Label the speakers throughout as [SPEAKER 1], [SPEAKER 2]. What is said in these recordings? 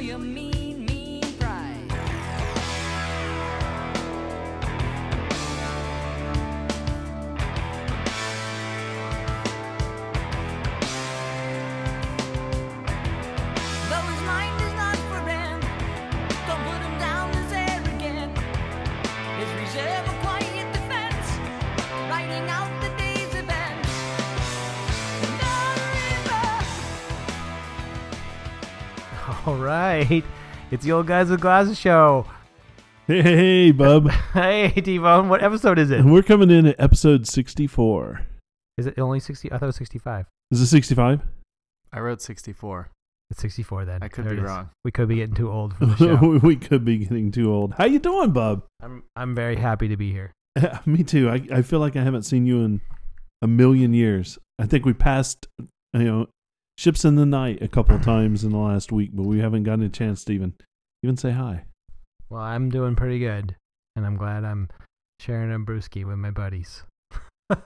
[SPEAKER 1] your mean, mean pride. Though his mind is not for rent, don't put him down as arrogant. His reserve a quiet defense, writing out the day's events. The river
[SPEAKER 2] All right. It's the Old Guys with Glasses show.
[SPEAKER 3] Hey, hey, hey, bub.
[SPEAKER 2] Hey, T Bone, what episode is it?
[SPEAKER 3] And we're coming in at episode 64.
[SPEAKER 2] Is it only 60? I thought it was 65.
[SPEAKER 3] Is it 65?
[SPEAKER 4] I wrote 64.
[SPEAKER 2] It's 64 then.
[SPEAKER 4] I could
[SPEAKER 2] There
[SPEAKER 4] be
[SPEAKER 2] it is.
[SPEAKER 4] wrong.
[SPEAKER 2] We could be getting too old for the show.
[SPEAKER 3] we could be getting too old. How you doing, bub?
[SPEAKER 2] I'm, I'm very happy to be here.
[SPEAKER 3] Me too. I, I feel like I haven't seen you in a million years. I think we passed, you know, ships in the night a couple of times in the last week, but we haven't gotten a chance to even even say hi.
[SPEAKER 2] Well, I'm doing pretty good, and I'm glad I'm sharing a brewski with my buddies.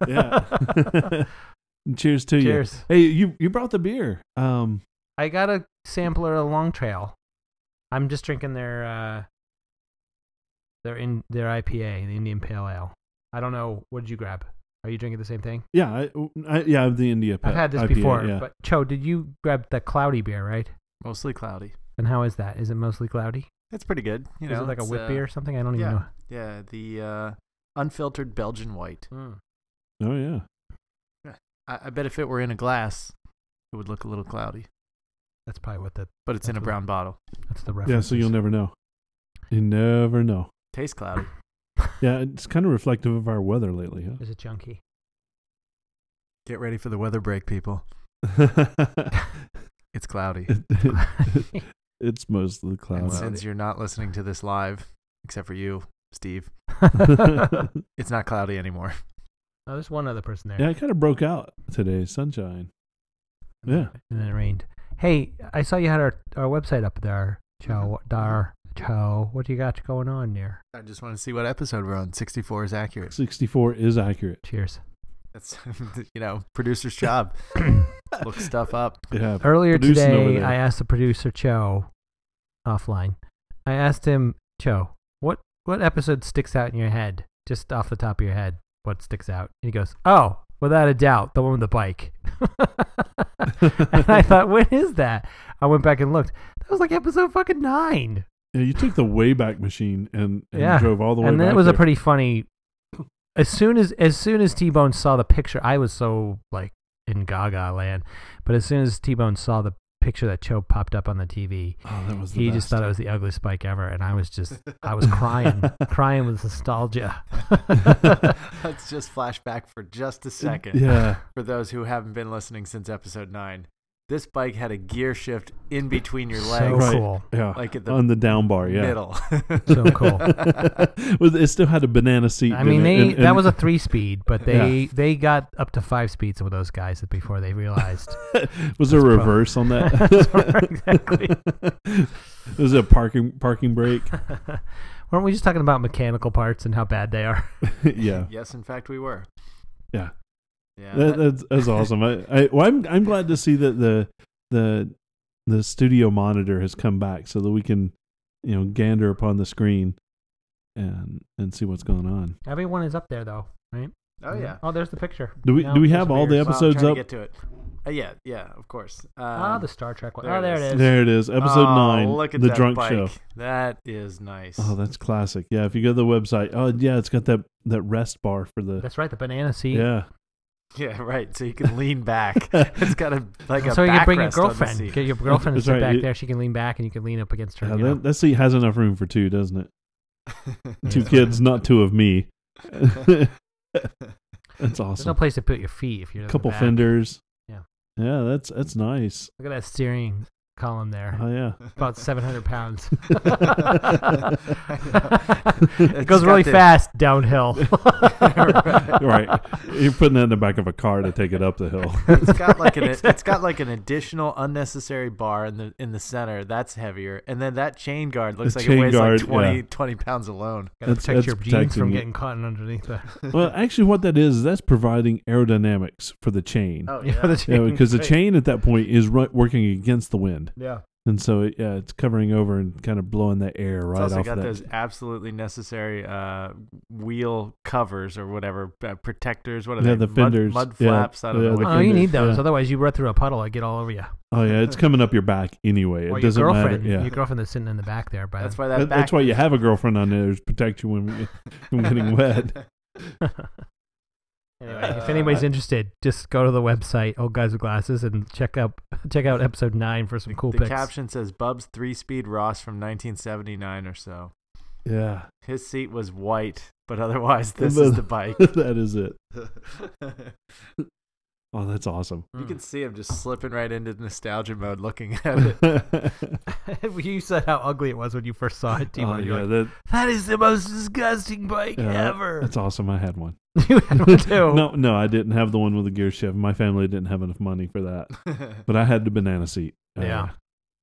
[SPEAKER 3] Yeah. Cheers to you.
[SPEAKER 2] Cheers.
[SPEAKER 3] Hey, you you brought the beer. Um,
[SPEAKER 2] I got a sampler of Long Trail. I'm just drinking their uh, their in their IPA, the Indian Pale Ale. I don't know. What did you grab? Are you drinking the same thing?
[SPEAKER 3] yeah, I, I, yeah, the India.
[SPEAKER 2] I've
[SPEAKER 3] Pale-
[SPEAKER 2] had this
[SPEAKER 3] IPA,
[SPEAKER 2] before.
[SPEAKER 3] Yeah.
[SPEAKER 2] But Cho, did you grab the cloudy beer, right?
[SPEAKER 4] Mostly cloudy.
[SPEAKER 2] And how is that? Is it mostly cloudy?
[SPEAKER 4] It's pretty good. You know,
[SPEAKER 2] is it like a
[SPEAKER 4] it's,
[SPEAKER 2] whip
[SPEAKER 4] uh,
[SPEAKER 2] beer or something? I don't even
[SPEAKER 4] yeah.
[SPEAKER 2] know.
[SPEAKER 4] Yeah, the uh, unfiltered Belgian white.
[SPEAKER 3] oh yeah.
[SPEAKER 4] I, I bet if it were in a glass, it would look a little cloudy.
[SPEAKER 2] That's probably what the
[SPEAKER 4] But it's in a
[SPEAKER 2] That's what-
[SPEAKER 4] brown bottle.
[SPEAKER 2] that's the reference.
[SPEAKER 3] Yeah, so you'll never know. You never know.
[SPEAKER 4] Tastes cloudy.
[SPEAKER 3] Yeah, it's kind of reflective of our weather lately,
[SPEAKER 2] Is it junky?
[SPEAKER 4] Get ready for the weather break, people.
[SPEAKER 3] huh?
[SPEAKER 4] It's cloudy.
[SPEAKER 3] It- it- it's mostly
[SPEAKER 4] And
[SPEAKER 3] clouds.
[SPEAKER 4] since you're not listening to this live, except for you, Steve,
[SPEAKER 2] oh,
[SPEAKER 4] it's not cloudy anymore.
[SPEAKER 2] there's one other person there.
[SPEAKER 3] yeah, it kind of broke out today, sunshine. Yeah.
[SPEAKER 2] And then it rained. Hey, I saw you had our, our website up there, Cho. Dar, Cho, what you got going on there?
[SPEAKER 4] I just want to see what episode we're on. 64 is accurate.
[SPEAKER 3] 64 is accurate.
[SPEAKER 2] Cheers.
[SPEAKER 4] That's, you know, producer's job. Look stuff up.
[SPEAKER 3] Yeah.
[SPEAKER 2] Earlier
[SPEAKER 3] producing over
[SPEAKER 2] today,
[SPEAKER 3] there.
[SPEAKER 2] I asked the producer Cho, offline. I asked him, Cho, what what episode sticks out in your head, just off the top of your head? What sticks out? And he goes, Oh, without a doubt, the one with the bike. and I thought, when is that? I went back and looked. That was like episode fucking nine.
[SPEAKER 3] Yeah, you took the Wayback Machine and, and
[SPEAKER 2] Yeah.
[SPEAKER 3] drove all the way
[SPEAKER 2] and then
[SPEAKER 3] back
[SPEAKER 2] it was a
[SPEAKER 3] there.
[SPEAKER 2] pretty funny as soon as as soon as t-bone saw the picture i was so like in gaga land but as soon as t-bone saw the picture that cho popped up on the tv
[SPEAKER 3] Oh, that was the
[SPEAKER 2] he just
[SPEAKER 3] best.
[SPEAKER 2] thought it was the ugliest bike ever and i was just i was crying crying with nostalgia
[SPEAKER 4] Let's just flash back for just a second.
[SPEAKER 3] Yeah.
[SPEAKER 4] For those who haven't been listening since episode nine, this bike had a gear shift in between your
[SPEAKER 2] so
[SPEAKER 4] legs,
[SPEAKER 3] Right.
[SPEAKER 2] cool
[SPEAKER 3] Yeah.
[SPEAKER 4] like at the
[SPEAKER 3] On the down bar, yeah.
[SPEAKER 4] middle.
[SPEAKER 2] so cool
[SPEAKER 3] Well, it still had a banana seat.
[SPEAKER 2] I
[SPEAKER 3] in
[SPEAKER 2] mean,
[SPEAKER 3] it,
[SPEAKER 2] they
[SPEAKER 3] and-
[SPEAKER 2] that
[SPEAKER 3] and-
[SPEAKER 2] was a three speed, but they they got up to five speeds with those guys before they realized.
[SPEAKER 3] was there a
[SPEAKER 2] That's
[SPEAKER 3] reverse on that?
[SPEAKER 2] Sorry, exactly.
[SPEAKER 3] It was a parking parking brake.
[SPEAKER 2] Weren't we just talking about mechanical parts and how bad they are?
[SPEAKER 3] yeah,
[SPEAKER 4] yes, in fact, we were.
[SPEAKER 3] Yeah.
[SPEAKER 4] Yeah.
[SPEAKER 3] that, that's that's awesome. I, I well, I'm I'm glad to see that the the the studio monitor has come back so that we can you know gander upon the screen and and see what's going on.
[SPEAKER 2] Everyone is up there though, right?
[SPEAKER 4] oh, yeah.
[SPEAKER 2] Oh, there's the picture.
[SPEAKER 3] Do we- do we have all the
[SPEAKER 2] episodes?
[SPEAKER 3] episodes?
[SPEAKER 4] well, I'm trying
[SPEAKER 3] up.
[SPEAKER 4] to get to it. Uh, yeah, yeah, of course. Um,
[SPEAKER 2] Ah, the Star Trek one.
[SPEAKER 4] there
[SPEAKER 2] oh,
[SPEAKER 4] it
[SPEAKER 2] there it is.
[SPEAKER 3] There it is, episode
[SPEAKER 4] oh,
[SPEAKER 3] nine.
[SPEAKER 4] Look at
[SPEAKER 3] the
[SPEAKER 4] that
[SPEAKER 3] drunk
[SPEAKER 4] bike.
[SPEAKER 3] show.
[SPEAKER 4] That is nice.
[SPEAKER 3] Oh, that's classic. Yeah, if you go to the website, oh yeah, it's got that that rest bar for the
[SPEAKER 2] That's right, the banana seat.
[SPEAKER 3] yeah.
[SPEAKER 4] yeah, right. So you can lean back. it's got a like a
[SPEAKER 2] Oh, so you can bring your
[SPEAKER 4] backrest on the
[SPEAKER 2] girlfriend.
[SPEAKER 4] seat.
[SPEAKER 2] Get your girlfriend to
[SPEAKER 3] That's
[SPEAKER 2] sit
[SPEAKER 3] right,
[SPEAKER 2] back
[SPEAKER 3] you-
[SPEAKER 2] there. She can lean back, and you can lean up against her.
[SPEAKER 3] Yeah,
[SPEAKER 2] you know?
[SPEAKER 3] that, that seat has enough room for two, doesn't it? Two
[SPEAKER 2] Yeah.
[SPEAKER 3] kids, not two of me. that's
[SPEAKER 2] There's no
[SPEAKER 3] awesome.
[SPEAKER 2] place to put your feet if you're. in
[SPEAKER 3] A
[SPEAKER 2] the
[SPEAKER 3] couple
[SPEAKER 2] back.
[SPEAKER 3] fenders.
[SPEAKER 2] Yeah.
[SPEAKER 3] Yeah, that's that's nice.
[SPEAKER 2] Look at that steering column there.
[SPEAKER 3] Oh yeah.
[SPEAKER 2] About 700 pounds.
[SPEAKER 4] It's
[SPEAKER 2] it goes
[SPEAKER 4] got
[SPEAKER 2] really
[SPEAKER 4] the-
[SPEAKER 2] fast downhill.
[SPEAKER 3] right. You're putting that in the back of a car to take it up the hill.
[SPEAKER 4] it's got like an it's got like an additional unnecessary bar in the in the center that's heavier, and then that chain guard looks
[SPEAKER 3] The
[SPEAKER 4] like
[SPEAKER 3] chain
[SPEAKER 4] it weighs
[SPEAKER 3] guard,
[SPEAKER 4] like 20,
[SPEAKER 3] yeah.
[SPEAKER 4] 20 pounds alone.
[SPEAKER 2] Gotta
[SPEAKER 3] That's-
[SPEAKER 2] protect
[SPEAKER 3] that's
[SPEAKER 2] your jeans
[SPEAKER 3] protecting
[SPEAKER 2] from
[SPEAKER 3] you.
[SPEAKER 2] getting caught underneath the.
[SPEAKER 3] Well, actually, what that is, that's providing aerodynamics for the chain.
[SPEAKER 4] Oh
[SPEAKER 2] Yeah, the
[SPEAKER 3] Yeah, because the
[SPEAKER 2] right.
[SPEAKER 3] chain at that point is ru- working against the wind.
[SPEAKER 2] Yeah.
[SPEAKER 3] and so it, yeah, it's covering over and kind of blowing the air right
[SPEAKER 4] it's also
[SPEAKER 3] off
[SPEAKER 4] got
[SPEAKER 3] that.
[SPEAKER 4] those absolutely necessary uh, wheel covers or whatever uh, protectors. What are
[SPEAKER 3] Yeah,
[SPEAKER 4] they?
[SPEAKER 3] the fenders.
[SPEAKER 4] Mud, mud
[SPEAKER 3] Yeah.
[SPEAKER 4] flaps. I don't
[SPEAKER 3] Yeah,
[SPEAKER 4] know.
[SPEAKER 3] the
[SPEAKER 4] What
[SPEAKER 2] Oh, you
[SPEAKER 3] fenders,
[SPEAKER 2] need those.
[SPEAKER 3] yeah.
[SPEAKER 2] Otherwise, you run through a puddle. I get all over you.
[SPEAKER 3] oh yeah, it's coming up your back anyway.
[SPEAKER 2] or
[SPEAKER 3] it
[SPEAKER 2] your
[SPEAKER 3] doesn't matter.
[SPEAKER 2] girlfriend.
[SPEAKER 3] Yeah,
[SPEAKER 2] Your girlfriend that's sitting in the back there. By
[SPEAKER 4] that's
[SPEAKER 2] the
[SPEAKER 4] why that.
[SPEAKER 3] That-
[SPEAKER 4] back
[SPEAKER 3] that's why you have a girlfriend on there is protect you when from getting wet.
[SPEAKER 2] anyway, if
[SPEAKER 4] Uh,
[SPEAKER 2] anybody's interested, just go to the website Old Guys with Glasses and check out check out episode nine for some cool
[SPEAKER 4] the
[SPEAKER 2] pics.
[SPEAKER 4] caption says Bub's three-speed Ross from 1979 or so.
[SPEAKER 3] Yeah,
[SPEAKER 4] His seat was white, but otherwise this is the bike.
[SPEAKER 3] that is it. Oh, that's awesome.
[SPEAKER 4] You
[SPEAKER 2] Mm.
[SPEAKER 4] can see him just slipping right into nostalgia mode looking at it.
[SPEAKER 2] you said how ugly it was when you first saw it. Timo.
[SPEAKER 3] Oh,
[SPEAKER 2] You're
[SPEAKER 3] yeah,
[SPEAKER 2] like,
[SPEAKER 3] that-
[SPEAKER 2] that is the most disgusting bike
[SPEAKER 3] yeah,
[SPEAKER 2] ever.
[SPEAKER 3] That's awesome. I had one.
[SPEAKER 2] you had one too.
[SPEAKER 3] no, Oh, no, I didn't have the one with the gear shift. My family didn't have enough money for that, but I had the banana seat. Uh,
[SPEAKER 2] Yeah.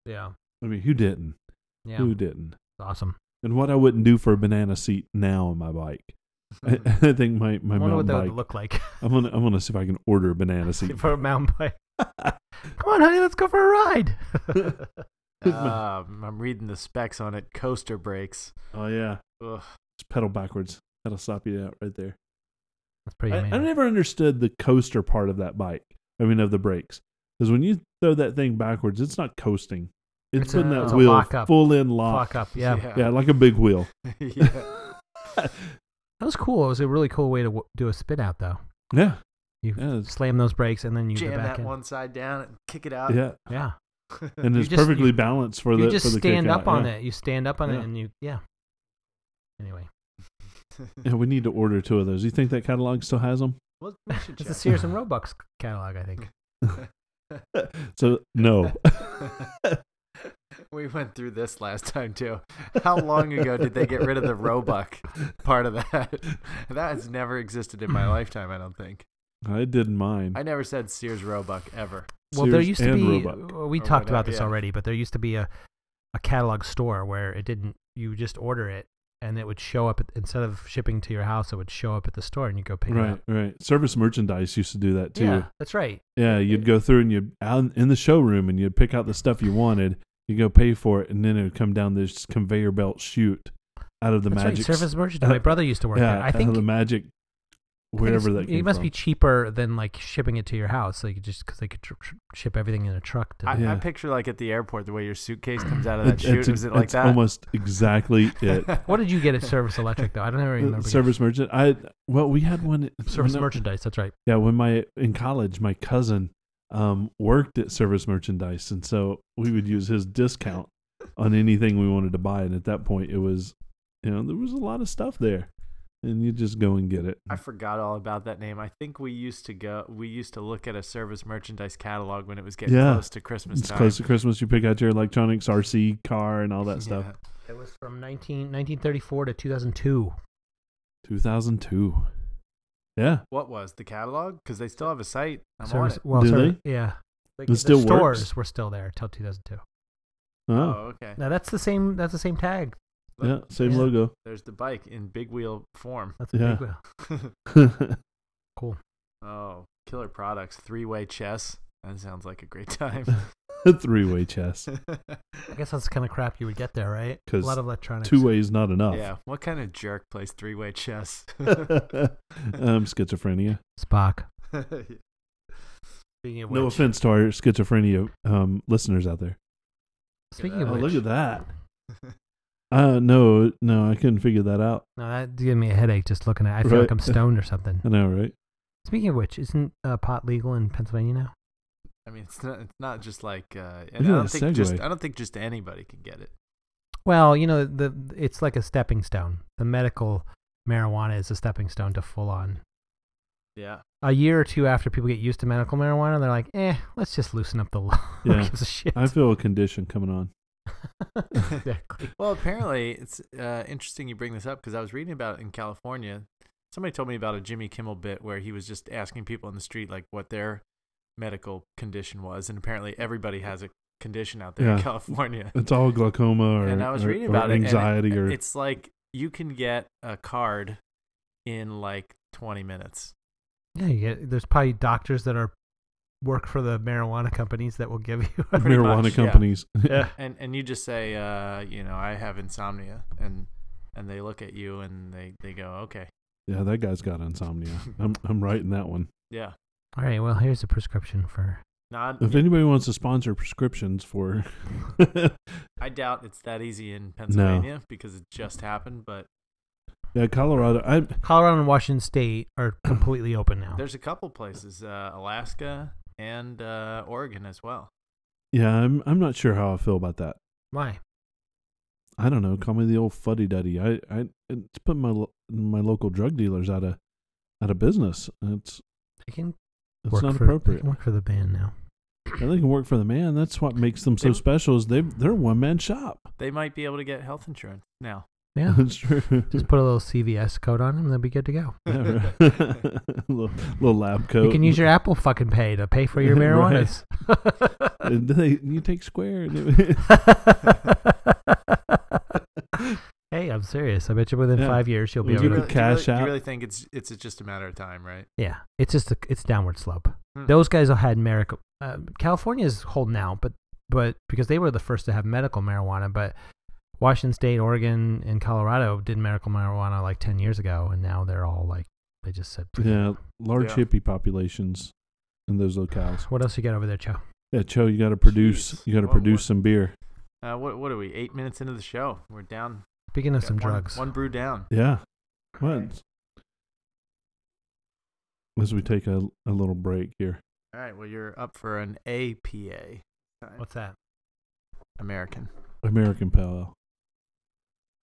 [SPEAKER 2] Yeah.
[SPEAKER 3] I mean, who didn't?
[SPEAKER 2] Yeah.
[SPEAKER 3] Who didn't?
[SPEAKER 2] Awesome.
[SPEAKER 3] And what I wouldn't do for a banana seat now on my bike. I, I think my my
[SPEAKER 2] I wonder
[SPEAKER 3] mountain
[SPEAKER 2] what that
[SPEAKER 3] bike.
[SPEAKER 2] would look like
[SPEAKER 3] I'm gonna I'm gonna see if I can order a banana seat.
[SPEAKER 2] for a mountain bike. Come on, honey, let's go for a ride.
[SPEAKER 4] um, I'm reading the specs on it. Coaster brakes.
[SPEAKER 3] oh yeah,
[SPEAKER 4] Ugh.
[SPEAKER 3] just pedal backwards. That'll slap you out right there.
[SPEAKER 2] That's pretty
[SPEAKER 3] I, I
[SPEAKER 2] amazing.
[SPEAKER 3] never understood the coaster part of that bike. I mean, of the brakes, because when you throw that thing backwards, it's not coasting. It's,
[SPEAKER 2] It's a-
[SPEAKER 3] putting
[SPEAKER 2] it's
[SPEAKER 3] that
[SPEAKER 2] a
[SPEAKER 3] wheel
[SPEAKER 2] lock up.
[SPEAKER 3] full in lock.
[SPEAKER 2] Fuck up. Yeah.
[SPEAKER 3] Yeah, like a big wheel.
[SPEAKER 4] Yeah.
[SPEAKER 2] That was cool. It was a really cool way to w- do a spin out, though.
[SPEAKER 3] Yeah,
[SPEAKER 2] You
[SPEAKER 3] Yeah, it's-
[SPEAKER 2] slam those brakes and then you go
[SPEAKER 4] Jam
[SPEAKER 2] back
[SPEAKER 4] that
[SPEAKER 2] in.
[SPEAKER 4] one side down and kick it out.
[SPEAKER 3] yeah,
[SPEAKER 2] Yeah.
[SPEAKER 3] and
[SPEAKER 2] Uh, You
[SPEAKER 3] it's
[SPEAKER 2] just-
[SPEAKER 3] perfectly
[SPEAKER 2] you-
[SPEAKER 3] balanced for
[SPEAKER 2] you
[SPEAKER 3] the
[SPEAKER 2] just
[SPEAKER 3] for the
[SPEAKER 2] stand
[SPEAKER 3] kick
[SPEAKER 2] up
[SPEAKER 3] out,
[SPEAKER 2] on
[SPEAKER 3] yeah.
[SPEAKER 2] it. You stand up on
[SPEAKER 3] Yeah.
[SPEAKER 2] it and you, yeah. Anyway,
[SPEAKER 3] Yeah, we need to order two of those. You think that catalog still has them?
[SPEAKER 4] Well, we should
[SPEAKER 2] it's
[SPEAKER 4] check.
[SPEAKER 2] the Sears and Roebuck's catalog, I think.
[SPEAKER 3] So no.
[SPEAKER 4] we went through this last time too. How long ago did they get rid of the Roebuck part of that? that has never existed in my lifetime, I don't think.
[SPEAKER 3] I didn't mind.
[SPEAKER 4] I never said Sears Roebuck ever.
[SPEAKER 2] Well, there
[SPEAKER 3] Sears
[SPEAKER 2] used to
[SPEAKER 3] and
[SPEAKER 2] be.
[SPEAKER 3] Roebuck.
[SPEAKER 2] uh, We
[SPEAKER 4] Or
[SPEAKER 2] talked about
[SPEAKER 4] whatever,
[SPEAKER 2] this
[SPEAKER 4] yeah.
[SPEAKER 2] already, but there used to be a, a catalog store where it didn't. You just order it, and it would show up at, instead of shipping to your house. It would show up at the store, and you go pick it
[SPEAKER 3] Right,
[SPEAKER 2] up.
[SPEAKER 3] right. Service merchandise used to do that too.
[SPEAKER 2] Yeah, that's right.
[SPEAKER 3] Yeah, you'd go through and you'd out in the showroom and you'd pick out the stuff you wanted. You go pay for it, and then it would come down this conveyor belt chute out of the
[SPEAKER 2] that's
[SPEAKER 3] magic.
[SPEAKER 2] right. Surface merchandise. My brother used to work
[SPEAKER 3] yeah,
[SPEAKER 2] there. I think
[SPEAKER 3] out of the magic,
[SPEAKER 2] I think it's-
[SPEAKER 3] wherever that. Came
[SPEAKER 2] it must
[SPEAKER 3] from.
[SPEAKER 2] be cheaper than like shipping it to your house. So you could just because they could tr- tr- ship everything in a truck. To
[SPEAKER 4] I,
[SPEAKER 3] Yeah.
[SPEAKER 4] I picture like at the airport the way your suitcase comes out of that chute.
[SPEAKER 3] It's-
[SPEAKER 4] uh, Is it like
[SPEAKER 3] it's
[SPEAKER 4] that?
[SPEAKER 3] Almost exactly it. Uh,
[SPEAKER 2] what did you get at Service Electric though? I don't ever remember. getting-
[SPEAKER 3] service merchant. I well, we had one.
[SPEAKER 2] Service
[SPEAKER 3] when I-
[SPEAKER 2] merchandise. That's right.
[SPEAKER 3] Yeah, when my in college, my cousin um, worked at Service Merchandise, and so we would use his discount on anything we wanted to buy. And at that point, it was, you know, there was a lot of stuff there, and you just go and get it.
[SPEAKER 4] I forgot all about that name. I think we used to go. We used to look at a service merchandise catalog when it was getting
[SPEAKER 3] Yeah.
[SPEAKER 4] close to Christmas
[SPEAKER 3] It's
[SPEAKER 4] time.
[SPEAKER 3] close to Christmas. You pick out your electronics, RC car, and all that stuff.
[SPEAKER 4] Yeah.
[SPEAKER 2] It was from 19, 1934 to two thousand two.
[SPEAKER 3] Two thousand two. Yeah,
[SPEAKER 4] What was the catalog? Because they still have a site. I'm
[SPEAKER 2] Service,
[SPEAKER 4] on
[SPEAKER 2] well,
[SPEAKER 3] Do
[SPEAKER 2] service, yeah. Like, the
[SPEAKER 3] still
[SPEAKER 2] stores
[SPEAKER 3] works?
[SPEAKER 2] were still there till 2002.
[SPEAKER 4] it.
[SPEAKER 3] oh,
[SPEAKER 4] Oh, okay.
[SPEAKER 2] Now that's the same. That's the same tag.
[SPEAKER 3] yeah,
[SPEAKER 4] Look,
[SPEAKER 3] same
[SPEAKER 2] Yeah.
[SPEAKER 3] logo.
[SPEAKER 4] There's the bike in big wheel form.
[SPEAKER 2] That's the
[SPEAKER 3] Yeah.
[SPEAKER 2] big wheel. Cool.
[SPEAKER 4] oh, killer products. Three way chess. That sounds like a great time.
[SPEAKER 3] Three way chess.
[SPEAKER 2] I guess that's the kind of crap you would get there, right? A
[SPEAKER 3] 'Cause
[SPEAKER 2] lot of electronics.
[SPEAKER 3] Two ways not enough.
[SPEAKER 4] yeah. What kind of jerk plays three way chess?
[SPEAKER 3] um, schizophrenia.
[SPEAKER 2] Spock.
[SPEAKER 4] yeah.
[SPEAKER 2] Speaking of
[SPEAKER 3] No offense to our schizophrenia um, listeners out there.
[SPEAKER 2] Speaking
[SPEAKER 4] that.
[SPEAKER 2] of
[SPEAKER 3] Oh,
[SPEAKER 2] which,
[SPEAKER 3] look at that. Uh, no, no, I couldn't figure that out.
[SPEAKER 2] no, that gave me a headache just looking at. it. I feel
[SPEAKER 3] Right.
[SPEAKER 2] like I'm stoned or something.
[SPEAKER 3] I know, right?
[SPEAKER 2] Speaking of which, isn't uh, pot legal in Pennsylvania now?
[SPEAKER 4] I mean, it's not. It's not just like. Uh,
[SPEAKER 3] at
[SPEAKER 4] and I
[SPEAKER 3] that
[SPEAKER 4] don't think just.
[SPEAKER 3] segue.
[SPEAKER 4] I don't think just anybody can get it.
[SPEAKER 2] Well, you know, the it's like a stepping stone. The medical marijuana is a stepping stone to full on.
[SPEAKER 4] Yeah.
[SPEAKER 2] A year or two after people get used to medical marijuana, they're like, eh, let's just loosen up the law. Who
[SPEAKER 3] Yeah.
[SPEAKER 2] gives a shit?
[SPEAKER 3] I feel a condition coming on.
[SPEAKER 2] exactly.
[SPEAKER 4] Well, apparently, it's uh, interesting you bring this up because I was reading about it in California. Somebody told me about a Jimmy Kimmel bit where he was just asking people in the street like what their medical condition was, and apparently everybody has a condition out there in
[SPEAKER 3] Yeah.
[SPEAKER 4] California.
[SPEAKER 3] It's all glaucoma or,
[SPEAKER 4] and I was
[SPEAKER 3] or-
[SPEAKER 4] reading
[SPEAKER 3] or
[SPEAKER 4] about it, and
[SPEAKER 3] anxiety
[SPEAKER 4] it-
[SPEAKER 3] or
[SPEAKER 4] it's like you can get a card in like 20 minutes.
[SPEAKER 2] Yeah, you get, there's probably doctors that are work for the marijuana companies that will give you.
[SPEAKER 4] Pretty
[SPEAKER 3] marijuana
[SPEAKER 4] much, yeah.
[SPEAKER 3] companies.
[SPEAKER 2] yeah.
[SPEAKER 4] and and you just say uh you know i have insomnia and and they look at you and they they go okay
[SPEAKER 3] Yeah, that guy's got insomnia. I'm I'm writing that one.
[SPEAKER 4] yeah
[SPEAKER 3] Mm-hmm.
[SPEAKER 2] All right. Well, here's a prescription for.
[SPEAKER 4] not
[SPEAKER 3] If anybody wants to sponsor prescriptions for
[SPEAKER 4] i doubt it's that easy in pennsylvania because it just happened but
[SPEAKER 3] yeah, Colorado, I
[SPEAKER 2] Colorado and Washington State are completely open now.
[SPEAKER 4] there's a couple places uh alaska and uh oregon as well
[SPEAKER 3] yeah, I'm I'm not sure how I feel about that.
[SPEAKER 2] Why?
[SPEAKER 3] I don't know. Call me the old fuddy duddy. I I it's put my lo- my local drug dealers out of out of business. It's
[SPEAKER 2] They can
[SPEAKER 3] it's
[SPEAKER 2] work
[SPEAKER 3] not
[SPEAKER 2] for, They
[SPEAKER 3] appropriate.
[SPEAKER 2] can work for the band now.
[SPEAKER 3] And they can work for the man. That's what makes them so
[SPEAKER 4] They-
[SPEAKER 3] special. Is they they're one man shop.
[SPEAKER 4] they might be able to get health insurance now
[SPEAKER 2] Yeah.
[SPEAKER 3] that's true.
[SPEAKER 2] Just put a little CVS code on them, they'll be good to go.
[SPEAKER 3] Yeah, right. little, little lab coat.
[SPEAKER 2] You can use your Apple fucking pay to pay for your
[SPEAKER 3] Right.
[SPEAKER 2] marijuanas.
[SPEAKER 3] And they, you take square. and it-
[SPEAKER 2] hey, I'm serious. I bet you within
[SPEAKER 3] Yeah.
[SPEAKER 2] five years you'll be
[SPEAKER 3] Would
[SPEAKER 2] able
[SPEAKER 4] you,
[SPEAKER 2] to.
[SPEAKER 4] really,
[SPEAKER 3] to
[SPEAKER 4] do you really-
[SPEAKER 3] cash
[SPEAKER 4] do you
[SPEAKER 3] out.
[SPEAKER 4] really think it's it's just a matter of time right
[SPEAKER 2] Yeah, it's just a, it's downward slope.
[SPEAKER 4] Hmm.
[SPEAKER 2] Those guys all had medical. Uh, California's holding out, but but because they were the first to have medical marijuana, but Washington State, Oregon, and Colorado did medical marijuana like ten years ago, and now they're all like they just said. "Forget
[SPEAKER 3] yeah, large
[SPEAKER 4] Yeah.
[SPEAKER 3] hippie populations in those locales.
[SPEAKER 2] it." What else you got over there, Cho?
[SPEAKER 3] Yeah, Cho, you got to produce.
[SPEAKER 4] Jeez.
[SPEAKER 3] You got to
[SPEAKER 4] What- what-
[SPEAKER 3] produce some beer.
[SPEAKER 4] uh what, what are we eight minutes into the show we're down
[SPEAKER 2] Speaking of
[SPEAKER 4] got
[SPEAKER 2] some
[SPEAKER 4] one-
[SPEAKER 2] drugs,
[SPEAKER 4] one brew down
[SPEAKER 3] Yeah. What? As we take a, a little break here.
[SPEAKER 4] all right well you're up for an apa
[SPEAKER 2] what's that?
[SPEAKER 4] american
[SPEAKER 3] American Pale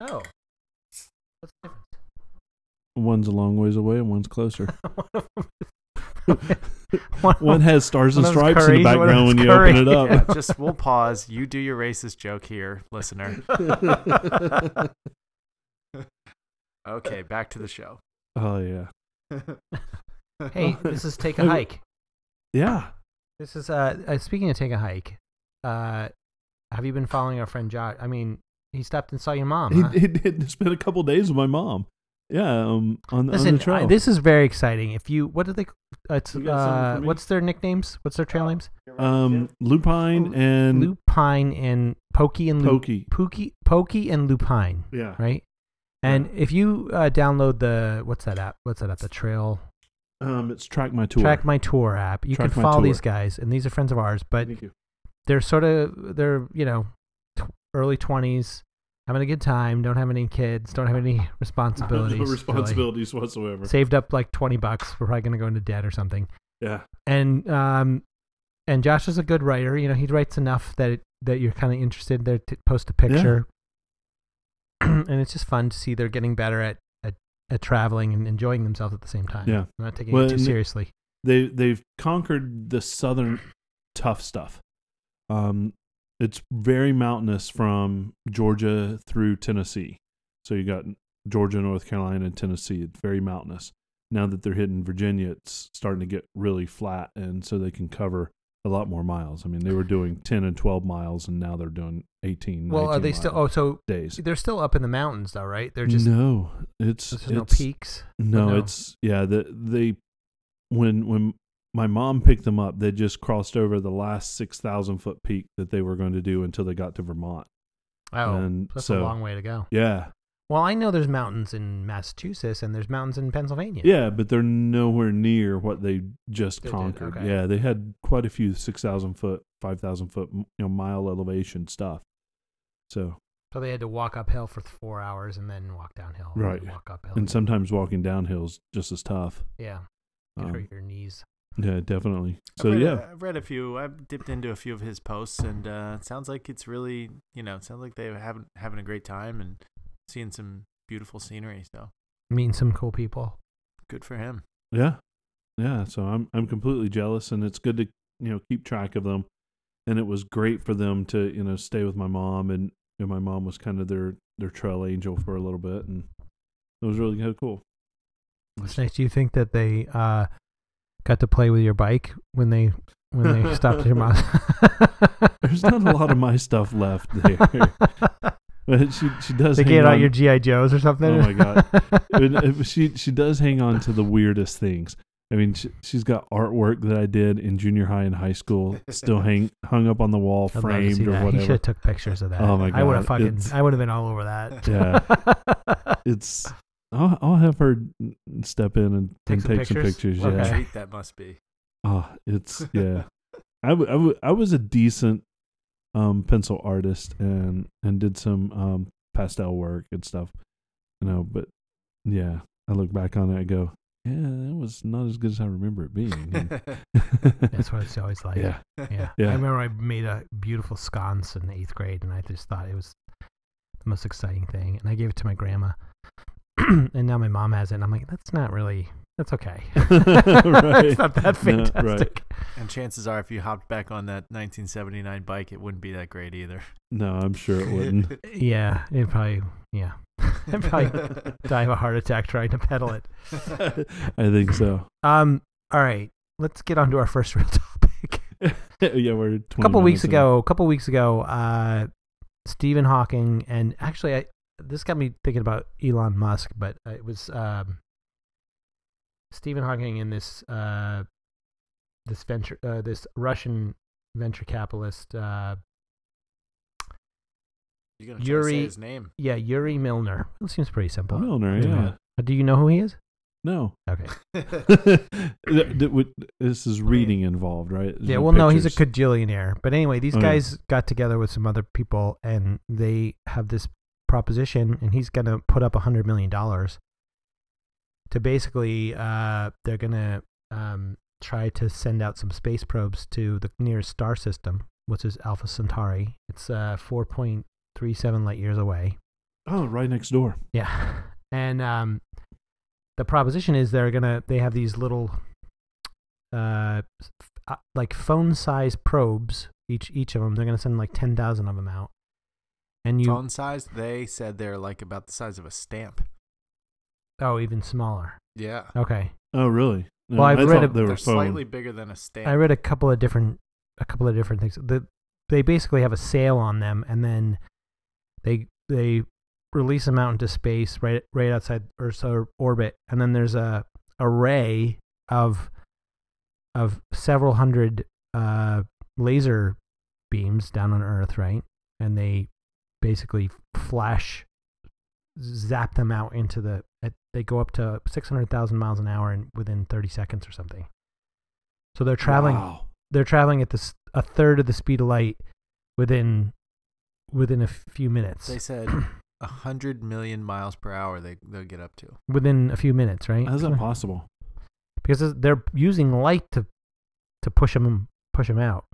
[SPEAKER 2] Oh, what's the difference?
[SPEAKER 3] Ale. One's a long ways away and one's closer.
[SPEAKER 2] one of them is- one of
[SPEAKER 3] One
[SPEAKER 2] them-
[SPEAKER 3] has stars and
[SPEAKER 2] One of them's
[SPEAKER 3] stripes in the
[SPEAKER 2] curry, one
[SPEAKER 3] background
[SPEAKER 2] of
[SPEAKER 3] when you
[SPEAKER 2] them's
[SPEAKER 3] open it
[SPEAKER 2] curry.
[SPEAKER 3] up.
[SPEAKER 4] yeah, just we'll pause. You do your racist joke here, listener. Okay, back to the show.
[SPEAKER 3] Oh yeah.
[SPEAKER 2] hey, this is take a hike.
[SPEAKER 3] Yeah.
[SPEAKER 2] This is uh, uh speaking of take a hike. Uh, have you been following our friend Josh? I mean, he stopped and saw your mom. huh?
[SPEAKER 3] He, he did. It's been a couple days with my mom. Yeah. Um. On, on
[SPEAKER 2] Listen,
[SPEAKER 3] the trail.
[SPEAKER 2] I- this is very exciting. If you, what do they? It's,
[SPEAKER 3] You got something
[SPEAKER 2] uh,
[SPEAKER 3] for me?
[SPEAKER 2] what's their nicknames? What's their trail names?
[SPEAKER 3] um. Lupine and
[SPEAKER 2] Lupine and Pokey and Lu-
[SPEAKER 3] Pokey.
[SPEAKER 2] Pokey, Pokey and Lupine,
[SPEAKER 3] Yeah.
[SPEAKER 2] right? And if you uh, download the what's that app? What's that app? The Trail
[SPEAKER 3] Um. It's track my tour.
[SPEAKER 2] Track My Tour app. You
[SPEAKER 3] Track
[SPEAKER 2] can
[SPEAKER 3] My
[SPEAKER 2] follow
[SPEAKER 3] Tour.
[SPEAKER 2] these guys, and these are friends of ours. But
[SPEAKER 3] Thank you.
[SPEAKER 2] they're sort of they're you know tw- early 20s having a good time don't have any kids don't have any responsibilities
[SPEAKER 3] no
[SPEAKER 2] really.
[SPEAKER 3] responsibilities whatsoever.
[SPEAKER 2] saved up like 20 bucks we're probably going to go into debt or something
[SPEAKER 3] Yeah.
[SPEAKER 2] and um and josh is a good writer you know he writes enough that it, that you're kind of interested there to post a picture and it's just fun to see they're getting better at at, at traveling and enjoying themselves at the same time
[SPEAKER 3] Yeah.
[SPEAKER 2] They're not taking
[SPEAKER 3] Well,
[SPEAKER 2] it too
[SPEAKER 3] and-
[SPEAKER 2] seriously
[SPEAKER 3] They they've conquered the southern tough stuff. Um. It's very mountainous from Georgia through Tennessee. So you got Georgia, North Carolina, and Tennessee. It's very mountainous. Now that they're hitting Virginia, it's starting to get really flat, and so they can cover a lot more miles. I mean, they were doing ten and twelve miles, and now they're doing eighteen.
[SPEAKER 2] well are
[SPEAKER 3] 19
[SPEAKER 2] they still
[SPEAKER 3] mile
[SPEAKER 2] oh so
[SPEAKER 3] days?
[SPEAKER 2] they're still up in the mountains though right they're just
[SPEAKER 3] no, it's
[SPEAKER 2] there's
[SPEAKER 3] it's
[SPEAKER 2] no peaks
[SPEAKER 3] no,
[SPEAKER 2] no?
[SPEAKER 3] it's yeah. The, they when when my mom picked them up, they just crossed over the last six thousand foot peak that they were going to do until they got to Vermont.
[SPEAKER 2] Oh,
[SPEAKER 3] And
[SPEAKER 2] that's a
[SPEAKER 3] so-
[SPEAKER 2] long way to go.
[SPEAKER 3] Yeah,
[SPEAKER 2] Well, I know there's mountains in Massachusetts and there's mountains in Pennsylvania.
[SPEAKER 3] Yeah, but they're nowhere near what they just
[SPEAKER 2] They did,
[SPEAKER 3] conquered.
[SPEAKER 2] okay.
[SPEAKER 3] Yeah, they had quite a few six thousand foot, five thousand foot, you know, mile elevation stuff. So,
[SPEAKER 2] So they had to walk uphill for th- four hours and then walk downhill. and
[SPEAKER 3] Right.
[SPEAKER 2] then Walk uphill.
[SPEAKER 3] and sometimes walking downhill's just as tough.
[SPEAKER 2] yeah. Good for
[SPEAKER 3] Um,
[SPEAKER 2] your knees.
[SPEAKER 3] yeah, definitely. So
[SPEAKER 4] I've read,
[SPEAKER 3] yeah,
[SPEAKER 4] I've read a few. I've dipped into a few of his posts, and uh, it sounds like it's really, you know, it sounds like they haven't having a great time and seeing some beautiful scenery. So
[SPEAKER 2] Meeting some cool people.
[SPEAKER 4] good for him.
[SPEAKER 3] yeah, yeah. So I'm I'm completely jealous, and it's good to you know keep track of them. And it was great for them to you know stay with my mom, and you know, my mom was kind of their their trail angel for a little bit, and it was really kind of cool.
[SPEAKER 2] It's nice. Do you think that they uh, got to play with your bike when they when they stopped at your mom?
[SPEAKER 3] There's not a lot of my stuff left there. But she she does.
[SPEAKER 2] they
[SPEAKER 3] hang
[SPEAKER 2] get out
[SPEAKER 3] on-
[SPEAKER 2] your GI Joes or something.
[SPEAKER 3] Oh my God.
[SPEAKER 2] god!
[SPEAKER 3] but, uh, she she does hang on to the weirdest things. I mean, she, she's got artwork that I did in junior high and high school, still hang hung up on the wall,
[SPEAKER 2] I'd love to see
[SPEAKER 3] framed or
[SPEAKER 2] that. He should
[SPEAKER 3] whatever.
[SPEAKER 2] have took pictures of that.
[SPEAKER 3] Oh my
[SPEAKER 2] I would
[SPEAKER 3] God,
[SPEAKER 2] have fucking.
[SPEAKER 3] it's-
[SPEAKER 2] I would have been all over that.
[SPEAKER 3] Yeah, it's. I'll, I'll have her step in and
[SPEAKER 2] Take
[SPEAKER 3] and
[SPEAKER 2] some
[SPEAKER 3] take some
[SPEAKER 2] pictures?
[SPEAKER 3] pictures.
[SPEAKER 4] What
[SPEAKER 3] Yeah.
[SPEAKER 4] a treat that must be.
[SPEAKER 3] Oh, it's yeah. I w- I w- I was a decent um, pencil artist and and did some um, pastel work and stuff, you know. But yeah, I look back on it and go, yeah, that was not as good as I remember it being.
[SPEAKER 2] That's what it's always like.
[SPEAKER 3] yeah,
[SPEAKER 2] Yeah.
[SPEAKER 3] Mm-hmm. Yeah.
[SPEAKER 2] I remember I made a beautiful sconce in eighth grade, and I just thought it was the most exciting thing. And I gave it to my grandma, and now my mom has it. And I'm like, that's not really. That's okay.
[SPEAKER 3] Right.
[SPEAKER 2] It's not that
[SPEAKER 3] No, right.
[SPEAKER 2] fantastic.
[SPEAKER 4] And chances are, if you hopped back on that 1979 bike, it wouldn't be that great either.
[SPEAKER 3] no, I'm sure it wouldn't.
[SPEAKER 2] Yeah, it probably. Yeah, I'd probably die of a heart attack trying to pedal it.
[SPEAKER 3] I think so.
[SPEAKER 2] Um. All right. Let's get on to our first real topic.
[SPEAKER 3] yeah, we're 20
[SPEAKER 2] a couple weeks
[SPEAKER 3] minutes in.
[SPEAKER 2] ago, a couple weeks ago, uh, Stephen Hawking and actually, I this got me thinking about Elon Musk, but uh, it was um, Stephen Hawking and this uh, this venture uh, this Russian venture capitalist, uh,
[SPEAKER 4] You're gonna try to say
[SPEAKER 2] Yuri-
[SPEAKER 4] his name.
[SPEAKER 2] yeah, Yuri Milner. It seems pretty simple.
[SPEAKER 3] Milner,
[SPEAKER 2] Yeah.
[SPEAKER 3] yeah.
[SPEAKER 2] Uh, Do you know who he is?
[SPEAKER 3] No,
[SPEAKER 2] Okay.
[SPEAKER 3] Th- th- would- this is reading involved, right? There's
[SPEAKER 2] yeah, well, no, he's a
[SPEAKER 3] pictures.
[SPEAKER 2] cajillionaire. But anyway, these
[SPEAKER 3] Oh, yeah.
[SPEAKER 2] guys got together with some other people, and they have this proposition, and he's going to put up a hundred million dollars to basically, uh, they're going to um, try to send out some space probes to the nearest star system, which is Alpha Centauri. It's uh, four point three seven light years away.
[SPEAKER 3] Oh, right next door.
[SPEAKER 2] Yeah. And um the proposition is they're going to they have these little uh f- uh, like phone-sized probes each each of them. They're going to send like 10,000 of them out. And you
[SPEAKER 4] Phone size? They said they're like about the size of a stamp.
[SPEAKER 2] oh, even smaller.
[SPEAKER 4] Yeah.
[SPEAKER 2] Okay.
[SPEAKER 3] Oh, really? No,
[SPEAKER 2] Well, I've
[SPEAKER 3] I
[SPEAKER 2] read
[SPEAKER 3] thought
[SPEAKER 2] ab-
[SPEAKER 3] they were
[SPEAKER 4] They're
[SPEAKER 3] phone.
[SPEAKER 4] slightly bigger than a stamp.
[SPEAKER 2] I read a couple of different a couple of different things. The, they basically have a sale on them, and then they they release them out into space right right outside Earth's or- orbit, and then there's a array of of several hundred uh, laser beams down on Earth, right? And they basically flash zap them out into the at, they go up to 600,000 miles an hour in, within 30 seconds or something. So they're traveling
[SPEAKER 3] Wow.
[SPEAKER 2] they're traveling at this a third of the speed of light within within a few minutes.
[SPEAKER 4] They said a hundred million miles per hour. They they'll get up to.
[SPEAKER 2] within a few minutes, right?
[SPEAKER 3] How's that possible?
[SPEAKER 2] Because it's- they're using light to to push them push them out.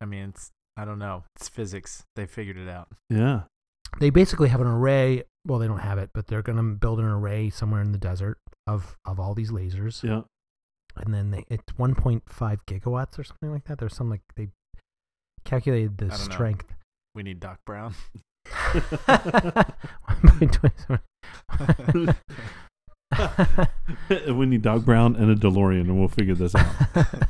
[SPEAKER 4] I mean, it's I don't know. It's physics. They figured it out.
[SPEAKER 3] Yeah.
[SPEAKER 2] They basically have an array. Well, they don't have it, but they're going to build an array somewhere in the desert of of all these lasers,
[SPEAKER 3] Yeah.
[SPEAKER 2] and then they, it's 1.5 gigawatts or something like that. There's some like they calculated the
[SPEAKER 4] I don't know.
[SPEAKER 2] strength.
[SPEAKER 4] We need Doc Brown.
[SPEAKER 2] 1.27.
[SPEAKER 3] we need Doc Brown and a DeLorean, and we'll figure this out.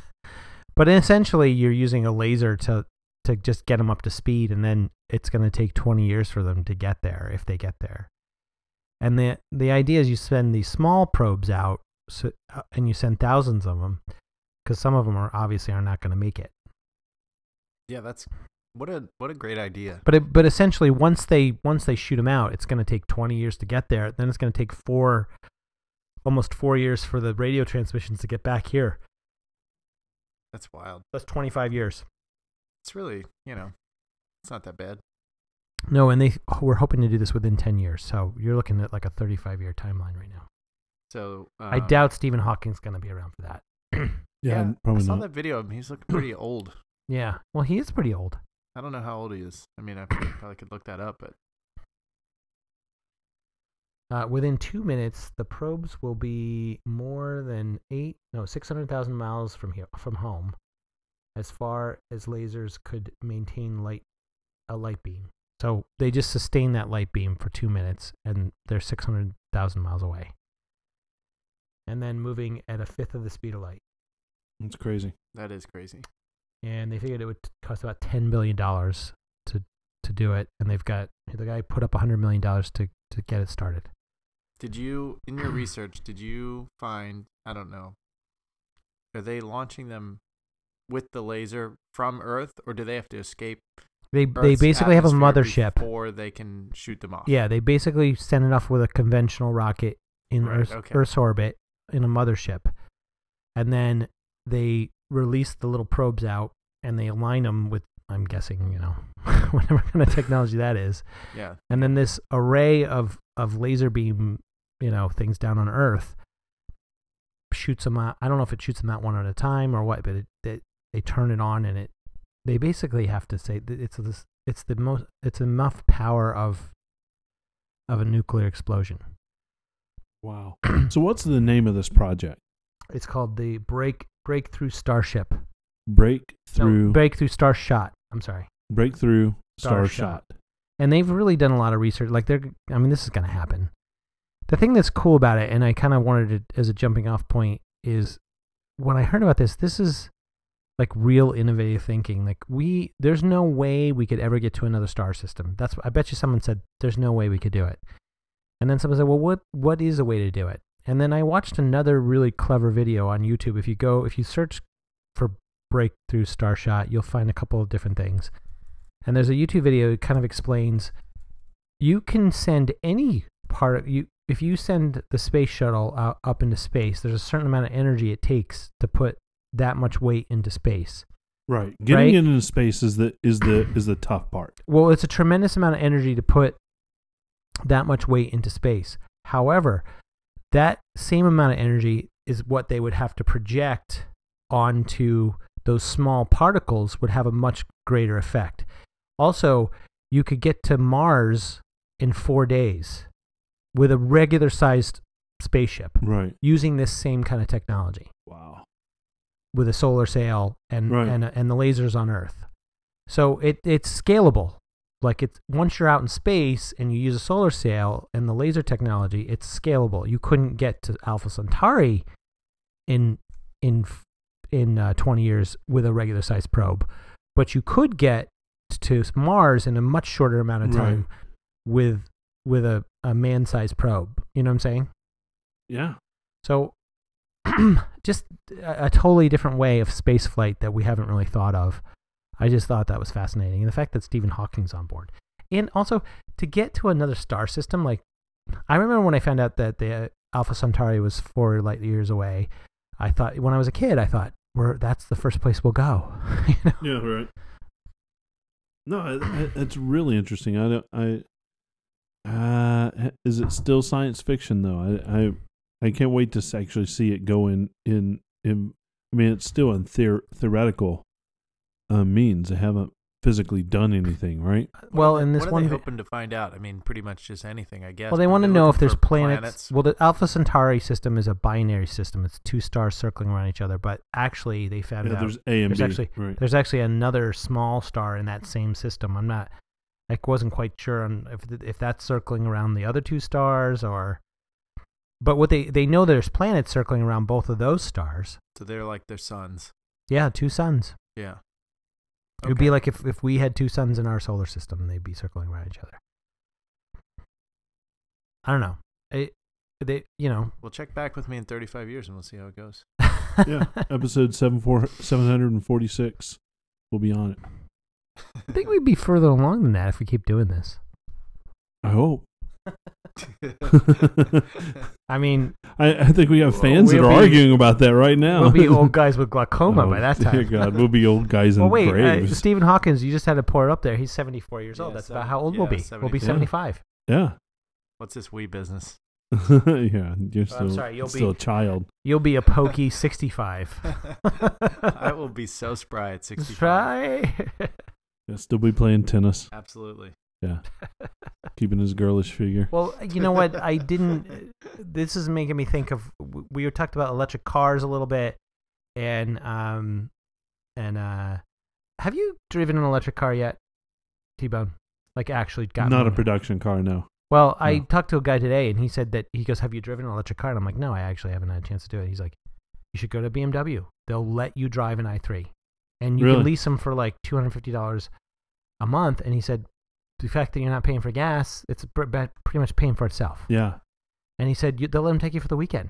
[SPEAKER 2] but essentially, you're using a laser to to just get them up to speed, and then it's going to take 20 years for them to get there if they get there. And the the idea is you send these small probes out, so, uh, and you send thousands of them, because some of them are obviously are not going to make it.
[SPEAKER 4] yeah, that's what a what a great idea.
[SPEAKER 2] But it, but essentially, once they once they shoot them out, it's going to take 20 years to get there. Then it's going to take four, almost four years for the radio transmissions to get back here.
[SPEAKER 4] That's wild.
[SPEAKER 2] That's 25 years.
[SPEAKER 4] It's really you know, it's not that bad.
[SPEAKER 2] No, and they we're hoping to do this within 10 years. So you're looking at like a 35 year timeline right now.
[SPEAKER 4] So um,
[SPEAKER 2] I doubt Stephen Hawking's going to be around for that.
[SPEAKER 3] Yeah,
[SPEAKER 4] I
[SPEAKER 3] probably
[SPEAKER 4] saw
[SPEAKER 3] not.
[SPEAKER 4] that video of him. He's looking pretty old.
[SPEAKER 2] Yeah. Well, he is pretty old.
[SPEAKER 4] I don't know how old he is. I mean, I probably could look that up, but
[SPEAKER 2] Uh, within two minutes, the probes will be more than eight, no, 600,000 miles from here, from home, as far as lasers could maintain light, a light beam. So they just sustain that light beam for two minutes, and they're 600,000 miles away. And then moving at a fifth of the speed of light.
[SPEAKER 3] That's crazy.
[SPEAKER 4] that is crazy.
[SPEAKER 2] and they figured it would cost about ten billion dollars to to do it, and they've got the guy put up hundred million dollars to to get it started.
[SPEAKER 4] Did you in your research? Did you find I don't know are they launching them with the laser from Earth, or do they have to escape?
[SPEAKER 2] They they
[SPEAKER 4] Earth's
[SPEAKER 2] basically have a
[SPEAKER 4] atmosphere
[SPEAKER 2] mothership.
[SPEAKER 4] before they can shoot them off.
[SPEAKER 2] Yeah, they basically send it off with a conventional rocket in
[SPEAKER 4] Right,
[SPEAKER 2] Earth,
[SPEAKER 4] okay.
[SPEAKER 2] Earth's orbit in a mothership, and then they release the little probes out and they align them with. I'm guessing you know whatever kind of technology that is,
[SPEAKER 4] yeah.
[SPEAKER 2] and then this array of of laser beam you know things down on Earth shoots them out. I don't know if it shoots them out one at a time or what, but it, they they turn it on and it they basically have to say that it's this it's the most it's enough power of of a nuclear explosion.
[SPEAKER 3] Wow. so what's the name of this project?
[SPEAKER 2] It's called the break breakthrough starship.
[SPEAKER 3] Breakthrough
[SPEAKER 2] no, breakthrough star shot. I'm sorry.
[SPEAKER 3] Breakthrough
[SPEAKER 2] Star
[SPEAKER 3] Star,
[SPEAKER 2] Shot.
[SPEAKER 3] Shot.
[SPEAKER 2] and they've really done a lot of research. Like they're, I mean, this is going to happen. The thing that's cool about it, and I kind of wanted it as a jumping off point, is when I heard about this, this is like real innovative thinking. Like we, there's no way we could ever get to another star system. That's I bet you someone said there's no way we could do it, and then someone said, well, what what is a way to do it? And then I watched another really clever video on YouTube. If you go, if you search for breakthrough starshot, you'll find a couple of different things. And there's a YouTube video that kind of explains you can send any part of you if you send the space shuttle out, up into space, there's a certain amount of energy it takes to put that much weight into space.
[SPEAKER 3] Right. Getting
[SPEAKER 2] Right?
[SPEAKER 3] it into space is the is the is the tough part.
[SPEAKER 2] Well, it's a tremendous amount of energy to put that much weight into space. However, that same amount of energy is what they would have to project onto those small particles would have a much greater effect. Also, you could get to Mars in 4 days with a regular sized spaceship
[SPEAKER 3] Right.
[SPEAKER 2] using this same kind of technology
[SPEAKER 3] Wow.
[SPEAKER 2] with a solar sail and
[SPEAKER 3] Right.
[SPEAKER 2] and and the lasers on Earth. So it it's scalable. Like it's once you're out in space and you use a solar sail and the laser technology, it's scalable. You couldn't get to Alpha Centauri in in f- in uh, 20 years with a regular sized probe, but you could get to Mars in a much shorter amount of
[SPEAKER 3] Right.
[SPEAKER 2] time with with a, a man sized probe. You know what I'm saying?
[SPEAKER 3] Yeah.
[SPEAKER 2] So, just a, a totally different way of space flight that we haven't really thought of. I just thought that was fascinating, and the fact that Stephen Hawking's on board, and also to get to another star system. Like, I remember when I found out that the uh, Alpha Centauri was four light years away. I thought when I was a kid, I thought, "We're that's the first place we'll go." you know?
[SPEAKER 3] Yeah. Right. No, it- it- it's really interesting. I don't. I. Uh, is it still science fiction though? I I I can't wait to s- actually see it go in in in. I mean, it's still in theor- theoretical uh, means. They haven't physically done anything, right?
[SPEAKER 2] Well,
[SPEAKER 4] What are
[SPEAKER 2] in
[SPEAKER 4] they-
[SPEAKER 2] this
[SPEAKER 4] what are
[SPEAKER 2] one,
[SPEAKER 4] they
[SPEAKER 2] vi-
[SPEAKER 4] hoping to find out. I mean, pretty much just anything, I guess.
[SPEAKER 2] well, they
[SPEAKER 4] but
[SPEAKER 2] want to
[SPEAKER 4] they're
[SPEAKER 2] know
[SPEAKER 4] looking
[SPEAKER 2] if there's
[SPEAKER 4] for
[SPEAKER 2] planets. Well, the Alpha Centauri system is a binary system. It's two stars circling around each other, but actually, they found
[SPEAKER 3] Yeah,
[SPEAKER 2] out
[SPEAKER 3] there's A and
[SPEAKER 2] there's
[SPEAKER 3] B.
[SPEAKER 2] actually
[SPEAKER 3] right.
[SPEAKER 2] there's actually another small star in that same system. I'm not, I wasn't quite sure on if th- if that's circling around the other two stars or, but what they they know there's planets circling around both of those stars.
[SPEAKER 4] So they're like their sons. Yeah.
[SPEAKER 2] Yeah, two suns.
[SPEAKER 4] Yeah.
[SPEAKER 2] It would be
[SPEAKER 4] Okay.
[SPEAKER 2] like if if we had two suns in our solar system, they'd be circling around each other. I don't know. It, they you know.
[SPEAKER 4] Well, check back with me in 35 years and we'll see how it goes.
[SPEAKER 3] yeah, episode seven four seven hundred and forty six. We'll be on it.
[SPEAKER 2] I think we'd be further along than that if we keep doing this.
[SPEAKER 3] I hope.
[SPEAKER 2] I mean,
[SPEAKER 3] I, I think we have fans
[SPEAKER 2] We'll
[SPEAKER 3] that are
[SPEAKER 2] be-
[SPEAKER 3] arguing about that right now.
[SPEAKER 2] we'll be old guys with glaucoma
[SPEAKER 3] Oh,
[SPEAKER 2] by that time.
[SPEAKER 3] Dear God, we'll be old guys in
[SPEAKER 2] Well, wait, uh,
[SPEAKER 3] graves.
[SPEAKER 2] Stephen Hawkins, you just had to pour it up there. He's 74 years old.
[SPEAKER 4] Yeah,
[SPEAKER 2] That's
[SPEAKER 4] seven-
[SPEAKER 2] about how old we'll
[SPEAKER 4] yeah,
[SPEAKER 2] be. We'll be
[SPEAKER 4] 74.
[SPEAKER 2] 75.
[SPEAKER 3] yeah,
[SPEAKER 4] What's this wee business?
[SPEAKER 3] yeah. You're still,
[SPEAKER 2] Oh, sorry, you'll
[SPEAKER 3] still
[SPEAKER 2] be-
[SPEAKER 3] a child.
[SPEAKER 2] You'll be a pokey 65.
[SPEAKER 4] I will be so spry at 65.
[SPEAKER 2] Try.
[SPEAKER 3] You'll still be playing tennis,
[SPEAKER 4] Absolutely.
[SPEAKER 3] keeping his girlish figure.
[SPEAKER 2] well, you know what? I didn't. uh, This is making me think of. w- We were talked about electric cars a little bit, and um, and uh, have you driven an electric car yet, T Bone? Like actually got
[SPEAKER 3] Not a
[SPEAKER 2] one?
[SPEAKER 3] production car, no.
[SPEAKER 2] Well, I
[SPEAKER 3] No.
[SPEAKER 2] talked to a guy today, and he said that he goes, "Have you driven an electric car?" And I'm like, "No, I actually haven't had a chance to do it." He's like, "You should go to BMW. They'll let you drive an i3, and you
[SPEAKER 3] Really?
[SPEAKER 2] can lease them for like two hundred fifty dollars a month." And he said, "The fact that you're not paying for gas, it's pr- ba- pretty much paying for itself."
[SPEAKER 3] Yeah,
[SPEAKER 2] And he said, you, "They'll let him take you for the weekend."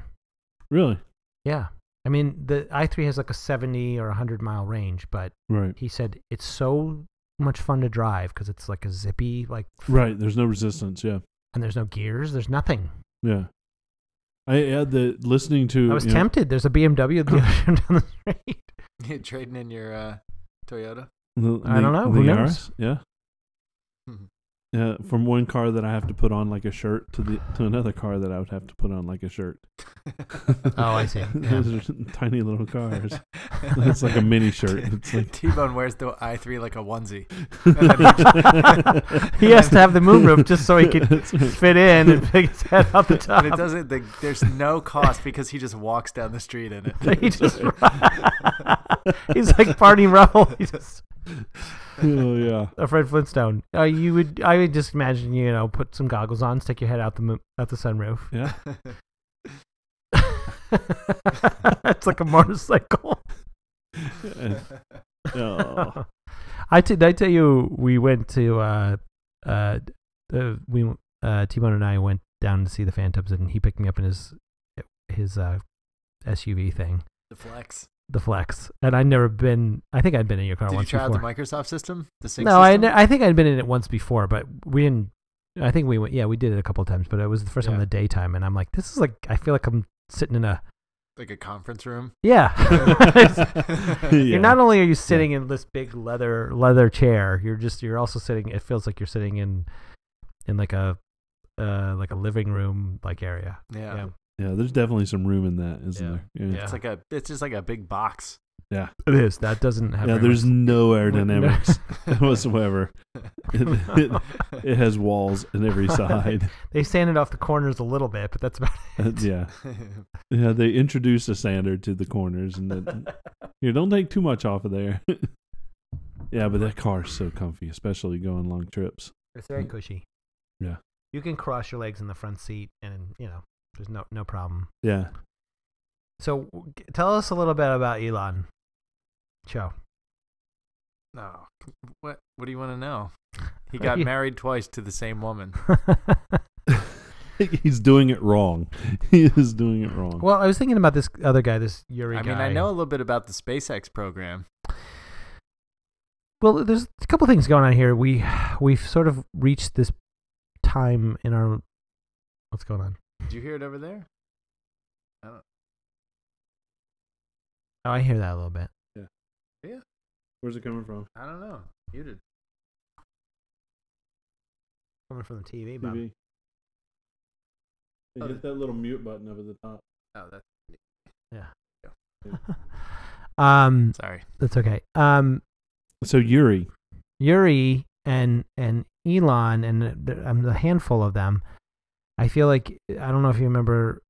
[SPEAKER 3] really.
[SPEAKER 2] Yeah, I mean, the i3 has like a 70 or 100 mile range, but
[SPEAKER 3] Right.
[SPEAKER 2] he said it's so much fun to drive because it's like a zippy, like,
[SPEAKER 3] Right. There's no resistance. Yeah.
[SPEAKER 2] and there's no gears, there's nothing.
[SPEAKER 3] Yeah. I had the listening to.
[SPEAKER 2] I was
[SPEAKER 3] you know-
[SPEAKER 2] tempted. There's a BMW dealership down the street.
[SPEAKER 4] You trading in your uh, Toyota?
[SPEAKER 3] The-
[SPEAKER 2] I don't
[SPEAKER 3] the-
[SPEAKER 2] know. Who
[SPEAKER 3] the
[SPEAKER 2] knows?
[SPEAKER 3] Yaris, Yeah. Yeah, from one car that I have to put on like a shirt to the to another car that I would have to put on like a shirt.
[SPEAKER 2] Oh, I see. Yeah.
[SPEAKER 3] Those are tiny little cars. It's like a mini shirt. It's like
[SPEAKER 4] T Bone wears the i three like a onesie.
[SPEAKER 2] he has to have the moonroof just so he can fit in and pick his head out the top.
[SPEAKER 4] But it doesn't. The, there's no cost because he just walks down the street in it.
[SPEAKER 2] He just, he's like Barney Rubble. He's just
[SPEAKER 3] oh yeah,
[SPEAKER 2] a Fred Flintstone. Uh, you would, I would just imagine, you know, put some goggles on, stick your head out the mo- out the sunroof.
[SPEAKER 3] yeah.
[SPEAKER 2] it's like a motorcycle.
[SPEAKER 3] And- oh.
[SPEAKER 2] I t- did I tell you we went to uh uh uh, we uh T Bone and I went down to see the Phantoms and he picked me up in his his uh SUV thing,
[SPEAKER 4] The flex.
[SPEAKER 2] the Flex. And I'd never been. I think I'd been in your car
[SPEAKER 4] Did you
[SPEAKER 2] once
[SPEAKER 4] try out
[SPEAKER 2] before.
[SPEAKER 4] the Microsoft system? The sync
[SPEAKER 2] no, I
[SPEAKER 4] system?
[SPEAKER 2] ne- I think I'd been in it once before, but we didn't. I think we went. Yeah, we did it a couple times, but it was the first time in
[SPEAKER 4] Yeah.
[SPEAKER 2] the daytime, and I'm like, this is like. I feel like I'm sitting in a.
[SPEAKER 4] like a conference room.
[SPEAKER 2] Yeah.
[SPEAKER 3] Yeah.
[SPEAKER 2] You're not only are you sitting in this big leather leather chair, you're just you're also sitting. It feels like you're sitting in in like a uh like a living room like area.
[SPEAKER 4] Yeah.
[SPEAKER 3] yeah, there's definitely some room in that, isn't
[SPEAKER 2] Yeah.
[SPEAKER 3] there? Yeah,
[SPEAKER 4] It's like a. It's just like a big box.
[SPEAKER 2] It is. That doesn't have.
[SPEAKER 3] yeah
[SPEAKER 2] very
[SPEAKER 3] there's
[SPEAKER 2] much-
[SPEAKER 3] no aerodynamics whatsoever. It, it, it has walls on every side.
[SPEAKER 2] they sanded off the corners a little bit, but that's about it.
[SPEAKER 3] yeah, yeah. They introduced a sander to the corners, and it, Here, don't take too much off of there. yeah, but that car is so comfy, especially going long trips.
[SPEAKER 2] It's very cushy.
[SPEAKER 3] Yeah.
[SPEAKER 2] You can cross your legs in the front seat, and you know there's no no problem.
[SPEAKER 3] Yeah.
[SPEAKER 2] So w- g- tell us a little bit about Elon. Cho.
[SPEAKER 4] no. What? What do you want to know? He got
[SPEAKER 2] Yeah.
[SPEAKER 4] married twice to the same woman.
[SPEAKER 3] He's doing it wrong. He is doing it wrong.
[SPEAKER 2] well, I was thinking about this other guy, this Yuri
[SPEAKER 4] I mean,
[SPEAKER 2] guy.
[SPEAKER 4] I know a little bit about the SpaceX program.
[SPEAKER 2] Well, there's a couple things going on here. We we've sort of reached this time in our what's going on.
[SPEAKER 4] Did you hear it over there?
[SPEAKER 2] Oh, I hear that a little bit.
[SPEAKER 3] Where's it coming from?
[SPEAKER 4] I don't know. You did.
[SPEAKER 2] Coming from the TV, Bob.
[SPEAKER 4] Oh, hit
[SPEAKER 3] that little mute button over the top.
[SPEAKER 4] Oh, that's
[SPEAKER 2] um,
[SPEAKER 4] sorry.
[SPEAKER 2] that's okay. Um,
[SPEAKER 3] So Yuri,
[SPEAKER 2] Yuri and and Elon and the, um, the handful of them. I feel like I don't know if you remember,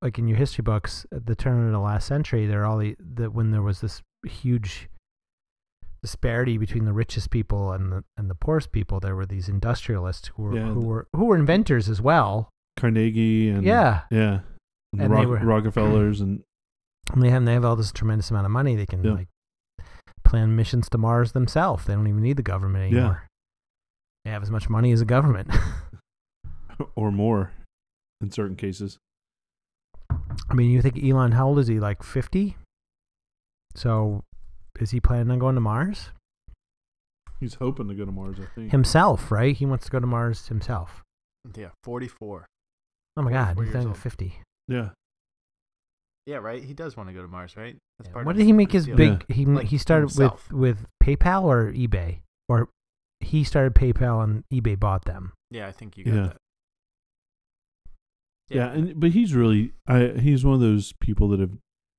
[SPEAKER 2] like in your history books, at the turn of the last century, there are all the, the when there was this huge disparity between the richest people and the and the poorest people. There were these industrialists who were
[SPEAKER 3] Yeah,
[SPEAKER 2] who
[SPEAKER 3] the-
[SPEAKER 2] were who were inventors as well.
[SPEAKER 3] Carnegie, and
[SPEAKER 2] yeah,
[SPEAKER 3] yeah, and, the
[SPEAKER 2] And they
[SPEAKER 3] Rock-
[SPEAKER 2] were-
[SPEAKER 3] Rockefellers, and
[SPEAKER 2] and they have they have all this tremendous amount of money. They can
[SPEAKER 3] Yeah.
[SPEAKER 2] like plan missions to Mars themselves. They don't even need the government
[SPEAKER 3] Yeah.
[SPEAKER 2] anymore. They have as much money as a government.
[SPEAKER 3] or more, in certain cases.
[SPEAKER 2] I mean, you think Elon, how old is he? Like 50? So is he planning on going to Mars?
[SPEAKER 3] He's hoping to go to Mars, I
[SPEAKER 4] Hmm.
[SPEAKER 3] think.
[SPEAKER 2] Himself, right? He wants to go to Mars himself.
[SPEAKER 4] Yeah, 44.
[SPEAKER 2] Oh my God,
[SPEAKER 4] 44
[SPEAKER 2] he's
[SPEAKER 4] years
[SPEAKER 2] not even
[SPEAKER 4] old.
[SPEAKER 2] 50.
[SPEAKER 3] Yeah,
[SPEAKER 4] Yeah, right. He does want to go to Mars, right? That's
[SPEAKER 2] Yeah.
[SPEAKER 4] part
[SPEAKER 2] What
[SPEAKER 4] of
[SPEAKER 2] did he make his
[SPEAKER 4] deal.
[SPEAKER 2] big? He
[SPEAKER 4] Like,
[SPEAKER 2] he started
[SPEAKER 4] himself.
[SPEAKER 2] with with PayPal or eBay, or he started PayPal and eBay bought them.
[SPEAKER 4] Yeah, I think you got
[SPEAKER 3] Yeah.
[SPEAKER 4] that.
[SPEAKER 3] yeah, and but he's really, I he's one of those people that have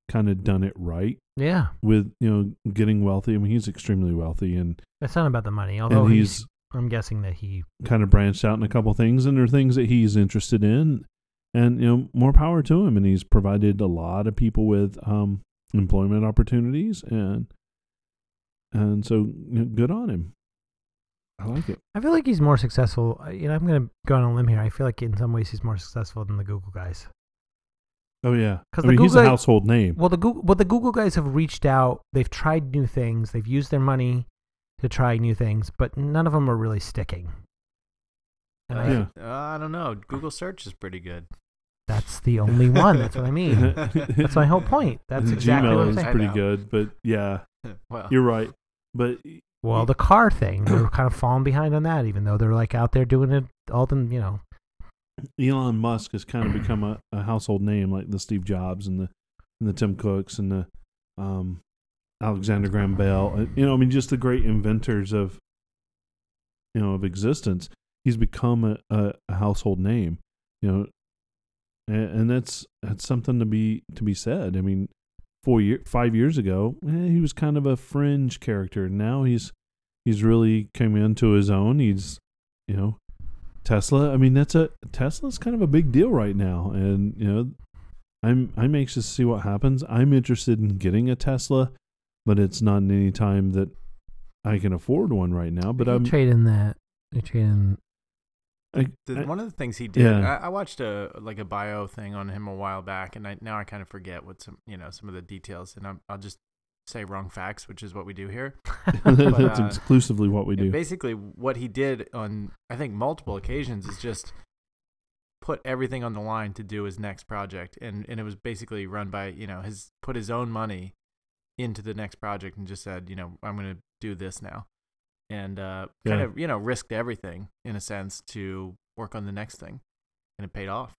[SPEAKER 3] kind of done it right.
[SPEAKER 2] Yeah,
[SPEAKER 3] with you know getting wealthy. I mean, he's extremely wealthy, and
[SPEAKER 2] that's not about the money. Although
[SPEAKER 3] and
[SPEAKER 2] Oh, he's,
[SPEAKER 3] he's
[SPEAKER 2] I'm guessing that he
[SPEAKER 3] kind of branched out in a couple things, and there are things that he's interested in, and you know more power to him. And he's provided a lot of people with um, employment opportunities, and and so you know, good on him. I like it.
[SPEAKER 2] I feel like he's more successful. I- You know, I'm gonna go on a limb here. I feel like in some ways he's more successful than the Google guys.
[SPEAKER 3] Oh yeah,
[SPEAKER 2] 'Cause the
[SPEAKER 3] I mean he's
[SPEAKER 2] Google-
[SPEAKER 3] a household name.
[SPEAKER 2] Well, the Google, well, the Google guys have reached out. They've tried new things. They've used their money to try new things, but none of them are really sticking. And
[SPEAKER 4] Uh,
[SPEAKER 2] I,
[SPEAKER 3] Yeah.
[SPEAKER 4] uh, I don't know. Google search is pretty good.
[SPEAKER 2] That's the only one. That's what I mean. That's
[SPEAKER 3] That's
[SPEAKER 2] my whole point. That's
[SPEAKER 3] The
[SPEAKER 2] exactly
[SPEAKER 3] Gmail
[SPEAKER 2] what I'm
[SPEAKER 3] is
[SPEAKER 2] saying.
[SPEAKER 3] pretty good, but yeah,
[SPEAKER 4] well,
[SPEAKER 3] you're right. But
[SPEAKER 2] Well, the car thing, we were kind of falling behind on that, even though they're like out there doing it all the, you know.
[SPEAKER 3] Elon Musk has kind of become a, a household name, like the Steve Jobs and the and the Tim Cooks and the um, Alexander Graham Bell. Uh, You know, I mean, just the great inventors of you know of existence. He's become a, a, a household name. You know, and, and that's that's something to be to be said. I mean, four year five years ago, eh, he was kind of a fringe character. Now he's he's really come into his own. He's you know Tesla. I mean, that's a Tesla's kind of a big deal right now, and you know, I'm I'm anxious to see what happens. I'm interested in getting a Tesla, but it's not in any time that I can afford one right now. But
[SPEAKER 2] you
[SPEAKER 3] I'm
[SPEAKER 2] trade in that. You trade in.
[SPEAKER 3] I,
[SPEAKER 4] the,
[SPEAKER 3] I-
[SPEAKER 4] one of the things he did,
[SPEAKER 3] Yeah.
[SPEAKER 4] I, I watched a like a bio thing on him a while back, and I, now I kind of forget what some you know some of the details, and I'm, I'll just say wrong facts, which is what we do here.
[SPEAKER 3] that's
[SPEAKER 4] uh,
[SPEAKER 3] exclusively what we
[SPEAKER 4] And
[SPEAKER 3] do.
[SPEAKER 4] basically, what he did on I think multiple occasions is just put everything on the line to do his next project, and and it was basically run by you know his put his own money into the next project and just said you know I'm gonna do this now, and uh, kind
[SPEAKER 3] Yeah.
[SPEAKER 4] of you know risked everything in a sense to work on the next thing, and it paid off.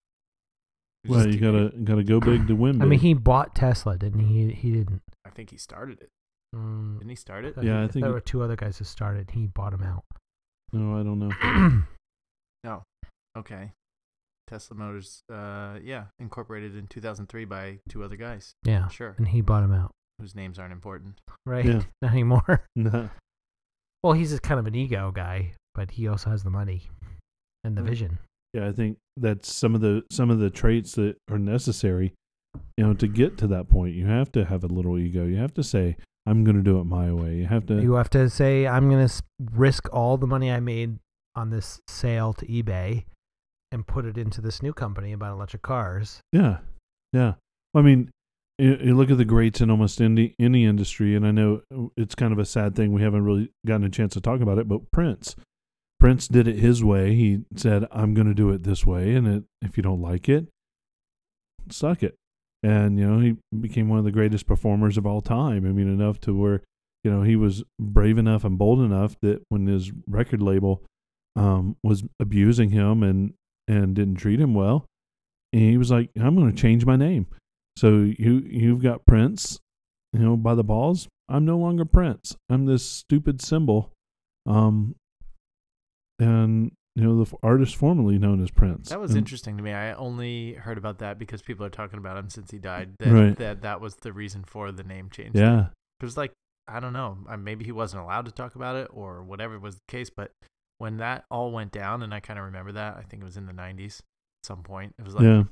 [SPEAKER 4] It was
[SPEAKER 3] Well,
[SPEAKER 4] just-
[SPEAKER 3] you gotta gotta go big to win.
[SPEAKER 2] I mean,
[SPEAKER 3] big.
[SPEAKER 2] he bought Tesla, didn't he? He, he didn't.
[SPEAKER 4] I think he started it.
[SPEAKER 2] Mm,
[SPEAKER 4] Didn't he start it?
[SPEAKER 2] I
[SPEAKER 3] Yeah, I think-
[SPEAKER 2] there were two other guys that started. He bought them out.
[SPEAKER 3] no, I don't know.
[SPEAKER 4] Okay. Tesla Motors, uh, yeah, incorporated in 2003 by two other guys.
[SPEAKER 2] yeah,
[SPEAKER 4] Sure.
[SPEAKER 2] and he bought them out.
[SPEAKER 4] whose names aren't important.
[SPEAKER 2] Right?
[SPEAKER 3] Yeah.
[SPEAKER 2] Not anymore.
[SPEAKER 3] Nah.
[SPEAKER 2] Well, he's just kind of an ego guy, but he also has the money and the
[SPEAKER 4] Mm.
[SPEAKER 2] vision.
[SPEAKER 3] Yeah, I think that's some of the some of the traits that are necessary, you know, to get to that point. You have to have a little ego. You have to say, "I'm going to do it my way." You have to.
[SPEAKER 2] You have to say, I'm going to risk all the money I made on this sale to eBay and put it into this new company about electric cars.
[SPEAKER 3] Yeah, yeah. I mean, you, you look at the greats in almost any any industry, and I know uh, it's kind of a sad thing we haven't really gotten a chance to talk about it. But Prince, Prince did it his way. He said, "I'm going to do it this way," and it, if you don't like it, suck it. And you know, he became one of the greatest performers of all time. I mean, enough to where you know he was brave enough and bold enough that when his record label um, was abusing him and and didn't treat him well, and he was like, "I'm going to change my name." So you you've got Prince, you know, by the balls. I'm no longer Prince. I'm this stupid symbol, um, and you know the f- artist formerly known as Prince.
[SPEAKER 4] That was
[SPEAKER 3] And-
[SPEAKER 4] interesting to me. I only heard about that because people are talking about him since he died. That
[SPEAKER 3] Right.
[SPEAKER 4] that, that was the reason for the name change.
[SPEAKER 3] Yeah,
[SPEAKER 4] It was like, I don't know, I- maybe he wasn't allowed to talk about it or whatever was the case. But when that all went down, and I kind of remember that, I think it was in the 90s at some point, it was like,
[SPEAKER 3] yeah.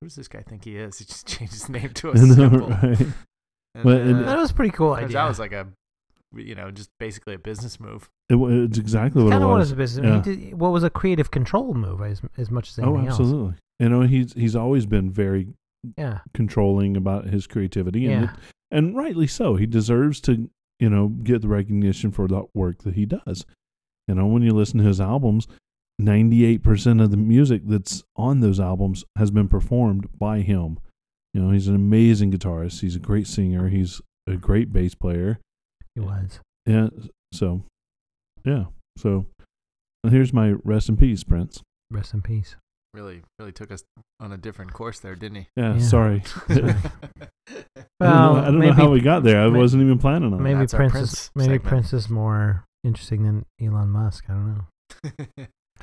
[SPEAKER 4] who does this guy think he is? He just changed his name to a
[SPEAKER 3] I know,
[SPEAKER 4] symbol.
[SPEAKER 3] right?
[SPEAKER 4] And,
[SPEAKER 3] Well, and-
[SPEAKER 4] uh,
[SPEAKER 2] That was a pretty cool
[SPEAKER 4] turns
[SPEAKER 2] idea.
[SPEAKER 4] out it was like a, you know, just basically a business move.
[SPEAKER 3] It, wa- it's exactly what
[SPEAKER 2] kind
[SPEAKER 3] it
[SPEAKER 2] of what
[SPEAKER 3] was.
[SPEAKER 2] was a business.
[SPEAKER 3] Yeah.
[SPEAKER 2] He did, what was a creative control move as, as much as
[SPEAKER 3] oh,
[SPEAKER 2] anything else.
[SPEAKER 3] absolutely. You know, he's he's always been very
[SPEAKER 2] Yeah.
[SPEAKER 3] controlling about his creativity, and
[SPEAKER 2] Yeah.
[SPEAKER 3] it- and rightly so. He deserves to, you know, get the recognition for the work that he does. You know, when you listen to his albums, ninety eight percent of the music that's on those albums has been performed by him. You know, he's an amazing guitarist. He's a great singer. He's a great bass player.
[SPEAKER 2] He was.
[SPEAKER 3] Yeah. So, yeah. So, here's my rest in peace, Prince.
[SPEAKER 2] Rest in peace.
[SPEAKER 4] Really, really took us on a different course there, didn't he?
[SPEAKER 3] Yeah.
[SPEAKER 2] Yeah.
[SPEAKER 3] Sorry.
[SPEAKER 2] Well,
[SPEAKER 3] I don't, know, I don't know
[SPEAKER 2] maybe-
[SPEAKER 3] how we got there. I
[SPEAKER 2] may-
[SPEAKER 3] wasn't even planning on it.
[SPEAKER 2] Maybe
[SPEAKER 4] That's our
[SPEAKER 2] Prince,
[SPEAKER 4] Prince
[SPEAKER 2] is, maybe
[SPEAKER 4] segment.
[SPEAKER 2] Prince is more interesting than Elon Musk. I don't know.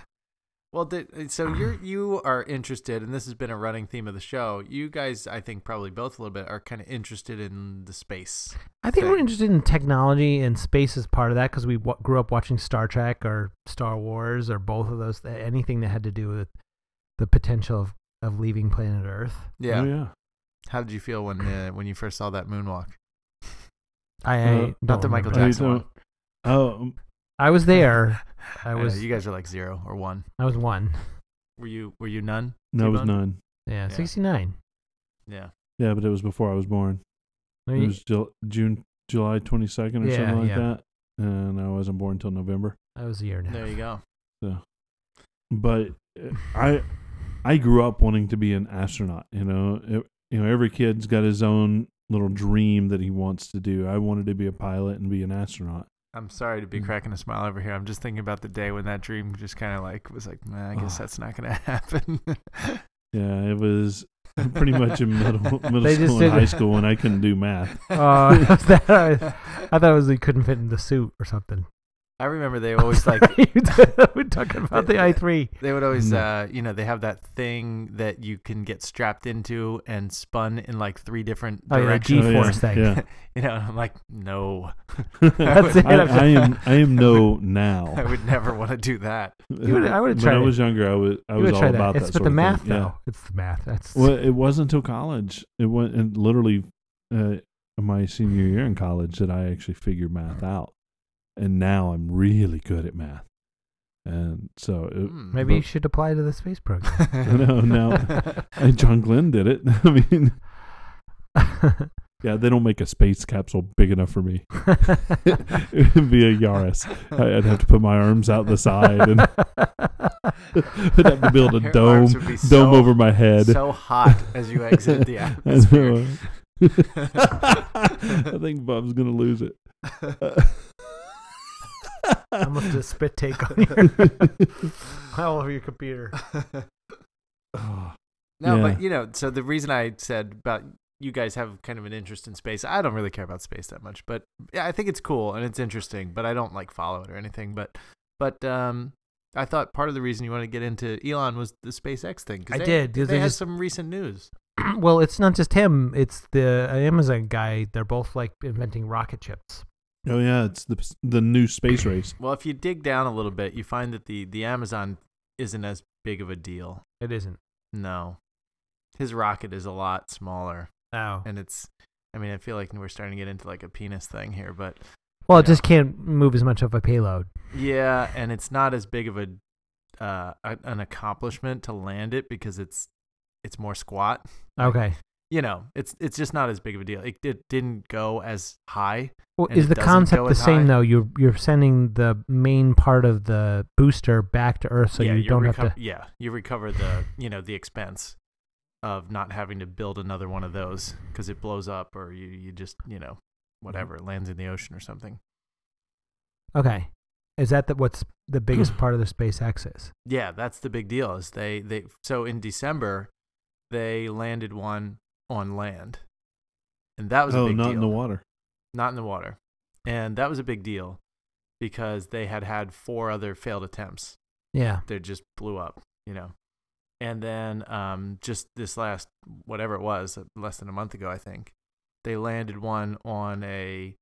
[SPEAKER 4] well, did, so you're you are interested, and this has been a running theme of the show. You guys, I think, probably both a little bit are kind of interested in the space.
[SPEAKER 2] I think we're
[SPEAKER 4] thing.
[SPEAKER 2] interested in technology and space is part of that because we w- grew up watching Star Trek or Star Wars or both of those. Th- anything that had to do with the potential of, of leaving planet Earth.
[SPEAKER 4] Yeah.
[SPEAKER 3] Oh, yeah.
[SPEAKER 4] How did you feel when uh, when you first saw that moonwalk?
[SPEAKER 2] I, I
[SPEAKER 3] Uh,
[SPEAKER 2] don't
[SPEAKER 4] Not the Michael
[SPEAKER 2] remember.
[SPEAKER 3] I
[SPEAKER 4] Jackson one.
[SPEAKER 3] don't- Oh, um,
[SPEAKER 2] I was there. I
[SPEAKER 4] I know,
[SPEAKER 2] was.
[SPEAKER 4] you guys are like zero or one.
[SPEAKER 2] I was one.
[SPEAKER 4] Were you were you none?
[SPEAKER 3] no, it was
[SPEAKER 4] T-Bone?
[SPEAKER 3] none.
[SPEAKER 2] Yeah,
[SPEAKER 4] Yeah.
[SPEAKER 2] sixty nine.
[SPEAKER 4] Yeah.
[SPEAKER 3] Yeah, but it was before I was born. It was Jul- June, July 22nd or
[SPEAKER 2] Yeah,
[SPEAKER 3] something like
[SPEAKER 2] yeah.
[SPEAKER 3] that. And I wasn't born until November.
[SPEAKER 2] I was a year now.
[SPEAKER 4] There you go.
[SPEAKER 3] But uh, I, I grew up wanting to be an astronaut. You know, It- you know, every kid's got his own little dream that he wants to do. I wanted to be a pilot and be an astronaut.
[SPEAKER 4] I'm sorry to be
[SPEAKER 3] Mm.
[SPEAKER 4] cracking a smile over here. I'm just thinking about the day when that dream just kind of like was like, man, I guess
[SPEAKER 3] Ah.
[SPEAKER 4] that's not gonna happen.
[SPEAKER 3] Yeah, it was pretty much in middle middle
[SPEAKER 2] They just
[SPEAKER 3] school and
[SPEAKER 2] did-
[SPEAKER 3] high school when I couldn't do math.
[SPEAKER 2] Uh, that- I, I thought it was he couldn't fit in the suit or something.
[SPEAKER 4] I remember they always like
[SPEAKER 2] You did- we're talking about the i three.
[SPEAKER 4] they would always
[SPEAKER 3] No.
[SPEAKER 4] uh you know they have that thing that you can get strapped into and spun in like three different
[SPEAKER 2] Oh, yeah, the
[SPEAKER 4] directions.
[SPEAKER 2] G-force. G-force thing.
[SPEAKER 3] Yeah.
[SPEAKER 4] You know, and I'm like, no,
[SPEAKER 2] That's it.
[SPEAKER 3] I, I am I am no Uh, now.
[SPEAKER 4] I would never want to do that.
[SPEAKER 2] would've- I would've
[SPEAKER 3] When
[SPEAKER 2] tried
[SPEAKER 3] I
[SPEAKER 2] it.
[SPEAKER 3] was younger, I was I
[SPEAKER 2] You
[SPEAKER 3] was
[SPEAKER 2] would
[SPEAKER 3] all
[SPEAKER 2] try
[SPEAKER 3] about
[SPEAKER 2] that.
[SPEAKER 3] that.
[SPEAKER 2] It's but
[SPEAKER 3] sort
[SPEAKER 2] the
[SPEAKER 3] of
[SPEAKER 2] math
[SPEAKER 3] thing.
[SPEAKER 2] though.
[SPEAKER 3] Yeah.
[SPEAKER 2] It's the math. That's
[SPEAKER 3] Well, it wasn't until college. It went and literally uh, my senior year in college that I actually figured math out, and now I'm really good at math. And so, it,
[SPEAKER 4] Hmm.
[SPEAKER 2] maybe you should apply to the space program.
[SPEAKER 3] No, no. and uh, John Glenn did it. I mean, yeah, they don't make a space capsule big enough for me. it would be a Yaris. I- I'd have to put my arms out the side and I'd have to build a
[SPEAKER 4] Your
[SPEAKER 3] dome
[SPEAKER 4] arms would be
[SPEAKER 3] dome
[SPEAKER 4] so-
[SPEAKER 3] over my head.
[SPEAKER 4] So hot as you exit the
[SPEAKER 3] I
[SPEAKER 4] atmosphere.
[SPEAKER 3] know. I think Bob's gonna lose it.
[SPEAKER 2] Almost a spit take on your all over your computer.
[SPEAKER 3] Oh,
[SPEAKER 4] No,
[SPEAKER 3] Yeah.
[SPEAKER 4] but you know, so the reason I said about you guys have kind of an interest in space, I don't really care about space that much, but yeah, I think it's cool and it's interesting, but I don't like follow it or anything. But, but, um, I thought part of the reason you wanted to get into Elon was the SpaceX thing. 'cause
[SPEAKER 2] I
[SPEAKER 4] they,
[SPEAKER 2] did, 'cause
[SPEAKER 4] They
[SPEAKER 2] they
[SPEAKER 4] had
[SPEAKER 2] just-
[SPEAKER 4] some recent news.
[SPEAKER 2] well, it's not just him. It's the uh, Amazon guy. They're both like inventing rocket chips.
[SPEAKER 3] Oh yeah, it's the the new space race.
[SPEAKER 4] Well, if you dig down a little bit, you find that the the Amazon isn't as big of a deal.
[SPEAKER 2] It isn't.
[SPEAKER 4] No, his rocket is a lot smaller.
[SPEAKER 2] Oh.
[SPEAKER 4] and it's i mean i feel like we're starting to get into like a penis thing here but
[SPEAKER 2] Well, it
[SPEAKER 4] yeah.
[SPEAKER 2] just can't move as much of a payload.
[SPEAKER 4] yeah and it's not as big of a uh a- an accomplishment to land it because it's it's more squat
[SPEAKER 2] Okay.
[SPEAKER 4] you know it's it's just not as big of a deal it, it didn't go as high
[SPEAKER 2] Well,
[SPEAKER 4] And
[SPEAKER 2] is
[SPEAKER 4] it
[SPEAKER 2] the
[SPEAKER 4] doesn't
[SPEAKER 2] concept
[SPEAKER 4] go
[SPEAKER 2] the
[SPEAKER 4] as
[SPEAKER 2] same
[SPEAKER 4] high?
[SPEAKER 2] though? You're you're sending the main part of the booster back to Earth, so
[SPEAKER 4] yeah
[SPEAKER 2] you don't
[SPEAKER 4] reco-
[SPEAKER 2] have to.
[SPEAKER 4] yeah you recover the you know the expense of not having to build another one of those because it blows up or you you just you know whatever it lands in the ocean or something
[SPEAKER 2] Okay. Is that the, what's the biggest part of the SpaceX is?
[SPEAKER 4] Yeah, that's the big deal. Is they they so in December they landed one on land, and that was a
[SPEAKER 3] Oh,
[SPEAKER 4] big
[SPEAKER 3] not
[SPEAKER 4] deal.
[SPEAKER 3] in the water.
[SPEAKER 4] not in the water, and that was a big deal because they had had four other failed attempts.
[SPEAKER 2] Yeah.
[SPEAKER 4] They just blew up, you know. And then um, just this last whatever it was, uh, less than a month ago, I think they landed one on a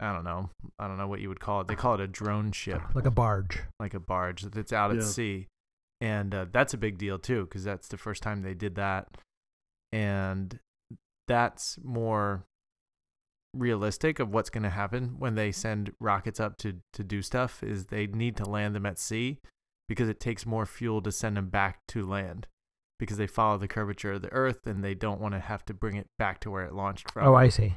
[SPEAKER 4] I don't know I don't know what you would call it. They call it a drone ship
[SPEAKER 2] Like a barge.
[SPEAKER 4] like a barge that's out at
[SPEAKER 3] Yeah.
[SPEAKER 4] sea, and uh, that's a big deal too because that's the first time they did that, and that's more realistic of what's going to happen when they send rockets up to to do stuff is they need to land them at sea because it takes more fuel to send them back to land because they follow the curvature of the earth and they don't want to have to bring it back to where it launched from.
[SPEAKER 2] Oh, I see.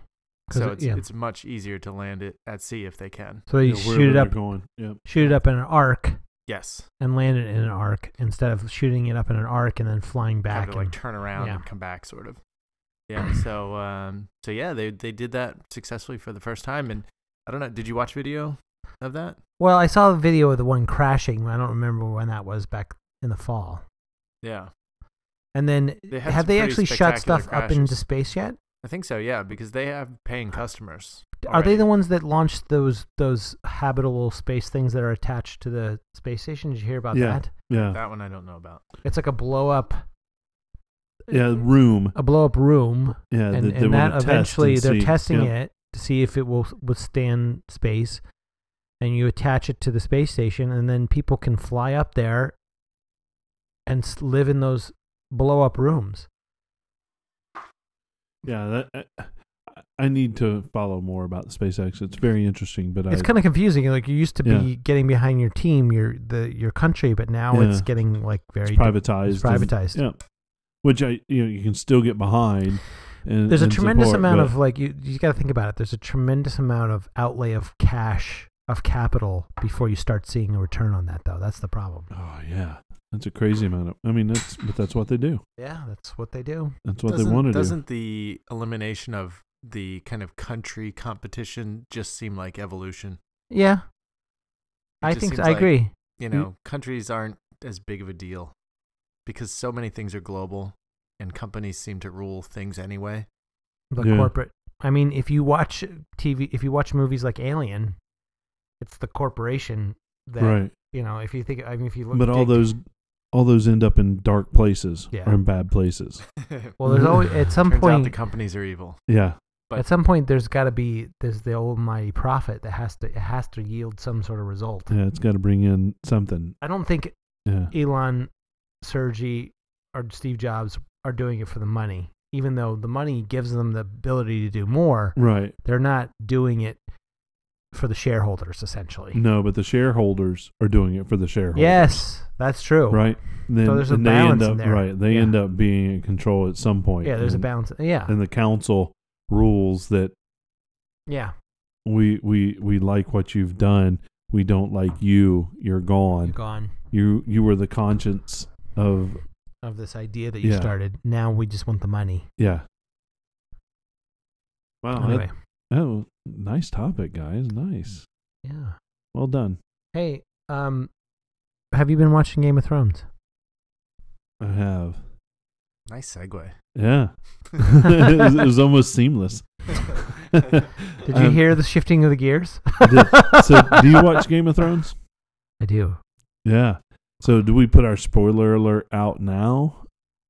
[SPEAKER 2] 'Cause
[SPEAKER 4] so
[SPEAKER 2] it-
[SPEAKER 4] it's
[SPEAKER 2] yeah.
[SPEAKER 4] it's much easier to land it at sea if they can.
[SPEAKER 2] So you
[SPEAKER 3] Yeah, wherever
[SPEAKER 2] shoot it
[SPEAKER 3] they're
[SPEAKER 2] up,
[SPEAKER 3] Going. Yep.
[SPEAKER 2] shoot it up in an arc,
[SPEAKER 4] Yes.
[SPEAKER 2] and land it in an arc instead of shooting it up in an arc and then flying
[SPEAKER 4] have
[SPEAKER 2] back.
[SPEAKER 4] to like
[SPEAKER 2] and-
[SPEAKER 4] turn around
[SPEAKER 2] yeah.
[SPEAKER 4] and come back sort of yeah so um so yeah they they did that successfully for the first time and i don't know did you watch video of that
[SPEAKER 2] well, I saw a video of the one crashing. I don't remember when that was back in the fall.
[SPEAKER 4] yeah
[SPEAKER 2] And then
[SPEAKER 4] They had
[SPEAKER 2] have
[SPEAKER 4] some
[SPEAKER 2] they
[SPEAKER 4] pretty
[SPEAKER 2] actually shot
[SPEAKER 4] spectacular
[SPEAKER 2] stuff up into
[SPEAKER 4] crashes.
[SPEAKER 2] space yet?
[SPEAKER 4] i think so yeah because they have paying customers
[SPEAKER 2] Are they
[SPEAKER 4] already.
[SPEAKER 2] the ones that launched those those habitable space things that are attached to the space station? Did you hear about
[SPEAKER 3] Yeah.
[SPEAKER 2] that?
[SPEAKER 3] Yeah.
[SPEAKER 4] that one i don't know about
[SPEAKER 2] It's like a blow up
[SPEAKER 3] Yeah. Room.
[SPEAKER 2] a blow up room
[SPEAKER 3] Yeah.
[SPEAKER 2] and,
[SPEAKER 3] they- they
[SPEAKER 2] and
[SPEAKER 3] wanna
[SPEAKER 2] that
[SPEAKER 3] test
[SPEAKER 2] eventually
[SPEAKER 3] and
[SPEAKER 2] they're
[SPEAKER 3] see.
[SPEAKER 2] testing
[SPEAKER 3] Yeah.
[SPEAKER 2] it to see if it will withstand space and you attach it to the space station and then people can fly up there and s- live in those blow up rooms
[SPEAKER 3] Yeah. That, I, I need to follow more about SpaceX. It's very interesting, but
[SPEAKER 2] it's
[SPEAKER 3] I
[SPEAKER 2] kind of confusing like you used to
[SPEAKER 3] Yeah.
[SPEAKER 2] be getting behind your team your the your country but now it's
[SPEAKER 3] Yeah.
[SPEAKER 2] getting like very
[SPEAKER 3] it's
[SPEAKER 2] di-
[SPEAKER 3] privatized.
[SPEAKER 2] it's
[SPEAKER 3] and-
[SPEAKER 2] privatized.
[SPEAKER 3] yeah. Which I you know you can still get behind. And,
[SPEAKER 2] there's a
[SPEAKER 3] and
[SPEAKER 2] tremendous
[SPEAKER 3] support,
[SPEAKER 2] amount
[SPEAKER 3] but-
[SPEAKER 2] of like you you got to think about it there's a tremendous amount of outlay of cash of capital before you start seeing a return on that though that's the problem
[SPEAKER 3] Oh yeah, That's a crazy amount of. I mean, that's but that's what they do.
[SPEAKER 2] Yeah, that's what they do.
[SPEAKER 3] That's what
[SPEAKER 4] doesn't,
[SPEAKER 3] they want to do.
[SPEAKER 4] doesn't the elimination of the kind of country competition just seem like evolution?
[SPEAKER 2] Yeah, I
[SPEAKER 4] just
[SPEAKER 2] think
[SPEAKER 4] seems
[SPEAKER 2] I
[SPEAKER 4] like-
[SPEAKER 2] agree.
[SPEAKER 4] You know, countries aren't as big of a deal because so many things are global and companies seem to rule things anyway.
[SPEAKER 2] The
[SPEAKER 3] Yeah.
[SPEAKER 2] corporate. I mean, if you watch TV, if you watch movies like Alien, it's the corporation that
[SPEAKER 3] Right.
[SPEAKER 2] you know. If you think, I mean, if you look,
[SPEAKER 3] But all
[SPEAKER 2] dig-
[SPEAKER 3] those all those end up in dark places
[SPEAKER 2] Yeah.
[SPEAKER 3] or in bad places.
[SPEAKER 2] Well, there's always at some
[SPEAKER 4] Turns out
[SPEAKER 2] point.
[SPEAKER 4] the companies are evil.
[SPEAKER 3] Yeah.
[SPEAKER 4] but-
[SPEAKER 2] at some point, there's got to be there's the almighty prophet that has to it has to yield some sort of result.
[SPEAKER 3] Yeah, it's got to bring in something.
[SPEAKER 2] I don't think
[SPEAKER 3] Yeah.
[SPEAKER 2] Elon, Sergey, or Steve Jobs are doing it for the money. Even though the money gives them the ability to do more,
[SPEAKER 3] Right.
[SPEAKER 2] they're not doing it for the shareholders, essentially.
[SPEAKER 3] No, but the shareholders are doing it for the shareholders.
[SPEAKER 2] Yes, that's true.
[SPEAKER 3] Right. Then
[SPEAKER 2] there's a
[SPEAKER 3] and they end
[SPEAKER 2] balance in
[SPEAKER 3] up
[SPEAKER 2] there.
[SPEAKER 3] right. They
[SPEAKER 2] Yeah.
[SPEAKER 3] end up being in control at some point.
[SPEAKER 2] Yeah, there's a
[SPEAKER 3] and-
[SPEAKER 2] balance. Yeah,
[SPEAKER 3] And the council rules that
[SPEAKER 2] yeah.
[SPEAKER 3] we we we like what you've done. We don't like you. You're
[SPEAKER 2] You're
[SPEAKER 3] gone.
[SPEAKER 2] gone
[SPEAKER 3] You you were the conscience of
[SPEAKER 2] of this idea that you
[SPEAKER 3] Yeah.
[SPEAKER 2] started. Now we just want the money.
[SPEAKER 3] yeah. Wow. that-
[SPEAKER 2] anyway,
[SPEAKER 3] oh, nice topic, guys. Nice.
[SPEAKER 2] yeah.
[SPEAKER 3] Well done.
[SPEAKER 2] Hey, um, have you been watching Game of Thrones?
[SPEAKER 3] I have.
[SPEAKER 4] Nice segue.
[SPEAKER 3] Yeah. it, was, it was almost seamless.
[SPEAKER 2] Did you
[SPEAKER 3] Um,
[SPEAKER 2] hear the shifting of the gears?
[SPEAKER 3] did. So, do you watch Game of Thrones?
[SPEAKER 2] I do.
[SPEAKER 3] Yeah. So, do we put our spoiler alert out now?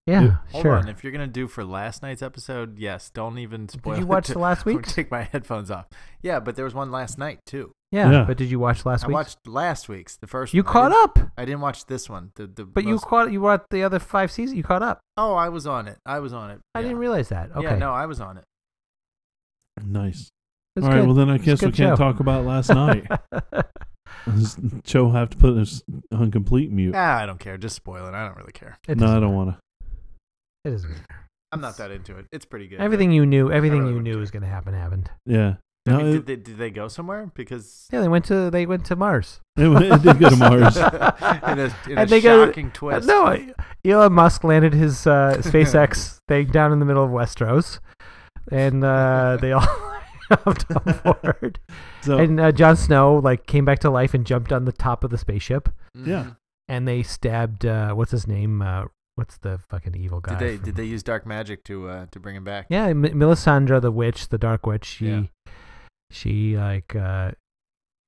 [SPEAKER 2] Yeah,
[SPEAKER 4] Hold
[SPEAKER 2] sure.
[SPEAKER 4] on. If you're gonna do for last night's episode, yes, don't even spoil.
[SPEAKER 2] Did you
[SPEAKER 4] it
[SPEAKER 2] watch
[SPEAKER 4] to-
[SPEAKER 2] the last
[SPEAKER 4] I'm gonna
[SPEAKER 2] week?
[SPEAKER 4] Take my headphones off. Yeah, but there was one last night too.
[SPEAKER 2] Yeah,
[SPEAKER 3] Yeah.
[SPEAKER 2] but did you watch last
[SPEAKER 4] I
[SPEAKER 2] week?
[SPEAKER 4] watched last week's the first.
[SPEAKER 2] you
[SPEAKER 4] one. I
[SPEAKER 2] caught
[SPEAKER 4] didn't-
[SPEAKER 2] up,
[SPEAKER 4] I didn't watch this one. The the
[SPEAKER 2] but you
[SPEAKER 4] most-
[SPEAKER 2] caught you watched the other five seasons. You caught up.
[SPEAKER 4] oh, I was on it. I was on it.
[SPEAKER 2] I
[SPEAKER 4] Yeah.
[SPEAKER 2] didn't realize that. Okay,
[SPEAKER 4] Yeah, no, I was on it.
[SPEAKER 3] Nice.
[SPEAKER 2] It's
[SPEAKER 3] All right.
[SPEAKER 2] good.
[SPEAKER 3] Well, then I
[SPEAKER 2] a
[SPEAKER 3] guess we
[SPEAKER 2] good
[SPEAKER 3] can't
[SPEAKER 2] show.
[SPEAKER 3] talk about last night. Does Joe have to put us on complete mute.
[SPEAKER 4] Ah, I don't care. Just spoil it. I don't really care.
[SPEAKER 2] It
[SPEAKER 3] no, I
[SPEAKER 2] doesn't
[SPEAKER 3] don't
[SPEAKER 2] matter.
[SPEAKER 3] want to.
[SPEAKER 2] It doesn't matter.
[SPEAKER 4] I'm not that into it. It's pretty good.
[SPEAKER 2] Everything you knew, everything
[SPEAKER 4] really
[SPEAKER 2] you
[SPEAKER 4] don't
[SPEAKER 2] knew
[SPEAKER 4] care.
[SPEAKER 2] was going to happen happened.
[SPEAKER 3] Yeah.
[SPEAKER 4] but- I mean,
[SPEAKER 3] No,
[SPEAKER 4] did,
[SPEAKER 3] it,
[SPEAKER 4] they, did they go somewhere? Because
[SPEAKER 2] Yeah, they went to they went to Mars.
[SPEAKER 3] it, it did go to Mars.
[SPEAKER 4] in a, in a
[SPEAKER 2] And they go-
[SPEAKER 4] shocking
[SPEAKER 2] Uh,
[SPEAKER 4] twist.
[SPEAKER 2] no, I- Elon Musk landed his uh, SpaceX thing down in the middle of Westeros, and uh, they all jumped on board.
[SPEAKER 3] So,
[SPEAKER 2] And uh, Jon Snow like came back to life and jumped on the top of the spaceship,
[SPEAKER 4] Mm.
[SPEAKER 3] yeah.
[SPEAKER 2] and they stabbed uh, what's his name? Uh, what's the fucking evil guy?
[SPEAKER 4] Did they
[SPEAKER 2] from-
[SPEAKER 4] did they use dark magic to uh, to bring him back?
[SPEAKER 2] Yeah, M- Melisandre the witch, the dark witch. She
[SPEAKER 4] Yeah.
[SPEAKER 2] she like uh,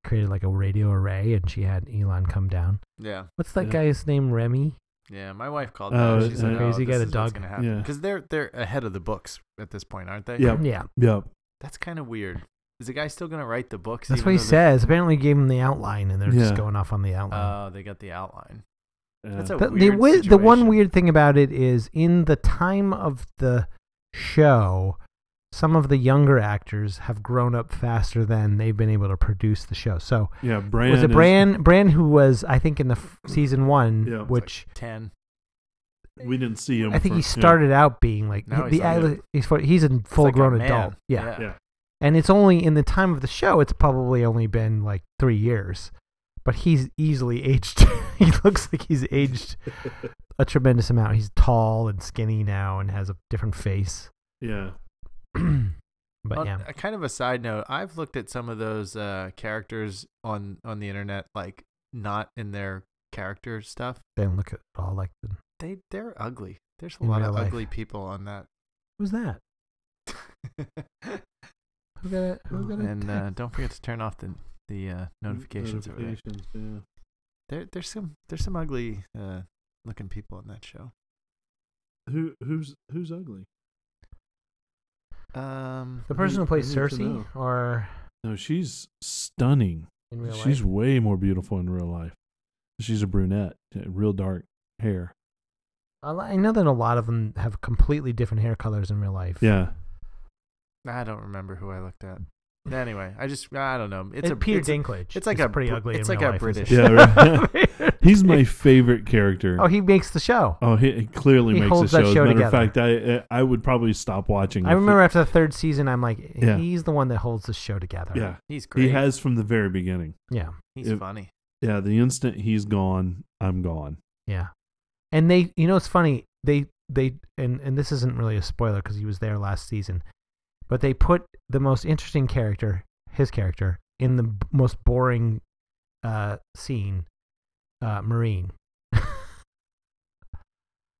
[SPEAKER 2] created like a radio array, and she had Elon come down.
[SPEAKER 4] Yeah.
[SPEAKER 2] What's that
[SPEAKER 3] Yeah.
[SPEAKER 2] guy's name? Remy.
[SPEAKER 4] Yeah, my wife called
[SPEAKER 3] Oh,
[SPEAKER 4] that. She's like,
[SPEAKER 3] uh,
[SPEAKER 2] Crazy got
[SPEAKER 4] oh, this
[SPEAKER 2] a
[SPEAKER 4] is what's
[SPEAKER 2] dog.
[SPEAKER 4] gonna happen
[SPEAKER 3] Yeah.
[SPEAKER 4] because they're they're ahead of the books at this point, aren't they?
[SPEAKER 3] Yeah.
[SPEAKER 2] Yeah,
[SPEAKER 3] Yep.
[SPEAKER 4] that's kind of weird. Is the guy still gonna write the books?
[SPEAKER 2] that's
[SPEAKER 4] even
[SPEAKER 2] what he
[SPEAKER 4] though they-
[SPEAKER 2] says. Apparently, he gave him the outline, and they're just
[SPEAKER 3] Yeah.
[SPEAKER 2] going off on the outline.
[SPEAKER 4] Oh, they got the outline.
[SPEAKER 3] Yeah.
[SPEAKER 4] That's a
[SPEAKER 2] the, the,
[SPEAKER 4] weird
[SPEAKER 2] wi- the one
[SPEAKER 4] situation.
[SPEAKER 2] weird thing about it is in the time of the show, some of the younger actors have grown up faster than they've been able to produce the show. So
[SPEAKER 3] yeah. Brand.
[SPEAKER 2] was it
[SPEAKER 3] is-
[SPEAKER 2] Bran? Bran, who was I think in the f- season one,
[SPEAKER 3] Yeah. It's like
[SPEAKER 2] which
[SPEAKER 4] ten.
[SPEAKER 3] we didn't see him.
[SPEAKER 2] I think
[SPEAKER 3] for-
[SPEAKER 2] he
[SPEAKER 3] yeah.
[SPEAKER 2] started out being like the
[SPEAKER 4] Now he's
[SPEAKER 2] he's,
[SPEAKER 4] like a-
[SPEAKER 2] he's, fu- he's a full
[SPEAKER 4] like a
[SPEAKER 2] grown
[SPEAKER 4] man.
[SPEAKER 2] adult. Yeah.
[SPEAKER 4] Yeah.
[SPEAKER 3] Yeah.
[SPEAKER 2] And it's only in the time of the show, it's probably only been like three years. But he's easily aged. he looks like he's aged a tremendous amount. He's tall and skinny now and has a different face.
[SPEAKER 3] Yeah.
[SPEAKER 2] but
[SPEAKER 4] On-
[SPEAKER 2] yeah.
[SPEAKER 4] a kind of a side note, I've looked at some of those uh, characters on on the internet, like not in their character stuff.
[SPEAKER 2] They don't look at all like the,
[SPEAKER 4] They they're ugly. There's a
[SPEAKER 2] In
[SPEAKER 4] lot
[SPEAKER 2] real
[SPEAKER 4] of
[SPEAKER 2] life.
[SPEAKER 4] ugly people on that.
[SPEAKER 2] Who's that? Who got it? Who got it?
[SPEAKER 4] and uh, don't forget to turn off the the uh, notifications over there.
[SPEAKER 3] Notifications, yeah.
[SPEAKER 4] There, there's some there's some ugly uh, looking people in that show.
[SPEAKER 3] Who who's who's ugly?
[SPEAKER 4] Um,
[SPEAKER 2] the person who plays
[SPEAKER 3] I need to
[SPEAKER 2] Cersei
[SPEAKER 3] know.
[SPEAKER 2] or
[SPEAKER 3] No, she's stunning.
[SPEAKER 2] in real
[SPEAKER 3] she's
[SPEAKER 2] life?
[SPEAKER 3] way more beautiful in real life. She's a brunette, yeah, real dark hair.
[SPEAKER 2] I li- I know that a lot of them have completely different hair colors in real life.
[SPEAKER 3] Yeah,
[SPEAKER 4] I don't remember who I looked at. Anyway, I just I don't know. It's
[SPEAKER 2] It's
[SPEAKER 4] a
[SPEAKER 2] Peter
[SPEAKER 4] it's a-
[SPEAKER 2] Dinklage.
[SPEAKER 4] it's like
[SPEAKER 2] is
[SPEAKER 4] a
[SPEAKER 2] pretty
[SPEAKER 4] Br-
[SPEAKER 2] ugly.
[SPEAKER 4] it's
[SPEAKER 2] in
[SPEAKER 4] like
[SPEAKER 2] real
[SPEAKER 4] a
[SPEAKER 2] life,
[SPEAKER 4] British-
[SPEAKER 2] isn't it?
[SPEAKER 3] he's my favorite character.
[SPEAKER 2] oh, he makes the show.
[SPEAKER 3] Oh, he, he clearly
[SPEAKER 2] He
[SPEAKER 3] makes
[SPEAKER 2] holds
[SPEAKER 3] the
[SPEAKER 2] that
[SPEAKER 3] show.
[SPEAKER 2] show
[SPEAKER 3] As a matter
[SPEAKER 2] together.
[SPEAKER 3] of fact, I I would probably stop watching.
[SPEAKER 2] I
[SPEAKER 3] if he-
[SPEAKER 2] remember after the third season, I'm like,
[SPEAKER 3] Yeah.
[SPEAKER 2] he's the one that holds the show together.
[SPEAKER 3] yeah,
[SPEAKER 4] He's great.
[SPEAKER 3] he has from the very beginning.
[SPEAKER 2] yeah,
[SPEAKER 4] He's
[SPEAKER 3] if-
[SPEAKER 4] funny.
[SPEAKER 3] Yeah, the instant he's gone, I'm gone.
[SPEAKER 2] yeah. And they, you know, it's funny. They they and and this isn't really a spoiler because he was there last season, but they put the most interesting character, his character, in the b- most boring uh, scene, uh, Marine.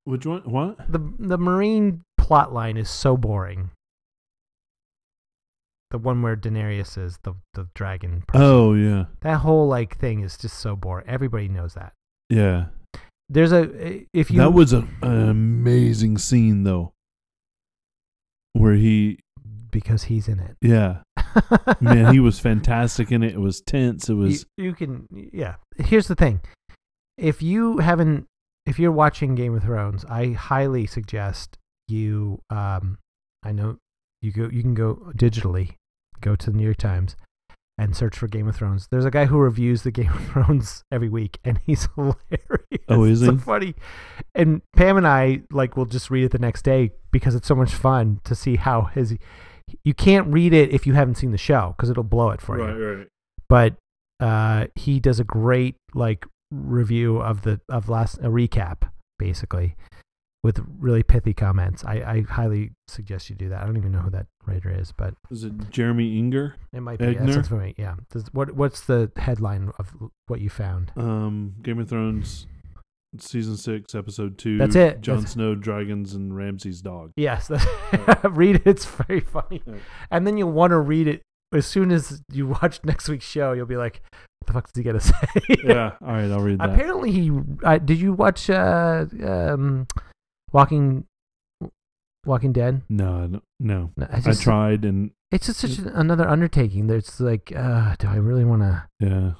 [SPEAKER 3] Which one? What?
[SPEAKER 2] the The Marine plot line is so boring. The one where Daenerys is the the dragon. Person.
[SPEAKER 3] Oh yeah,
[SPEAKER 2] That whole like thing is just so boring. Everybody knows that.
[SPEAKER 3] yeah.
[SPEAKER 2] There's a if you
[SPEAKER 3] that was a, an amazing scene though, where he,
[SPEAKER 2] because he's in it.
[SPEAKER 3] yeah, man, he was fantastic in it. It was tense. It was
[SPEAKER 2] you, you can yeah. Here's the thing. If you haven't if you're watching Game of Thrones, I highly suggest you um I know you go you can go digitally, go to the New York Times and search for Game of Thrones. There's a guy who reviews the Game of Thrones every week and he's hilarious.
[SPEAKER 3] Oh, is
[SPEAKER 2] It's so
[SPEAKER 3] he?
[SPEAKER 2] funny. And Pam and I like will just read it the next day because it's so much fun to see how his you can't read it if you haven't seen the show because it'll blow it for you
[SPEAKER 3] right.
[SPEAKER 2] but uh, he does a great like review of the of last a recap basically with really pithy comments. I, I highly suggest you do that. I don't even know who that writer is, but
[SPEAKER 3] Is it Jeremy Inger?
[SPEAKER 2] it might be yeah, that
[SPEAKER 3] Egner?
[SPEAKER 2] sounds familiar. Yeah. Does, what what's the headline of what you found?
[SPEAKER 3] Um, Game of Thrones, season six, episode two.
[SPEAKER 2] That's it.
[SPEAKER 3] Jon
[SPEAKER 2] That's-
[SPEAKER 3] Snow, dragons, and Ramsay's dog.
[SPEAKER 2] Yes, that's, read it. It's very funny,
[SPEAKER 3] Oh. Yeah.
[SPEAKER 2] and then you'll want to read it as soon as you watch next week's show. You'll be like, "What the fuck is he gonna say?"
[SPEAKER 3] Yeah. All right, I'll read that.
[SPEAKER 2] Apparently, he. I did you watch uh, um, Walking Walking Dead?
[SPEAKER 3] no, no, no.
[SPEAKER 2] No,
[SPEAKER 3] I
[SPEAKER 2] just-
[SPEAKER 3] tried and
[SPEAKER 2] It's just such an, another undertaking. There's like, uh, do I really want to?
[SPEAKER 3] yeah,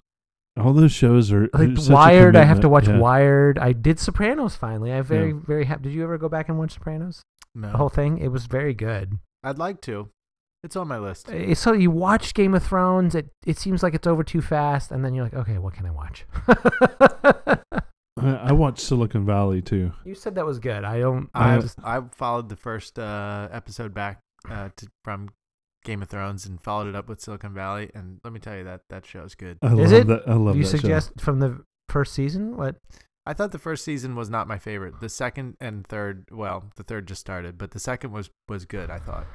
[SPEAKER 3] all those shows are
[SPEAKER 2] Like
[SPEAKER 3] it's such a
[SPEAKER 2] Wired, I have to
[SPEAKER 3] commitment.
[SPEAKER 2] watch
[SPEAKER 3] Yeah.
[SPEAKER 2] Wired. I did Sopranos finally. I very
[SPEAKER 3] Yeah.
[SPEAKER 2] very happy. Did you ever go back and watch Sopranos?
[SPEAKER 4] No,
[SPEAKER 2] The whole thing. It was very good.
[SPEAKER 4] I'd like to. It's on my list.
[SPEAKER 2] Uh, So you watch Game of Thrones. It it seems like it's over too fast, and then you're like, okay, what can I watch?
[SPEAKER 3] I, I watched Silicon Valley too.
[SPEAKER 2] you said that was good. I don't. I,
[SPEAKER 4] I
[SPEAKER 2] just,
[SPEAKER 4] I followed the first uh, episode back uh, to, from Game of Thrones and followed it up with Silicon Valley, and let me tell you that that show's good.
[SPEAKER 3] I
[SPEAKER 2] Is
[SPEAKER 3] love
[SPEAKER 2] it?
[SPEAKER 3] that. I love
[SPEAKER 2] you
[SPEAKER 3] that show.
[SPEAKER 2] suggest from the first season what?
[SPEAKER 4] I thought the first season was not my favorite. The second and third, well, the third just started, but the second was was good. I thought,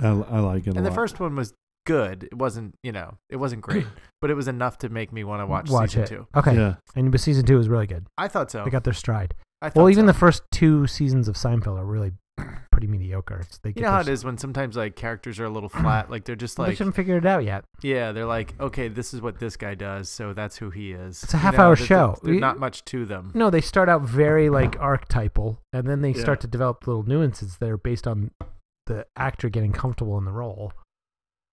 [SPEAKER 3] I, I like it. a
[SPEAKER 4] and the
[SPEAKER 3] lot.
[SPEAKER 4] first one was good. It wasn't, you know, it wasn't great, but it was enough to make me want to watch, season
[SPEAKER 2] it.
[SPEAKER 4] two.
[SPEAKER 2] Okay,
[SPEAKER 3] yeah, Oh.
[SPEAKER 2] and but season two was really good.
[SPEAKER 4] I thought so.
[SPEAKER 2] They got their stride.
[SPEAKER 4] I thought
[SPEAKER 2] Well, even
[SPEAKER 4] so.
[SPEAKER 2] the first two seasons of Seinfeld are really pretty mediocre. It's, they
[SPEAKER 4] you
[SPEAKER 2] get
[SPEAKER 4] know how it
[SPEAKER 2] their-
[SPEAKER 4] is when sometimes like characters are a little flat. Like they're just
[SPEAKER 2] They
[SPEAKER 4] like,
[SPEAKER 2] just haven't figured it out yet.
[SPEAKER 4] yeah, they're like, okay, this is what this guy does, so that's who he is.
[SPEAKER 2] It's a
[SPEAKER 4] You
[SPEAKER 2] half-hour
[SPEAKER 4] there's-
[SPEAKER 2] show.
[SPEAKER 4] There's
[SPEAKER 2] You-
[SPEAKER 4] not much to them.
[SPEAKER 2] No, they start out very like archetypal, and then they
[SPEAKER 3] Yeah.
[SPEAKER 2] start to develop little nuances that are based on the actor getting comfortable in the role.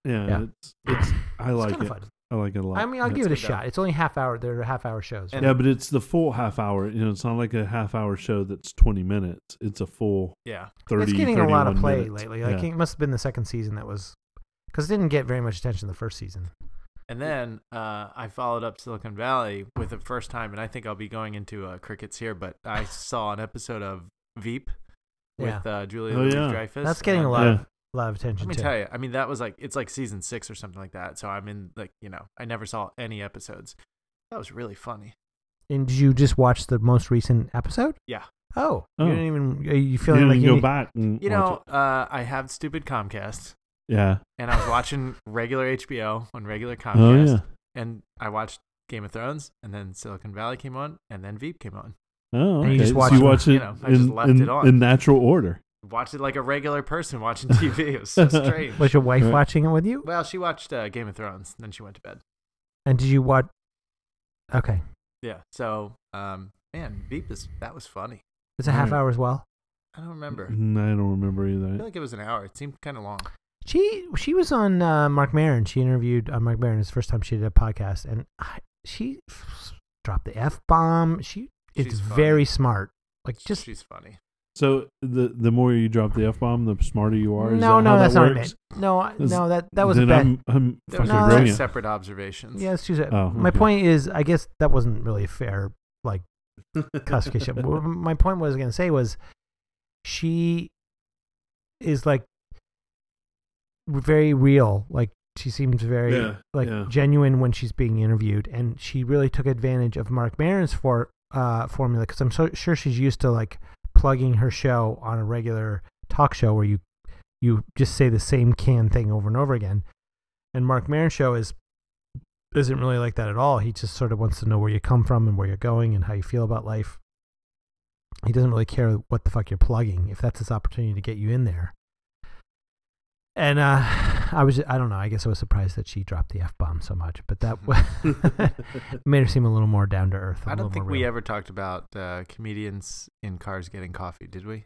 [SPEAKER 3] yeah.
[SPEAKER 2] Yeah.
[SPEAKER 3] It's, it's I
[SPEAKER 2] It's
[SPEAKER 3] like
[SPEAKER 2] kinda
[SPEAKER 3] it.
[SPEAKER 2] fun.
[SPEAKER 3] I like it a lot.
[SPEAKER 2] I mean, I'll
[SPEAKER 3] Yeah.
[SPEAKER 2] give it a
[SPEAKER 4] good though.
[SPEAKER 2] shot. It's only half hour. They're half hour shows.
[SPEAKER 4] And-
[SPEAKER 3] yeah, but it's the full half hour. You know, it's not like a half hour show that's twenty minutes. It's a full
[SPEAKER 4] Yeah,
[SPEAKER 3] thirty.
[SPEAKER 2] it's getting a lot of
[SPEAKER 3] 31
[SPEAKER 2] play
[SPEAKER 3] minutes.
[SPEAKER 2] lately. Like
[SPEAKER 3] Yeah.
[SPEAKER 2] it must have been the second season that was because it didn't get very much attention the first season.
[SPEAKER 4] and then uh, I followed up Silicon Valley with the first time, and I think I'll be going into uh, crickets here, but I saw an episode of Veep
[SPEAKER 2] Yeah,
[SPEAKER 4] with uh, Julia
[SPEAKER 3] Oh,
[SPEAKER 4] Louis
[SPEAKER 3] yeah.
[SPEAKER 4] Dreyfus.
[SPEAKER 2] that's getting a lot of a lot of attention
[SPEAKER 4] Let me
[SPEAKER 2] too.
[SPEAKER 4] tell you, I mean, that was like it's like season six or something like that. So I'm in like you know, I never saw any episodes. That was really funny.
[SPEAKER 2] And did you just watch the most recent episode?
[SPEAKER 4] Yeah.
[SPEAKER 2] Oh,
[SPEAKER 3] Oh.
[SPEAKER 2] you didn't even. Are you
[SPEAKER 3] You
[SPEAKER 2] feeling
[SPEAKER 3] didn't
[SPEAKER 2] like you
[SPEAKER 3] go
[SPEAKER 2] need-
[SPEAKER 3] back. And
[SPEAKER 4] You
[SPEAKER 3] watch
[SPEAKER 4] know, uh, I have stupid Comcast,
[SPEAKER 3] it. yeah.
[SPEAKER 4] and I was watching regular HBO on regular Comcast,
[SPEAKER 3] Oh yeah.
[SPEAKER 4] and I watched Game of Thrones, and then Silicon Valley came on, and then Veep came on.
[SPEAKER 3] Oh,
[SPEAKER 2] And you
[SPEAKER 3] okay.
[SPEAKER 2] just
[SPEAKER 3] So
[SPEAKER 2] watch
[SPEAKER 3] you
[SPEAKER 2] them.
[SPEAKER 3] watch it
[SPEAKER 4] You know, I just
[SPEAKER 3] in-
[SPEAKER 4] left
[SPEAKER 3] in-
[SPEAKER 4] it on.
[SPEAKER 3] in natural order.
[SPEAKER 4] Watched it like a regular person watching TV. It was so strange.
[SPEAKER 2] Was your wife
[SPEAKER 3] Right.
[SPEAKER 2] watching it with you?
[SPEAKER 4] well, she watched uh, Game of Thrones, and then she went to bed.
[SPEAKER 2] And did you watch? Okay,
[SPEAKER 4] Yeah. So, um, man, Veep is that was funny.
[SPEAKER 2] it's a half
[SPEAKER 3] Right.
[SPEAKER 2] hour as well.
[SPEAKER 4] I don't remember.
[SPEAKER 2] Mm-hmm.
[SPEAKER 3] Mm, I don't remember
[SPEAKER 4] I
[SPEAKER 3] either.
[SPEAKER 4] feel like it was an hour. It seemed kind of long.
[SPEAKER 2] She she was on uh, Mark Maron. She interviewed uh, Mark Maron. It's the first time she did a podcast, and I, she f- dropped the f bomb. She it's
[SPEAKER 4] She's funny.
[SPEAKER 2] very smart. Like just
[SPEAKER 4] she's funny.
[SPEAKER 3] So the the more you drop the f bomb, the smarter you are. Is
[SPEAKER 2] no,
[SPEAKER 3] that
[SPEAKER 2] no,
[SPEAKER 3] how
[SPEAKER 2] that's
[SPEAKER 3] that
[SPEAKER 2] not
[SPEAKER 3] works?
[SPEAKER 2] it. No, I-
[SPEAKER 3] That's-
[SPEAKER 2] no, that that was
[SPEAKER 3] then
[SPEAKER 2] a bad.
[SPEAKER 3] I'm, I'm
[SPEAKER 4] There were
[SPEAKER 3] fucking
[SPEAKER 2] no,
[SPEAKER 4] two
[SPEAKER 3] brilliant.
[SPEAKER 4] separate observations.
[SPEAKER 2] Yeah, that's Tuesday.
[SPEAKER 3] Oh,
[SPEAKER 2] My
[SPEAKER 3] okay.
[SPEAKER 2] point is, I guess that wasn't really a fair like cuss kiss. My point what I was gonna say was, she is like very real. Like she seems very
[SPEAKER 3] Yeah,
[SPEAKER 2] like
[SPEAKER 3] yeah.
[SPEAKER 2] genuine when she's being interviewed, and she really took advantage of Mark Maron's for uh, formula because I'm so, sure she's used to like plugging her show on a regular talk show where you you just say the same canned thing over and over again. And Mark Maron's show is isn't really like that at all. He just sort of wants to know where you come from and where you're going and how you feel about life. He doesn't really care what the fuck you're plugging if that's his opportunity to get you in there. And uh, I was I don't know, I guess I was surprised that she dropped the F bomb so much, but that wa- made her seem a little more down to earth. a
[SPEAKER 4] I
[SPEAKER 2] little
[SPEAKER 4] don't think
[SPEAKER 2] more
[SPEAKER 4] we
[SPEAKER 2] real.
[SPEAKER 4] ever talked about uh, comedians in cars getting coffee, did we?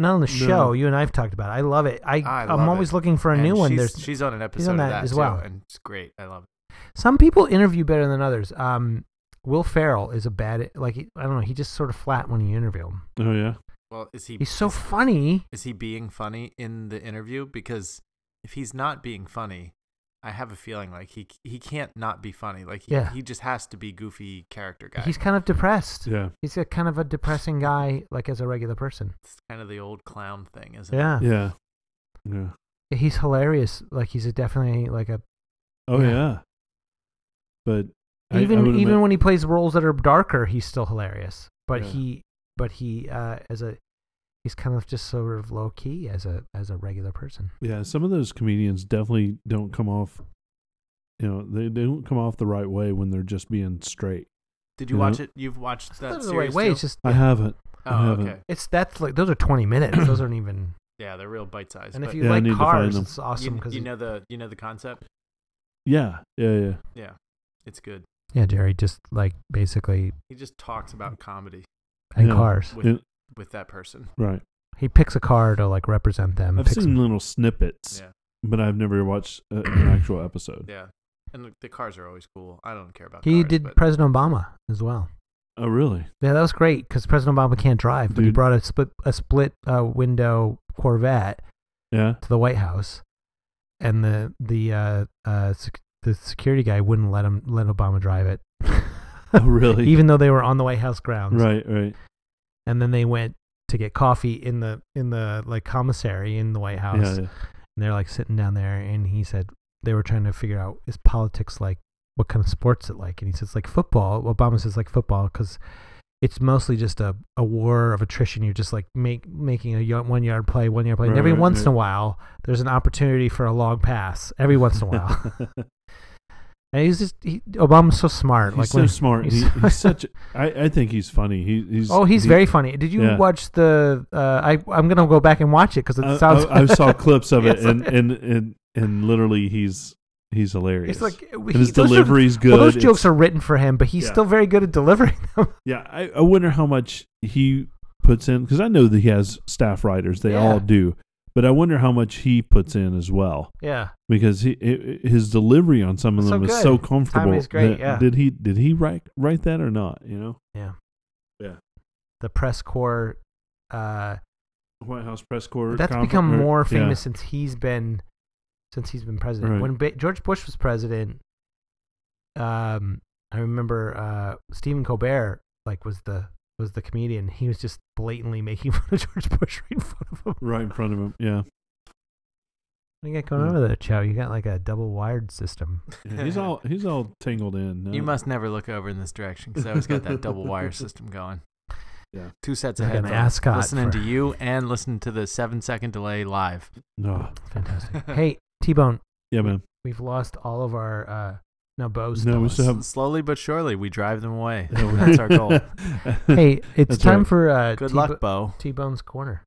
[SPEAKER 2] not on the
[SPEAKER 3] No.
[SPEAKER 2] show. You and I've talked about. It. I love it. I,
[SPEAKER 4] I
[SPEAKER 2] I
[SPEAKER 4] love
[SPEAKER 2] am always
[SPEAKER 4] it.
[SPEAKER 2] looking for a
[SPEAKER 4] And
[SPEAKER 2] new one.
[SPEAKER 4] she's-
[SPEAKER 2] There's
[SPEAKER 4] she's on an episode
[SPEAKER 2] on
[SPEAKER 4] of
[SPEAKER 2] that
[SPEAKER 4] that
[SPEAKER 2] as
[SPEAKER 4] too,
[SPEAKER 2] well.
[SPEAKER 4] and it's great. I love it.
[SPEAKER 2] some people interview better than others. Um, Will Farrell is a bad like he- I don't know. He just sort of flat when you interview him.
[SPEAKER 3] Oh yeah.
[SPEAKER 4] Well, is he?
[SPEAKER 2] He's so
[SPEAKER 4] is,
[SPEAKER 2] funny.
[SPEAKER 4] is he being funny in the interview? Because if he's not being funny, I have a feeling like he he can't not be funny. Like he,
[SPEAKER 2] Yeah.
[SPEAKER 4] he just has to be goofy character guy.
[SPEAKER 2] He's kind of depressed.
[SPEAKER 3] Yeah.
[SPEAKER 2] He's a kind of a depressing guy, like as a regular person.
[SPEAKER 4] it's kind of the old clown thing, isn't it?
[SPEAKER 2] Yeah,
[SPEAKER 3] Yeah. Yeah.
[SPEAKER 2] he's hilarious. Like he's a definitely like a
[SPEAKER 3] Oh
[SPEAKER 2] Yeah.
[SPEAKER 3] yeah. But I- I
[SPEAKER 2] even
[SPEAKER 3] would
[SPEAKER 2] even
[SPEAKER 3] ima-
[SPEAKER 2] when he plays roles that are darker, he's still hilarious. But
[SPEAKER 3] Yeah.
[SPEAKER 2] he but he uh, as a he's kind of just sort of low key as a as a regular person.
[SPEAKER 3] yeah, some of those comedians definitely don't come off. You know, they, they don't come off the right way when they're just being straight.
[SPEAKER 4] Did you
[SPEAKER 3] Yeah.
[SPEAKER 2] Mm-hmm.
[SPEAKER 4] watch it? You've watched that
[SPEAKER 2] That's the right
[SPEAKER 4] series
[SPEAKER 2] way.
[SPEAKER 4] too?
[SPEAKER 2] It's just
[SPEAKER 3] I haven't. I
[SPEAKER 4] oh,
[SPEAKER 3] haven't.
[SPEAKER 4] okay.
[SPEAKER 2] It's that's like those are twenty minutes. Those aren't even.
[SPEAKER 4] Yeah, they're real bite sized.
[SPEAKER 2] And if you
[SPEAKER 3] Yeah, I
[SPEAKER 2] like
[SPEAKER 3] need to find
[SPEAKER 2] cars,
[SPEAKER 3] them.
[SPEAKER 2] it's awesome
[SPEAKER 4] you,
[SPEAKER 2] because
[SPEAKER 4] you know the you know the concept.
[SPEAKER 3] Yeah. Yeah. Yeah.
[SPEAKER 4] Yeah, it's good.
[SPEAKER 2] yeah, Jerry just like basically
[SPEAKER 4] He just talks
[SPEAKER 2] Mm.
[SPEAKER 4] about comedy
[SPEAKER 2] and
[SPEAKER 3] Yeah.
[SPEAKER 2] cars.
[SPEAKER 4] with
[SPEAKER 3] Yeah.
[SPEAKER 4] with that person.
[SPEAKER 3] Right.
[SPEAKER 2] He picks a car to like represent them.
[SPEAKER 3] I've
[SPEAKER 2] picks
[SPEAKER 3] seen little snippets,
[SPEAKER 4] Yeah,
[SPEAKER 3] but I've never watched a, an actual episode.
[SPEAKER 4] yeah. And the, the cars are always cool. I don't care about.
[SPEAKER 2] he
[SPEAKER 4] cars,
[SPEAKER 2] did
[SPEAKER 4] but
[SPEAKER 2] President Obama as well.
[SPEAKER 3] Oh, really?
[SPEAKER 2] Yeah, that was great because President Obama can't drive, but he
[SPEAKER 3] Dude.
[SPEAKER 2] brought a split a split uh, window Corvette
[SPEAKER 3] Yeah.
[SPEAKER 2] to the White House, and the the uh, uh, sec- the security guy wouldn't let him let Obama drive it.
[SPEAKER 3] Oh, really?
[SPEAKER 2] Even though they were on the White House grounds,
[SPEAKER 3] right. Right.
[SPEAKER 2] and then they went to get coffee in the in the like commissary in the White House,
[SPEAKER 3] Yeah.
[SPEAKER 2] and
[SPEAKER 3] yeah.
[SPEAKER 2] they're like sitting down there, and he said they were trying to figure out is politics like what kind of sports it like, and he says like football. Obama says like football because it's mostly just a, a war of attrition. You're just like make making a y- one yard play, one yard play, and
[SPEAKER 3] Right,
[SPEAKER 2] every
[SPEAKER 3] right,
[SPEAKER 2] once in
[SPEAKER 3] right.
[SPEAKER 2] a while there's an opportunity for a long pass. Every once in a while, and he's just he, Obama's so smart.
[SPEAKER 3] he's
[SPEAKER 2] like
[SPEAKER 3] so
[SPEAKER 2] when-
[SPEAKER 3] smart. He,
[SPEAKER 2] he's-
[SPEAKER 3] he's such. a- I I think he's funny. He, he's.
[SPEAKER 2] Oh, he's
[SPEAKER 3] he-
[SPEAKER 2] very funny. Did you
[SPEAKER 3] yeah.
[SPEAKER 2] watch the? Uh, I I'm gonna go back and watch it because it
[SPEAKER 3] I,
[SPEAKER 2] sounds.
[SPEAKER 3] I, I saw clips of it,
[SPEAKER 2] Yes.
[SPEAKER 3] and, and and and literally, he's he's hilarious.
[SPEAKER 2] it's like
[SPEAKER 3] and his delivery's good.
[SPEAKER 2] Well, those jokes
[SPEAKER 3] It's-
[SPEAKER 2] are written for him, but he's
[SPEAKER 3] Yeah.
[SPEAKER 2] still very good at delivering them.
[SPEAKER 3] Yeah, I, I wonder how much he puts in because I know that he has staff writers. They
[SPEAKER 2] Yeah.
[SPEAKER 3] all do, but I wonder how much he puts in as well
[SPEAKER 2] yeah,
[SPEAKER 3] because he i- i- his delivery on some of
[SPEAKER 2] So
[SPEAKER 3] them is
[SPEAKER 2] good.
[SPEAKER 3] so comfortable.
[SPEAKER 2] Timing's great,
[SPEAKER 3] that-
[SPEAKER 2] yeah.
[SPEAKER 3] Did he did he write write that or not? You know,
[SPEAKER 2] the press corps. Uh,
[SPEAKER 3] White House press corps.
[SPEAKER 2] that's
[SPEAKER 3] conf-
[SPEAKER 2] become
[SPEAKER 3] or-
[SPEAKER 2] more
[SPEAKER 3] yeah.
[SPEAKER 2] famous since he's been since he's been president.
[SPEAKER 3] Right.
[SPEAKER 2] When ba- George Bush was president, um, I remember uh, Stephen Colbert like was the was the comedian. He was just blatantly making fun of George Bush right in front of him.
[SPEAKER 3] Right in front of him. Yeah,
[SPEAKER 2] What do you got going
[SPEAKER 3] Yeah.
[SPEAKER 2] over there, Chow? You got like a double wired system.
[SPEAKER 3] Yeah, he's all he's all tangled in.
[SPEAKER 2] Mm.
[SPEAKER 4] You
[SPEAKER 3] Uh,
[SPEAKER 4] must never look over in this direction because I always got that double wire system going.
[SPEAKER 3] Yeah.
[SPEAKER 4] Two sets of
[SPEAKER 2] Like an
[SPEAKER 4] headphones.
[SPEAKER 2] ascot
[SPEAKER 4] listening
[SPEAKER 2] for-
[SPEAKER 4] to you and listening to the seven second delay live.
[SPEAKER 3] No.
[SPEAKER 2] Fantastic. hey, T Bone,
[SPEAKER 3] oh, Yeah, man.
[SPEAKER 2] we've lost all of our. Uh, no, Bo's.
[SPEAKER 3] No,
[SPEAKER 2] still
[SPEAKER 3] we
[SPEAKER 2] is.
[SPEAKER 3] still have-
[SPEAKER 4] Slowly but surely, we drive them away. That's our goal.
[SPEAKER 2] Hey, it's
[SPEAKER 3] That's
[SPEAKER 2] time
[SPEAKER 3] right.
[SPEAKER 2] for uh,
[SPEAKER 4] Good
[SPEAKER 2] T-
[SPEAKER 4] luck, Bo.
[SPEAKER 2] T Bone's corner.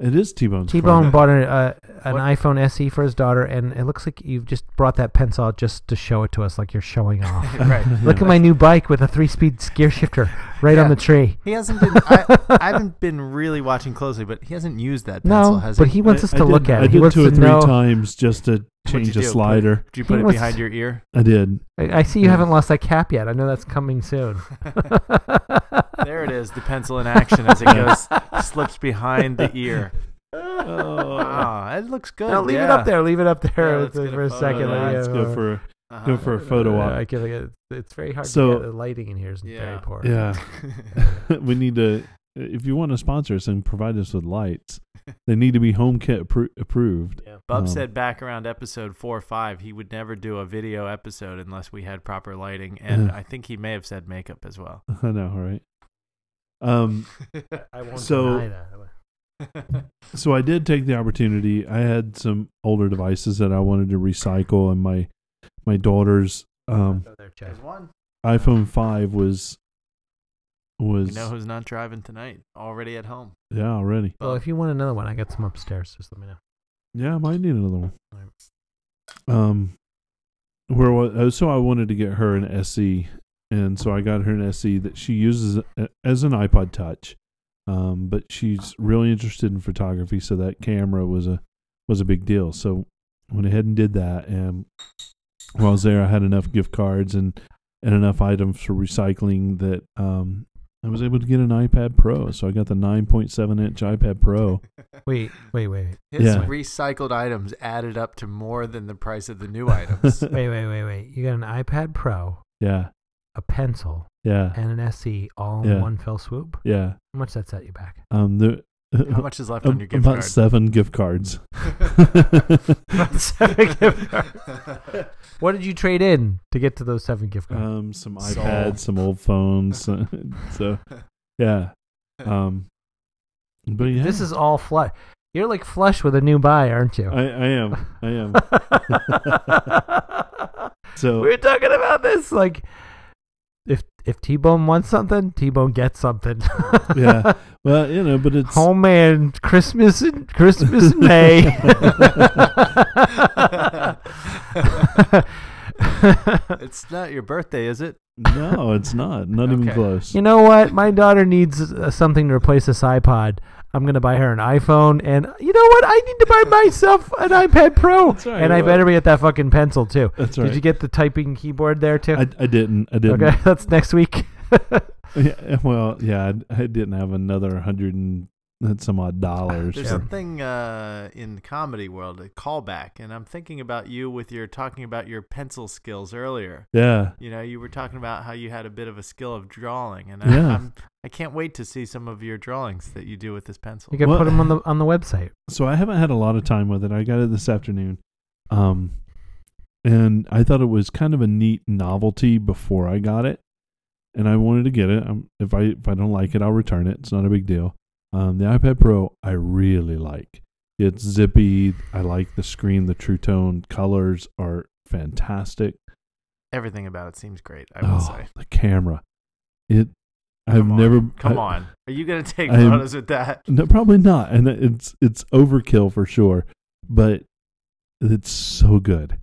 [SPEAKER 3] It is T Bone's.
[SPEAKER 2] T Bone bought an, uh, an
[SPEAKER 4] What?
[SPEAKER 2] iPhone SE for his daughter, and it looks like you've just brought that pencil out just to show it to us, like you're showing off.
[SPEAKER 4] right.
[SPEAKER 2] Look at my new bike with a three-speed gear shifter right on
[SPEAKER 4] Yeah.
[SPEAKER 2] the tree.
[SPEAKER 4] He hasn't been. I, I haven't been really watching closely, but he hasn't used that pencil,
[SPEAKER 2] No,
[SPEAKER 4] has
[SPEAKER 2] but
[SPEAKER 4] he? Uh,
[SPEAKER 2] he wants
[SPEAKER 3] I-
[SPEAKER 2] us
[SPEAKER 3] I
[SPEAKER 2] to
[SPEAKER 3] did-
[SPEAKER 2] look at
[SPEAKER 3] I
[SPEAKER 2] it. He
[SPEAKER 3] did
[SPEAKER 2] wants
[SPEAKER 3] two or
[SPEAKER 2] to
[SPEAKER 3] three
[SPEAKER 2] know.
[SPEAKER 3] times just to
[SPEAKER 4] What'd you
[SPEAKER 3] change a
[SPEAKER 4] do? Put it-
[SPEAKER 3] slider.
[SPEAKER 4] Did you
[SPEAKER 2] He
[SPEAKER 4] put it
[SPEAKER 2] wants-
[SPEAKER 4] behind your ear?
[SPEAKER 3] I did.
[SPEAKER 2] I I see you
[SPEAKER 3] Yeah.
[SPEAKER 2] haven't lost that cap yet. I know that's coming soon.
[SPEAKER 4] There it is, the pencil in action as it goes, slips behind the ear. Ah, it looks good.
[SPEAKER 2] No, leave it
[SPEAKER 4] yeah.
[SPEAKER 2] up there. Leave it up there
[SPEAKER 4] Yeah, let's
[SPEAKER 2] for,
[SPEAKER 4] get a
[SPEAKER 2] for a
[SPEAKER 4] photo
[SPEAKER 2] second.
[SPEAKER 4] of that.
[SPEAKER 2] Yeah,
[SPEAKER 3] Let's go for
[SPEAKER 4] Uh-huh.
[SPEAKER 3] go for a photo
[SPEAKER 2] Uh, I
[SPEAKER 3] op.
[SPEAKER 2] can, like, it's- it's very hard
[SPEAKER 3] So-
[SPEAKER 2] to get the lighting in here is very
[SPEAKER 4] Yeah.
[SPEAKER 2] poor.
[SPEAKER 3] Yeah, we need to if you want to sponsor us and provide us with lights, they need to be home kit appro- approved.
[SPEAKER 4] Yeah. Bub
[SPEAKER 3] Um,
[SPEAKER 4] said back around episode four or five, he would never do a video episode unless we had proper lighting, and
[SPEAKER 3] Yeah.
[SPEAKER 4] I think he may have said makeup as well.
[SPEAKER 3] I know, right? Um,
[SPEAKER 2] I won't
[SPEAKER 3] So-
[SPEAKER 2] deny that.
[SPEAKER 3] so I did take the opportunity. I had some older devices that I wanted to recycle, and my my daughter's um,
[SPEAKER 2] Go there, Joe.
[SPEAKER 4] one.
[SPEAKER 3] iPhone five was was
[SPEAKER 4] You know who's not driving tonight? Already at home.
[SPEAKER 3] yeah already.
[SPEAKER 2] Well, if you want another one, I got some upstairs. Just let me know.
[SPEAKER 3] Yeah, I might need another one.
[SPEAKER 2] Alright.
[SPEAKER 3] Um, where was, so I wanted to get her an SE, and so I got her an SE that she uses a- as an iPod Touch. Um, but she's really interested in photography, so that camera was a was a big deal. So I went ahead and did that, and while I was there, I had enough gift cards and and enough items for recycling that um, I was able to get an iPad Pro. So I got the 9.7 inch iPad Pro.
[SPEAKER 2] Wait, wait, wait, wait,
[SPEAKER 4] His
[SPEAKER 3] Yeah.
[SPEAKER 4] recycled items added up to more than the price of the new items.
[SPEAKER 2] wait, wait, wait, wait. You got an iPad Pro,
[SPEAKER 3] yeah,
[SPEAKER 2] a pencil,
[SPEAKER 3] yeah,
[SPEAKER 2] and an SE all in
[SPEAKER 3] Yeah.
[SPEAKER 2] one fell swoop.
[SPEAKER 3] yeah.
[SPEAKER 2] How much that set you back?
[SPEAKER 3] Um, the
[SPEAKER 4] How much is left
[SPEAKER 3] ab-
[SPEAKER 4] on your gift
[SPEAKER 3] Um, about
[SPEAKER 4] card?
[SPEAKER 3] seven gift cards.
[SPEAKER 2] About seven gift cards. What did you trade in to get to those seven
[SPEAKER 4] Uh,
[SPEAKER 2] gift cards?
[SPEAKER 3] Um, some
[SPEAKER 4] Sold.
[SPEAKER 3] iPads, some old phones. uh, so yeah. Um, but yeah,
[SPEAKER 2] This is all flush. You're like flush with a new buy, aren't you?
[SPEAKER 3] I, I am. I am.
[SPEAKER 2] we
[SPEAKER 3] So
[SPEAKER 2] were talking about this. Like, if if T Bone wants something, T Bone gets something.
[SPEAKER 3] yeah. Well, you know, but it's
[SPEAKER 2] Home and Christmas in Christmas in May.
[SPEAKER 4] it's not your birthday, is it?
[SPEAKER 3] no, it's not. Not even
[SPEAKER 4] Okay.
[SPEAKER 3] close.
[SPEAKER 2] you know what? My daughter needs uh, something to replace this iPod. I'm gonna buy her an iPhone, and uh, you know what? I need to buy myself an iPad Pro,
[SPEAKER 3] That's all right,
[SPEAKER 2] and I
[SPEAKER 3] well-
[SPEAKER 2] better be at that fucking pencil too.
[SPEAKER 3] That's
[SPEAKER 2] Did you
[SPEAKER 3] right.
[SPEAKER 2] get the typing keyboard there too?
[SPEAKER 3] I, I didn't. I didn't.
[SPEAKER 2] okay, that's next week.
[SPEAKER 3] Yeah, eh, well, yeah, I, I didn't have another hundred and some odd dollars.
[SPEAKER 4] There's
[SPEAKER 2] Yeah.
[SPEAKER 4] something uh, in the comedy world, a callback, and I'm thinking about you with your talking about your pencil skills earlier.
[SPEAKER 3] Yeah.
[SPEAKER 4] You know, you were talking about how you had a bit of a skill of drawing, and I,
[SPEAKER 3] Yeah.
[SPEAKER 4] I'm, I can't wait to see some of your drawings that you do with this pencil.
[SPEAKER 2] You can
[SPEAKER 3] Well-
[SPEAKER 2] put them on the on the website.
[SPEAKER 3] so I haven't had a lot of time with it. I got it this afternoon. Um and I thought it was kind of a neat novelty before I got it. And I wanted to get it. Um if I if I don't like it, I'll return it. It's not a big deal. Um the iPad Pro I really like. It's zippy. I like the screen, the True Tone colors are fantastic.
[SPEAKER 4] Everything about it seems great. I will
[SPEAKER 3] oh,
[SPEAKER 4] say.
[SPEAKER 3] the camera. It I've
[SPEAKER 4] Come on.
[SPEAKER 3] never
[SPEAKER 4] Come
[SPEAKER 3] I-
[SPEAKER 4] on, are you gonna take
[SPEAKER 3] I'm-
[SPEAKER 4] photos with that?
[SPEAKER 3] No, probably not. And it's it's overkill for sure, but it's so good.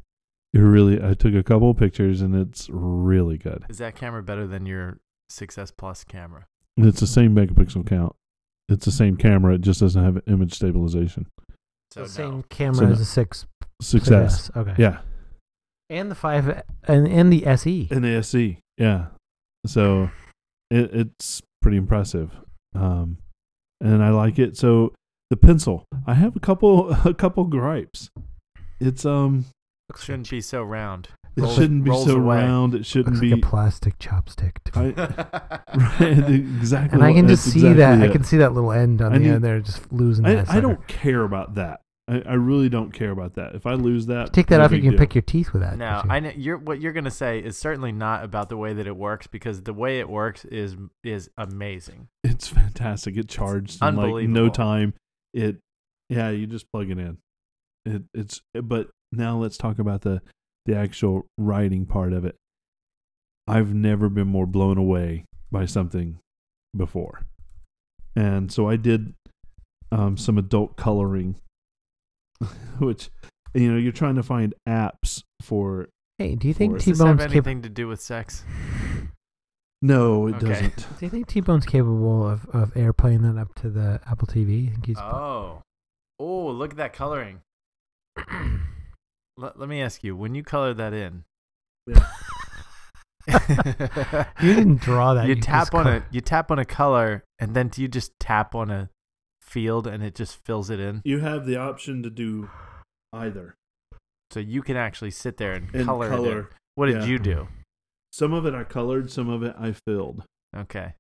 [SPEAKER 3] It really. I took a couple of pictures, and it's really good.
[SPEAKER 4] Is that camera better than your Success Plus camera?
[SPEAKER 3] And it's the same megapixel count. It's the same camera. It just doesn't have image stabilization.
[SPEAKER 2] the
[SPEAKER 4] So no.
[SPEAKER 2] same camera
[SPEAKER 3] So no.
[SPEAKER 2] as a six.
[SPEAKER 3] Success.
[SPEAKER 2] Success. Okay.
[SPEAKER 3] Yeah,
[SPEAKER 2] And the five and and the E. SE.
[SPEAKER 3] and the SE. Yeah, so it, it's pretty impressive. Um, and I like it. So the pencil. I have a couple a couple gripes. It's um.
[SPEAKER 2] Looks
[SPEAKER 4] Shouldn't be so round.
[SPEAKER 3] It
[SPEAKER 4] Rolls-
[SPEAKER 3] shouldn't be
[SPEAKER 4] rolls
[SPEAKER 3] so
[SPEAKER 4] away.
[SPEAKER 3] round. It
[SPEAKER 2] like,
[SPEAKER 3] shouldn't
[SPEAKER 2] looks
[SPEAKER 3] be.
[SPEAKER 2] like a plastic chopstick. To me.
[SPEAKER 3] I, right, exactly.
[SPEAKER 2] and I can
[SPEAKER 3] that's
[SPEAKER 2] just see that.
[SPEAKER 3] exactly
[SPEAKER 2] I can see that little end on
[SPEAKER 3] I
[SPEAKER 2] the
[SPEAKER 3] need-
[SPEAKER 2] end there, just losing
[SPEAKER 3] it.
[SPEAKER 2] that.
[SPEAKER 3] I, I
[SPEAKER 2] sucker.
[SPEAKER 3] don't care about that. I, I really don't care about that. If I lose that,
[SPEAKER 2] take that
[SPEAKER 3] no
[SPEAKER 2] off. You
[SPEAKER 3] big
[SPEAKER 2] can
[SPEAKER 3] deal.
[SPEAKER 2] pick your teeth with that.
[SPEAKER 4] No,
[SPEAKER 2] can't you?
[SPEAKER 4] I know you're what you're gonna say is certainly not about the way that it works because the way it works is is amazing.
[SPEAKER 3] It's fantastic. It charged in like no
[SPEAKER 4] unbelievable.
[SPEAKER 3] time. It, yeah, you just plug it in. It, it's. But now let's talk about the the actual writing part of it. I've never been more blown away by something before, and so I did um, some adult coloring, which you know you're trying to find apps for.
[SPEAKER 2] Hey, do you
[SPEAKER 3] Or
[SPEAKER 2] think
[SPEAKER 3] is
[SPEAKER 2] T
[SPEAKER 4] Does this have
[SPEAKER 2] Bone's capable?
[SPEAKER 4] anything to do with sex?
[SPEAKER 3] No, it
[SPEAKER 4] Okay.
[SPEAKER 3] doesn't.
[SPEAKER 2] Do you think T Bone's capable of of airplaying that up to the Apple TV? I think he's.
[SPEAKER 4] Oh, oh, look at that coloring. Let, let me ask you, when you color that in,
[SPEAKER 2] you didn't draw that.
[SPEAKER 4] you
[SPEAKER 2] just
[SPEAKER 4] tap on
[SPEAKER 2] col-
[SPEAKER 4] a you tap on a color, and then do you just tap on a field and it just fills it in?
[SPEAKER 3] You have the option to do either
[SPEAKER 4] So you can actually sit there and,
[SPEAKER 3] and
[SPEAKER 4] color. it in.
[SPEAKER 3] color.
[SPEAKER 4] What did
[SPEAKER 3] yeah.
[SPEAKER 4] you do?
[SPEAKER 3] Some of it I colored, some of it I filled.
[SPEAKER 4] Okay.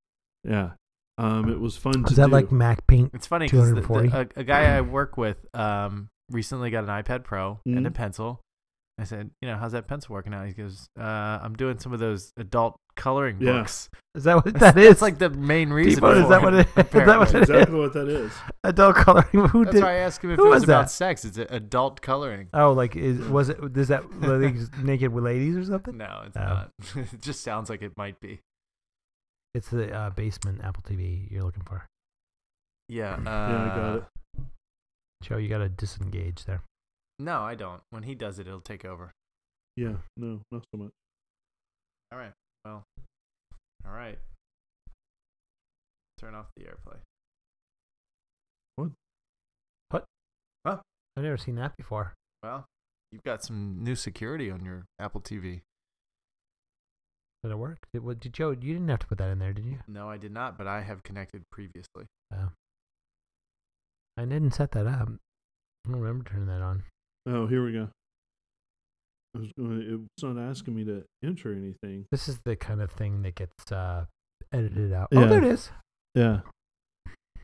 [SPEAKER 3] Yeah. Um, it was fun to
[SPEAKER 2] Is that
[SPEAKER 3] do.
[SPEAKER 2] like Mac Paint?
[SPEAKER 4] It's funny because
[SPEAKER 2] 240.
[SPEAKER 4] a, a guy I work with um, recently got an iPad Pro and
[SPEAKER 2] Mm-hmm.
[SPEAKER 4] a
[SPEAKER 3] Mhm.
[SPEAKER 4] pencil. I said, you know, how's that pencil working out? He goes, uh, I'm doing some of those adult coloring
[SPEAKER 3] Yeah.
[SPEAKER 4] books.
[SPEAKER 2] Is that what
[SPEAKER 4] That's-
[SPEAKER 2] that is?
[SPEAKER 4] That's like the main reason.
[SPEAKER 2] People, is
[SPEAKER 4] for
[SPEAKER 2] that what it is? Is that what it
[SPEAKER 4] apparently.
[SPEAKER 2] is?
[SPEAKER 3] exactly what that is.
[SPEAKER 2] Adult coloring. Who
[SPEAKER 4] That's
[SPEAKER 2] did?
[SPEAKER 4] why I asked him if
[SPEAKER 2] who
[SPEAKER 4] it was,
[SPEAKER 2] was that?
[SPEAKER 4] about sex. It's adult coloring.
[SPEAKER 2] Oh, like is was it? Is that like naked with ladies or something?
[SPEAKER 4] No, it's
[SPEAKER 2] Oh.
[SPEAKER 4] not. it just sounds like it might be.
[SPEAKER 2] It's the uh, basement Apple TV you're looking for.
[SPEAKER 4] Yeah. Uh,
[SPEAKER 3] I got it.
[SPEAKER 2] Joe, you gotta disengage there.
[SPEAKER 4] No, I don't. When he does it, it'll take over.
[SPEAKER 3] Yeah, no, not so much.
[SPEAKER 4] All right. Well. All right. Turn off the airplay.
[SPEAKER 2] I've never seen that before.
[SPEAKER 4] Well, you've got some new security on your Apple TV.
[SPEAKER 2] Did it work? Did, what, did Joe? You didn't have to put that in there, did you?
[SPEAKER 4] No, I did not, but I have connected previously.
[SPEAKER 2] I didn't set that up. I don't remember turning that on.
[SPEAKER 3] Oh, here we go. I was going. It's not asking me to enter anything.
[SPEAKER 2] This is the kind of thing that gets uh, edited out.
[SPEAKER 3] Yeah.
[SPEAKER 2] Oh, there it is.
[SPEAKER 3] Yeah.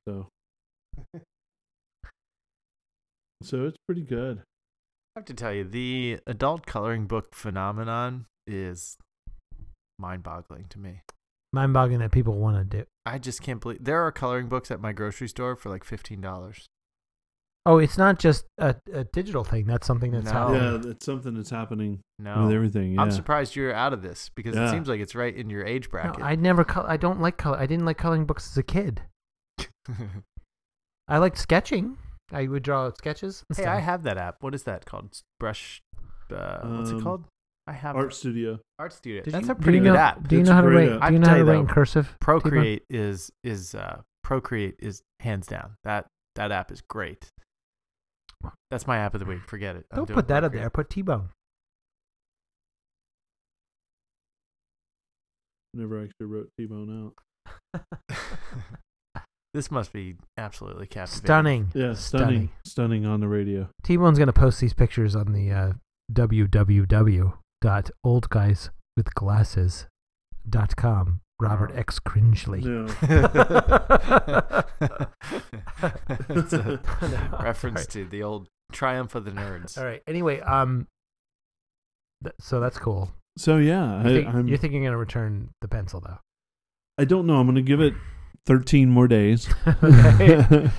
[SPEAKER 3] So. so it's pretty good.
[SPEAKER 4] I have to tell you, the adult coloring book phenomenon is mind-boggling to me.
[SPEAKER 2] Mind boggling that people want to do.
[SPEAKER 4] I just can't believe there are coloring books at my grocery store for like fifteen dollars.
[SPEAKER 2] Oh, it's not just a, a digital thing. That's something that's
[SPEAKER 4] No.
[SPEAKER 2] how.
[SPEAKER 3] Yeah, that's something that's happening
[SPEAKER 4] No,
[SPEAKER 3] with everything. Yeah.
[SPEAKER 4] I'm surprised you're out of this because it
[SPEAKER 3] Yeah.
[SPEAKER 4] seems like it's right in your age
[SPEAKER 2] No,
[SPEAKER 4] bracket.
[SPEAKER 2] I never. Col- I don't like color. I didn't like coloring books as a kid. I liked sketching. I would draw sketches. And
[SPEAKER 4] hey,
[SPEAKER 2] stuff.
[SPEAKER 4] I have that app. What is that called? S- Brush. Uh, what's it
[SPEAKER 3] Um,
[SPEAKER 4] called? I have
[SPEAKER 3] Art studio.
[SPEAKER 4] Art Studio.
[SPEAKER 2] Did
[SPEAKER 4] That's
[SPEAKER 2] you-
[SPEAKER 4] a
[SPEAKER 2] do you
[SPEAKER 4] pretty good
[SPEAKER 2] know-
[SPEAKER 4] app.
[SPEAKER 2] Do you
[SPEAKER 3] It's
[SPEAKER 2] know how to
[SPEAKER 3] great
[SPEAKER 2] write?
[SPEAKER 3] app.
[SPEAKER 2] Do you
[SPEAKER 4] I
[SPEAKER 2] know how
[SPEAKER 4] tell
[SPEAKER 2] to
[SPEAKER 4] you
[SPEAKER 2] write in
[SPEAKER 4] though,
[SPEAKER 2] cursive? T-Bone?
[SPEAKER 4] Procreate is is uh, Procreate is hands down that that app is great. That's my app of the week. Forget it. I'm
[SPEAKER 2] Don't
[SPEAKER 4] doing
[SPEAKER 2] put that up
[SPEAKER 4] Procreate.
[SPEAKER 2] there. Put T-Bone.
[SPEAKER 3] Never actually wrote T Bone out.
[SPEAKER 4] This must be absolutely captivating.
[SPEAKER 2] Stunning.
[SPEAKER 3] Yeah, stunning, stunning on the radio.
[SPEAKER 2] T-Bone's gonna post these pictures on the uh, www.oldguyswithglasses.com. Robert
[SPEAKER 4] Wow.
[SPEAKER 2] X Cringely.
[SPEAKER 3] No,
[SPEAKER 4] it's a
[SPEAKER 2] No,
[SPEAKER 4] reference
[SPEAKER 2] sorry.
[SPEAKER 4] to the old triumph of the nerds.
[SPEAKER 2] All right. Anyway, um, th- so that's cool.
[SPEAKER 3] so yeah,
[SPEAKER 2] You
[SPEAKER 3] I,
[SPEAKER 2] think,
[SPEAKER 3] I'm.
[SPEAKER 2] you're thinking you're gonna return the pencil though.
[SPEAKER 3] I don't know. I'm going to give it 13 more days.
[SPEAKER 2] okay.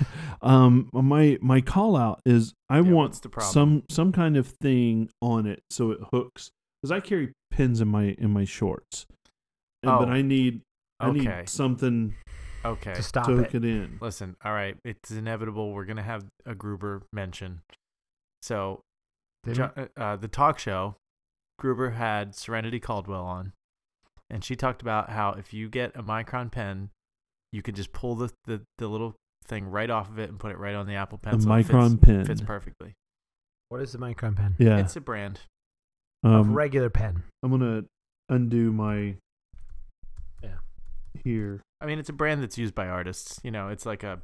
[SPEAKER 3] um, my my call out is I
[SPEAKER 4] Yeah,
[SPEAKER 3] want
[SPEAKER 4] what's the problem?
[SPEAKER 3] some some kind of thing on it so it hooks because I carry pins in my in my shorts, and, but
[SPEAKER 4] Oh.
[SPEAKER 3] I need I
[SPEAKER 4] Okay.
[SPEAKER 3] need something
[SPEAKER 4] Okay.
[SPEAKER 2] To stop
[SPEAKER 3] to
[SPEAKER 2] it.
[SPEAKER 3] hook it in.
[SPEAKER 4] Listen, all right, it's inevitable. We're gonna have a Gruber mention. So,
[SPEAKER 2] Didn't
[SPEAKER 4] Jo- uh, uh, the talk show, Gruber had Serenity Caldwell on, and she talked about how if you get a micron pen, you could just pull the the, the little thing right off of it and put it right on the Apple
[SPEAKER 3] A
[SPEAKER 4] Pencil. It
[SPEAKER 3] micron
[SPEAKER 4] fits,
[SPEAKER 3] pin.
[SPEAKER 4] fits perfectly.
[SPEAKER 2] What is the micron pen?
[SPEAKER 3] Yeah,
[SPEAKER 4] It's a brand.
[SPEAKER 2] Of
[SPEAKER 3] um,
[SPEAKER 2] regular pen.
[SPEAKER 3] I'm gonna undo my.
[SPEAKER 2] Yeah.
[SPEAKER 3] Here.
[SPEAKER 4] I mean, it's a brand that's used by artists. You know, it's like a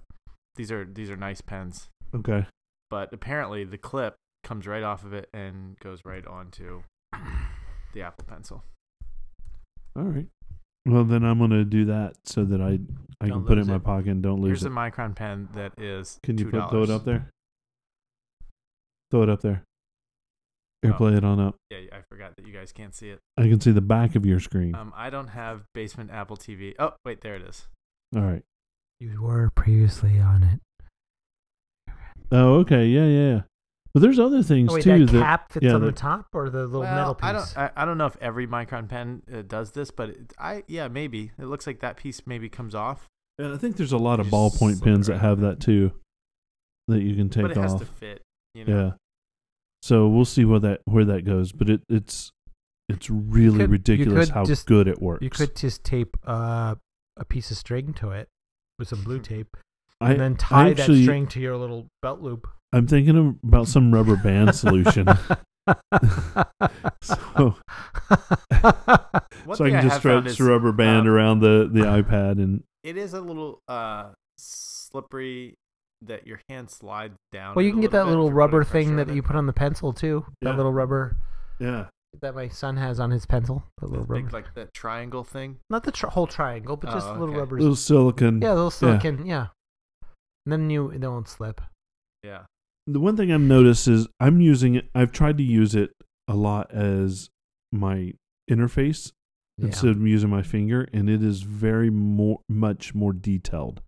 [SPEAKER 4] these are these are nice pens,
[SPEAKER 3] Okay.
[SPEAKER 4] but apparently the clip comes right off of it and goes right onto the Apple Pencil.
[SPEAKER 3] All right. Well, then I'm gonna do that so that I I
[SPEAKER 2] Don't
[SPEAKER 3] can put it
[SPEAKER 2] lose
[SPEAKER 3] in my
[SPEAKER 2] it.
[SPEAKER 3] pocket and don't lose
[SPEAKER 4] Here's a
[SPEAKER 3] it.
[SPEAKER 4] micron pen that is.
[SPEAKER 3] Can you put,
[SPEAKER 4] $2.
[SPEAKER 3] throw it up there? Throw it up there.
[SPEAKER 4] Oh.
[SPEAKER 3] Airplay it on up.
[SPEAKER 4] Yeah, I forgot that you guys can't see it.
[SPEAKER 3] I can see the back of your screen.
[SPEAKER 4] Um, I don't have basement Apple TV. Oh, wait, there it is.
[SPEAKER 3] All right.
[SPEAKER 2] You were previously on it.
[SPEAKER 3] Oh, okay. Yeah, yeah. yeah. But there's other things
[SPEAKER 2] Oh wait,
[SPEAKER 3] too.
[SPEAKER 2] that cap fits
[SPEAKER 3] yeah,
[SPEAKER 2] on the
[SPEAKER 3] that-
[SPEAKER 2] top or the little
[SPEAKER 4] Well,
[SPEAKER 2] metal piece?
[SPEAKER 4] I don't. I, I don't know if every micron pen uh, does this, but it, I yeah maybe it looks like that piece maybe comes off,
[SPEAKER 3] and I think there's a lot of
[SPEAKER 4] You just
[SPEAKER 3] ballpoint
[SPEAKER 4] slip it
[SPEAKER 3] pens that
[SPEAKER 4] around.
[SPEAKER 3] have that too, that you can take
[SPEAKER 4] but it has
[SPEAKER 3] off.
[SPEAKER 4] to fit. You know.
[SPEAKER 3] Yeah. So we'll see where that where that goes. But it, it's it's really
[SPEAKER 2] could- you
[SPEAKER 3] ridiculous
[SPEAKER 2] could
[SPEAKER 3] how
[SPEAKER 2] just-
[SPEAKER 3] good it works.
[SPEAKER 2] You could just tape uh, a piece of string to it with some blue tape,
[SPEAKER 3] Hmm. I,
[SPEAKER 2] and then tie that
[SPEAKER 3] actually-
[SPEAKER 2] string to your little belt loop.
[SPEAKER 3] I'm thinking of- about some rubber band solution. so
[SPEAKER 4] One
[SPEAKER 3] so I
[SPEAKER 4] thing
[SPEAKER 3] can just
[SPEAKER 4] have found
[SPEAKER 3] stretch
[SPEAKER 4] is,
[SPEAKER 3] the rubber band
[SPEAKER 4] um,
[SPEAKER 3] around the, the iPad and
[SPEAKER 4] It is a little uh slippery that your hand slides down.
[SPEAKER 2] well, you
[SPEAKER 4] it
[SPEAKER 2] can
[SPEAKER 4] a
[SPEAKER 2] get that
[SPEAKER 4] bit
[SPEAKER 2] little
[SPEAKER 4] if you're putting
[SPEAKER 2] rubber
[SPEAKER 4] pressure
[SPEAKER 2] thing
[SPEAKER 4] on
[SPEAKER 2] that
[SPEAKER 4] it.
[SPEAKER 2] you put on the pencil too.
[SPEAKER 3] Yeah.
[SPEAKER 2] That little rubber.
[SPEAKER 3] yeah.
[SPEAKER 2] that my son has on his pencil. The
[SPEAKER 4] The
[SPEAKER 2] little rubber,
[SPEAKER 4] big, like that triangle thing.
[SPEAKER 2] not the tr- whole triangle, but just
[SPEAKER 4] Oh,
[SPEAKER 2] the little
[SPEAKER 4] okay.
[SPEAKER 2] rubbers.
[SPEAKER 3] Little silicon.
[SPEAKER 2] yeah, little silicon. Yeah. And then you it won't slip.
[SPEAKER 4] Yeah.
[SPEAKER 3] The one thing I've noticed is I'm using it. I've tried to use it a lot as my interface
[SPEAKER 2] Yeah.
[SPEAKER 3] instead of using my finger, and it is very more much more detailed.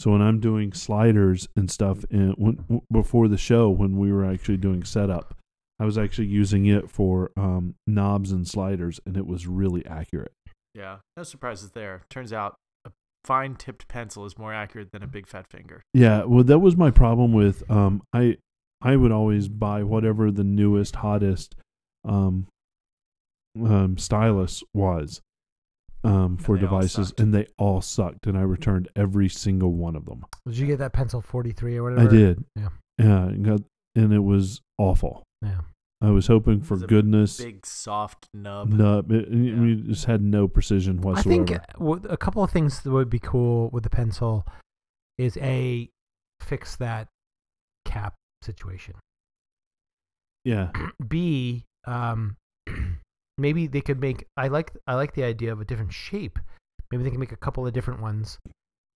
[SPEAKER 3] So when I'm doing sliders and stuff, and when, w- before the show when we were actually doing setup, I was actually using it for um, knobs and sliders, and it was really accurate.
[SPEAKER 4] Yeah. No surprises there. Turns out a fine tipped pencil is more accurate than a big fat finger.
[SPEAKER 3] Yeah, well, that was my problem with um, I I would always buy whatever the newest, hottest um, um, stylus was um, for
[SPEAKER 4] they all
[SPEAKER 3] devices,
[SPEAKER 4] sucked.
[SPEAKER 3] and they all sucked, and I returned every single one of them.
[SPEAKER 2] Did you get that pencil forty three or whatever?
[SPEAKER 3] I did.
[SPEAKER 2] Yeah.
[SPEAKER 3] Yeah, and, got, and it was awful.
[SPEAKER 2] Yeah.
[SPEAKER 3] I was hoping for
[SPEAKER 4] It's a
[SPEAKER 3] goodness.
[SPEAKER 4] Big soft nub.
[SPEAKER 3] No, it, it-
[SPEAKER 4] Yeah.
[SPEAKER 3] you just had no precision
[SPEAKER 2] I
[SPEAKER 3] whatsoever.
[SPEAKER 2] think uh, w- a couple of things that would be cool with the pencil is a fix that cap situation.
[SPEAKER 3] yeah,
[SPEAKER 2] B, um, maybe they could make. I like I like the idea of a different shape. Maybe they can make a couple of different ones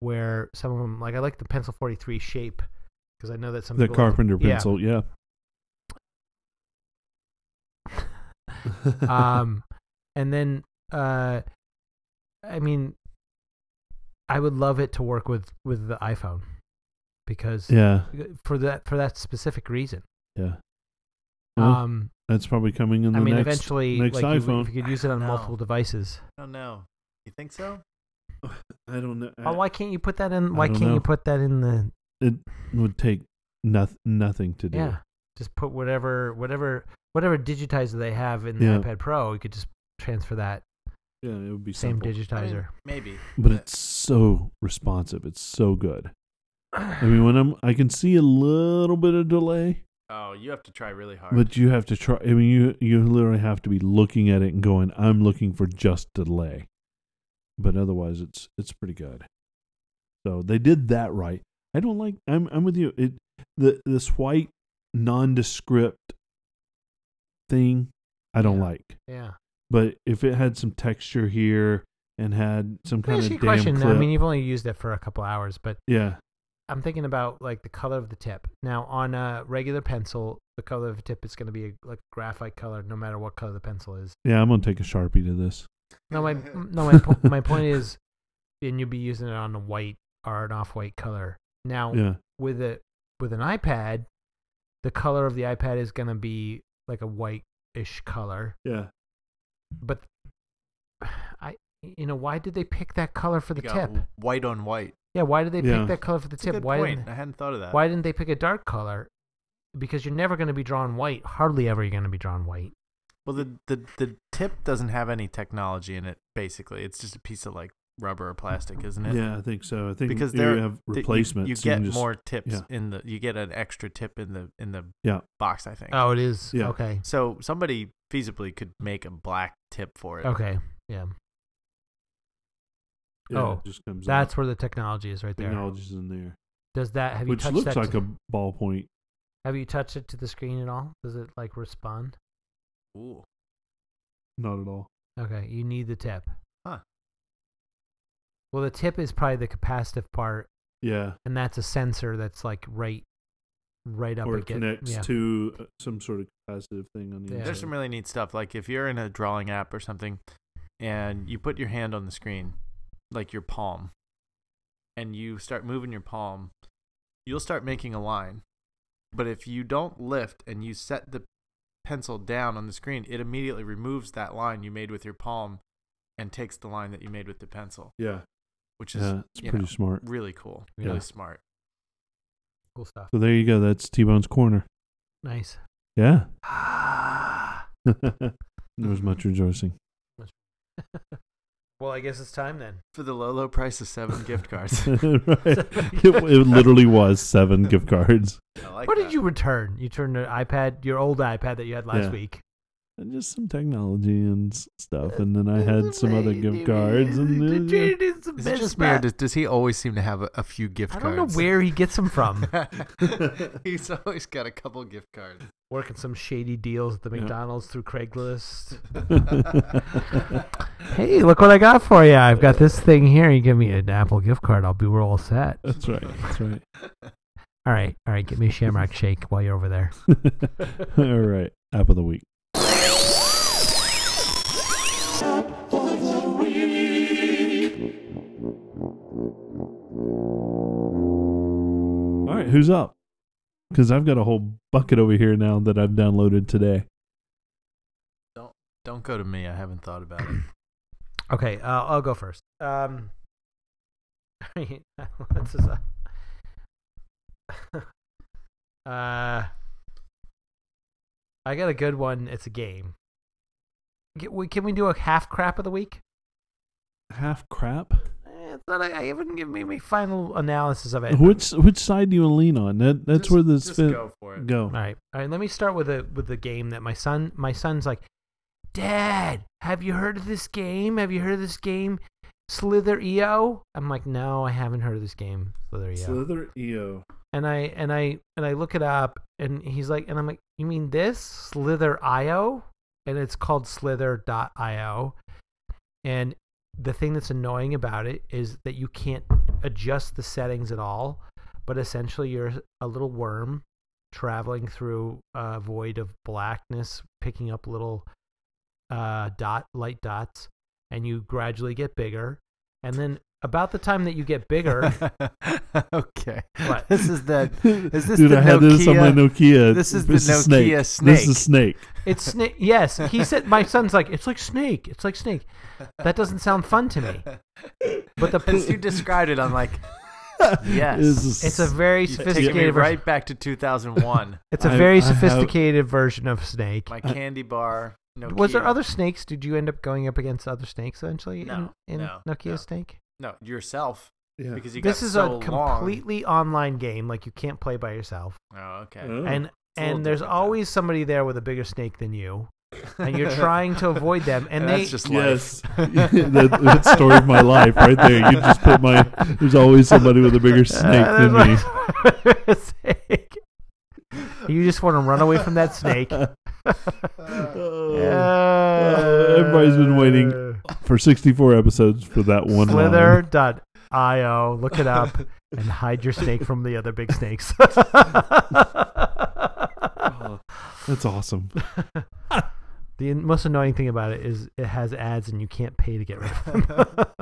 [SPEAKER 2] where some of them, like I like the pencil forty three shape because I know that some
[SPEAKER 3] the
[SPEAKER 2] people like to-
[SPEAKER 3] carpenter
[SPEAKER 2] yeah.
[SPEAKER 3] pencil. Yeah.
[SPEAKER 2] um, and then uh, I mean, I would love it to work with with the iPhone because
[SPEAKER 3] yeah,
[SPEAKER 2] for that for that specific reason.
[SPEAKER 3] yeah. Well,
[SPEAKER 2] um,
[SPEAKER 3] that's probably coming in Oh. the
[SPEAKER 2] I mean,
[SPEAKER 3] next
[SPEAKER 2] eventually,
[SPEAKER 3] next
[SPEAKER 2] like you-
[SPEAKER 3] iPhone.
[SPEAKER 2] if you could use it on
[SPEAKER 4] No.
[SPEAKER 2] multiple devices,
[SPEAKER 4] I don't know. You think so?
[SPEAKER 3] I don't know.
[SPEAKER 2] oh, why can't you put that in?
[SPEAKER 3] Uh, I
[SPEAKER 2] Why
[SPEAKER 3] don't
[SPEAKER 2] can't
[SPEAKER 3] know.
[SPEAKER 2] you put that in the?
[SPEAKER 3] would take noth- nothing to do.
[SPEAKER 2] Yeah, just put whatever whatever whatever digitizer they have in the
[SPEAKER 3] Yeah.
[SPEAKER 2] iPad Pro. You could just transfer that
[SPEAKER 3] Yeah, it would be
[SPEAKER 2] same
[SPEAKER 3] simple.
[SPEAKER 4] I mean,
[SPEAKER 2] digitizer.
[SPEAKER 4] maybe.
[SPEAKER 3] But it's so responsive. It's so good. I mean, when I'm, I can see a little bit of delay,
[SPEAKER 4] Oh, you have to try really hard.
[SPEAKER 3] but you have to try. I mean, you you literally have to be looking at it and going, "I'm looking for just delay," but otherwise, it's it's pretty good. So they did that right. I don't like. I'm I'm with you. It the this white nondescript thing. I don't
[SPEAKER 2] Yeah.
[SPEAKER 3] like.
[SPEAKER 2] yeah.
[SPEAKER 3] but if it had some texture here and had some
[SPEAKER 2] Let me
[SPEAKER 3] kind
[SPEAKER 2] ask you
[SPEAKER 3] of
[SPEAKER 2] a
[SPEAKER 3] damn
[SPEAKER 2] question.
[SPEAKER 3] clip,
[SPEAKER 2] I mean, you've only used it for a couple hours, but
[SPEAKER 3] yeah,
[SPEAKER 2] I'm thinking about like the color of the tip. Now, on a regular pencil, the color of the tip is going to be like graphite color, no matter what color the pencil is.
[SPEAKER 3] yeah, I'm gonna take a sharpie to this.
[SPEAKER 2] No, my no, my po- my point is, and you'll be using it on a white or an off-white color. Now,
[SPEAKER 3] Yeah,
[SPEAKER 2] with a with an iPad, the color of the iPad is going to be like a white-ish color.
[SPEAKER 3] yeah,
[SPEAKER 2] But I, you know, why did they pick that color for the
[SPEAKER 4] You got
[SPEAKER 2] tip?
[SPEAKER 4] White on white.
[SPEAKER 2] Yeah, why did they
[SPEAKER 3] Yeah.
[SPEAKER 2] pick that color for the
[SPEAKER 4] That's a
[SPEAKER 2] tip?
[SPEAKER 4] good
[SPEAKER 2] Why
[SPEAKER 4] point. Uh,
[SPEAKER 2] didn't
[SPEAKER 4] I hadn't thought of that.
[SPEAKER 2] Why didn't they pick a dark color? Because you're never going to be drawn white. Hardly ever you're going to be drawn white.
[SPEAKER 4] Well, the, the the tip doesn't have any technology in it. Basically, it's just a piece of like rubber or plastic, isn't it?
[SPEAKER 3] yeah. I think so. I think
[SPEAKER 4] Because
[SPEAKER 3] you
[SPEAKER 4] they're-
[SPEAKER 3] have
[SPEAKER 4] Th- you-
[SPEAKER 3] replacements.
[SPEAKER 4] You,
[SPEAKER 3] can
[SPEAKER 4] get
[SPEAKER 3] just-
[SPEAKER 4] more tips
[SPEAKER 3] yeah.
[SPEAKER 4] in the. You get an extra tip in the in the
[SPEAKER 3] Yeah.
[SPEAKER 4] box. I think.
[SPEAKER 2] Oh, it is.
[SPEAKER 3] Yeah.
[SPEAKER 2] Okay.
[SPEAKER 4] So somebody feasibly could make a black tip for it.
[SPEAKER 2] Okay. Yeah.
[SPEAKER 3] Yeah,
[SPEAKER 2] oh,
[SPEAKER 3] it just comes
[SPEAKER 2] That's where the technology is right
[SPEAKER 3] out.
[SPEAKER 2] there.
[SPEAKER 3] technologies in there,
[SPEAKER 2] Does that have you
[SPEAKER 3] which
[SPEAKER 2] touched
[SPEAKER 3] looks
[SPEAKER 2] that?
[SPEAKER 3] like
[SPEAKER 2] to-
[SPEAKER 3] a ballpoint.
[SPEAKER 2] have you touched it to the screen at all? Does it like respond?
[SPEAKER 4] Ooh.
[SPEAKER 3] Not at all.
[SPEAKER 2] Okay, you need the tip.
[SPEAKER 4] Huh.
[SPEAKER 2] Well, the tip is probably the capacitive part,
[SPEAKER 3] Yeah,
[SPEAKER 2] and that's a sensor that's like right, right up
[SPEAKER 3] or it
[SPEAKER 2] against.
[SPEAKER 3] connects
[SPEAKER 2] yeah.
[SPEAKER 3] to uh, some sort of capacitive thing on the
[SPEAKER 2] Yeah.
[SPEAKER 3] inside.
[SPEAKER 4] There's some really neat stuff. Like if you're in a drawing app or something, and you put your hand on the screen, like your palm, and you start moving your palm, you'll start making a line. But if you don't lift and you set the pencil down on the screen, it immediately removes that line you made with your palm, and takes the line that you made with the pencil,
[SPEAKER 3] yeah,
[SPEAKER 4] which is
[SPEAKER 3] yeah, it's
[SPEAKER 4] you
[SPEAKER 3] pretty
[SPEAKER 4] know,
[SPEAKER 3] smart.
[SPEAKER 4] really cool,
[SPEAKER 2] Yeah.
[SPEAKER 4] really smart.
[SPEAKER 2] Cool stuff.
[SPEAKER 3] So there you go. That's T-Bone's corner.
[SPEAKER 2] Nice.
[SPEAKER 3] Yeah, there was much rejoicing.
[SPEAKER 2] well, I guess it's time then.
[SPEAKER 4] For the low, low price of seven gift cards.
[SPEAKER 3] Right. it, it literally was seven gift cards.
[SPEAKER 4] I like
[SPEAKER 2] what
[SPEAKER 4] that.
[SPEAKER 2] did you return? You turned an iPad, your old iPad that you had last
[SPEAKER 3] Yeah.
[SPEAKER 2] week.
[SPEAKER 3] and just some technology and s- stuff. And then I had some other gift cards. And uh, yeah, yeah.
[SPEAKER 2] Dude, it's the
[SPEAKER 4] Is it
[SPEAKER 2] best
[SPEAKER 4] just me, or
[SPEAKER 2] part.
[SPEAKER 4] does, does he always seem to have a, a few gift
[SPEAKER 2] I don't
[SPEAKER 4] cards?
[SPEAKER 2] know where he gets them from.
[SPEAKER 4] He's always got a couple gift cards.
[SPEAKER 2] Working some shady deals at the
[SPEAKER 3] Yeah.
[SPEAKER 2] McDonald's through Craigslist. hey, look what I got for you. I've got this thing here. You give me an Apple gift card, I'll be we're all set.
[SPEAKER 3] that's right. That's right.
[SPEAKER 2] All right, all right, get me a Shamrock Shake while you're over there.
[SPEAKER 3] All right. App of the week. All right, who's up? Because I've got a whole bucket over here now that I've downloaded today.
[SPEAKER 4] Don't go to me. I haven't thought about it.
[SPEAKER 2] Okay, uh, I'll go first. Um, this uh, is a, uh, I got a good one. It's a game. Can we, can we do a half crap of the week?
[SPEAKER 3] Half crap.
[SPEAKER 2] Eh, I thought I, I haven't given me my final analysis of it.
[SPEAKER 3] Which which side do you lean on? That that's
[SPEAKER 4] Just-
[SPEAKER 3] where the
[SPEAKER 4] just
[SPEAKER 3] spin
[SPEAKER 4] go for it.
[SPEAKER 3] go.
[SPEAKER 2] All right, all right. Let me start with a with the game that my son my son's like, Dad, have you heard of this game? Have you heard of this game, Slither EO? I'm like, No, I haven't heard of this game, Slither E EO.
[SPEAKER 3] Slither
[SPEAKER 4] E
[SPEAKER 3] EO.
[SPEAKER 2] and I and I and I look it up, and he's like, and I'm like, you mean this Slither IO? And it's called Slither.io, and the thing that's annoying about it is that you can't adjust the settings at all. But essentially, you're a little worm traveling through a void of blackness, picking up little uh, dot light dots, and you gradually get bigger. And then about the time that you get bigger,
[SPEAKER 4] okay.
[SPEAKER 2] What?
[SPEAKER 4] This is the. Is this
[SPEAKER 3] Dude,
[SPEAKER 4] the
[SPEAKER 3] I had this on my Nokia.
[SPEAKER 4] This is the Nokia
[SPEAKER 3] This is Snake.
[SPEAKER 2] It's snake. Yes, he said. My son's like, it's like snake. It's like snake. That doesn't sound fun to me. But the
[SPEAKER 4] As you described it, I'm like, yes.
[SPEAKER 3] This is-
[SPEAKER 2] it's a very
[SPEAKER 4] you take me
[SPEAKER 2] sophisticated. Ver-
[SPEAKER 4] right back to 2001.
[SPEAKER 2] It's a
[SPEAKER 3] I-
[SPEAKER 2] very
[SPEAKER 3] I have-
[SPEAKER 2] sophisticated version of snake.
[SPEAKER 4] My candy bar. Nokia.
[SPEAKER 2] Was there other snakes? Did you end up going up against other snakes eventually
[SPEAKER 4] No,
[SPEAKER 2] in, in
[SPEAKER 4] no,
[SPEAKER 2] Nokia
[SPEAKER 4] no.
[SPEAKER 2] Snake?
[SPEAKER 4] No, yourself.
[SPEAKER 3] Yeah.
[SPEAKER 4] Because you
[SPEAKER 2] This
[SPEAKER 4] got
[SPEAKER 2] is
[SPEAKER 4] so
[SPEAKER 2] a
[SPEAKER 4] long.
[SPEAKER 2] completely online game. Like you can't play by yourself,
[SPEAKER 4] Oh, okay.
[SPEAKER 3] Oh.
[SPEAKER 2] and
[SPEAKER 4] a little
[SPEAKER 2] and there's
[SPEAKER 4] different, though.
[SPEAKER 2] always somebody there with a bigger snake than you, and you're trying to avoid them. And they
[SPEAKER 4] that's just life.
[SPEAKER 3] Yes, that, that's story of my life right there. You just put my. There's always somebody with a bigger snake than me.
[SPEAKER 2] me. snake. You just want to run away from that snake.
[SPEAKER 3] Oh, everybody's been waiting.
[SPEAKER 2] Uh,
[SPEAKER 3] For 64 episodes for that one. line.
[SPEAKER 2] Slither.io. Look it up and hide your snake from the other big snakes. the
[SPEAKER 3] Oh, that's awesome.
[SPEAKER 2] most annoying thing about it is it has ads and you can't pay to get rid of them.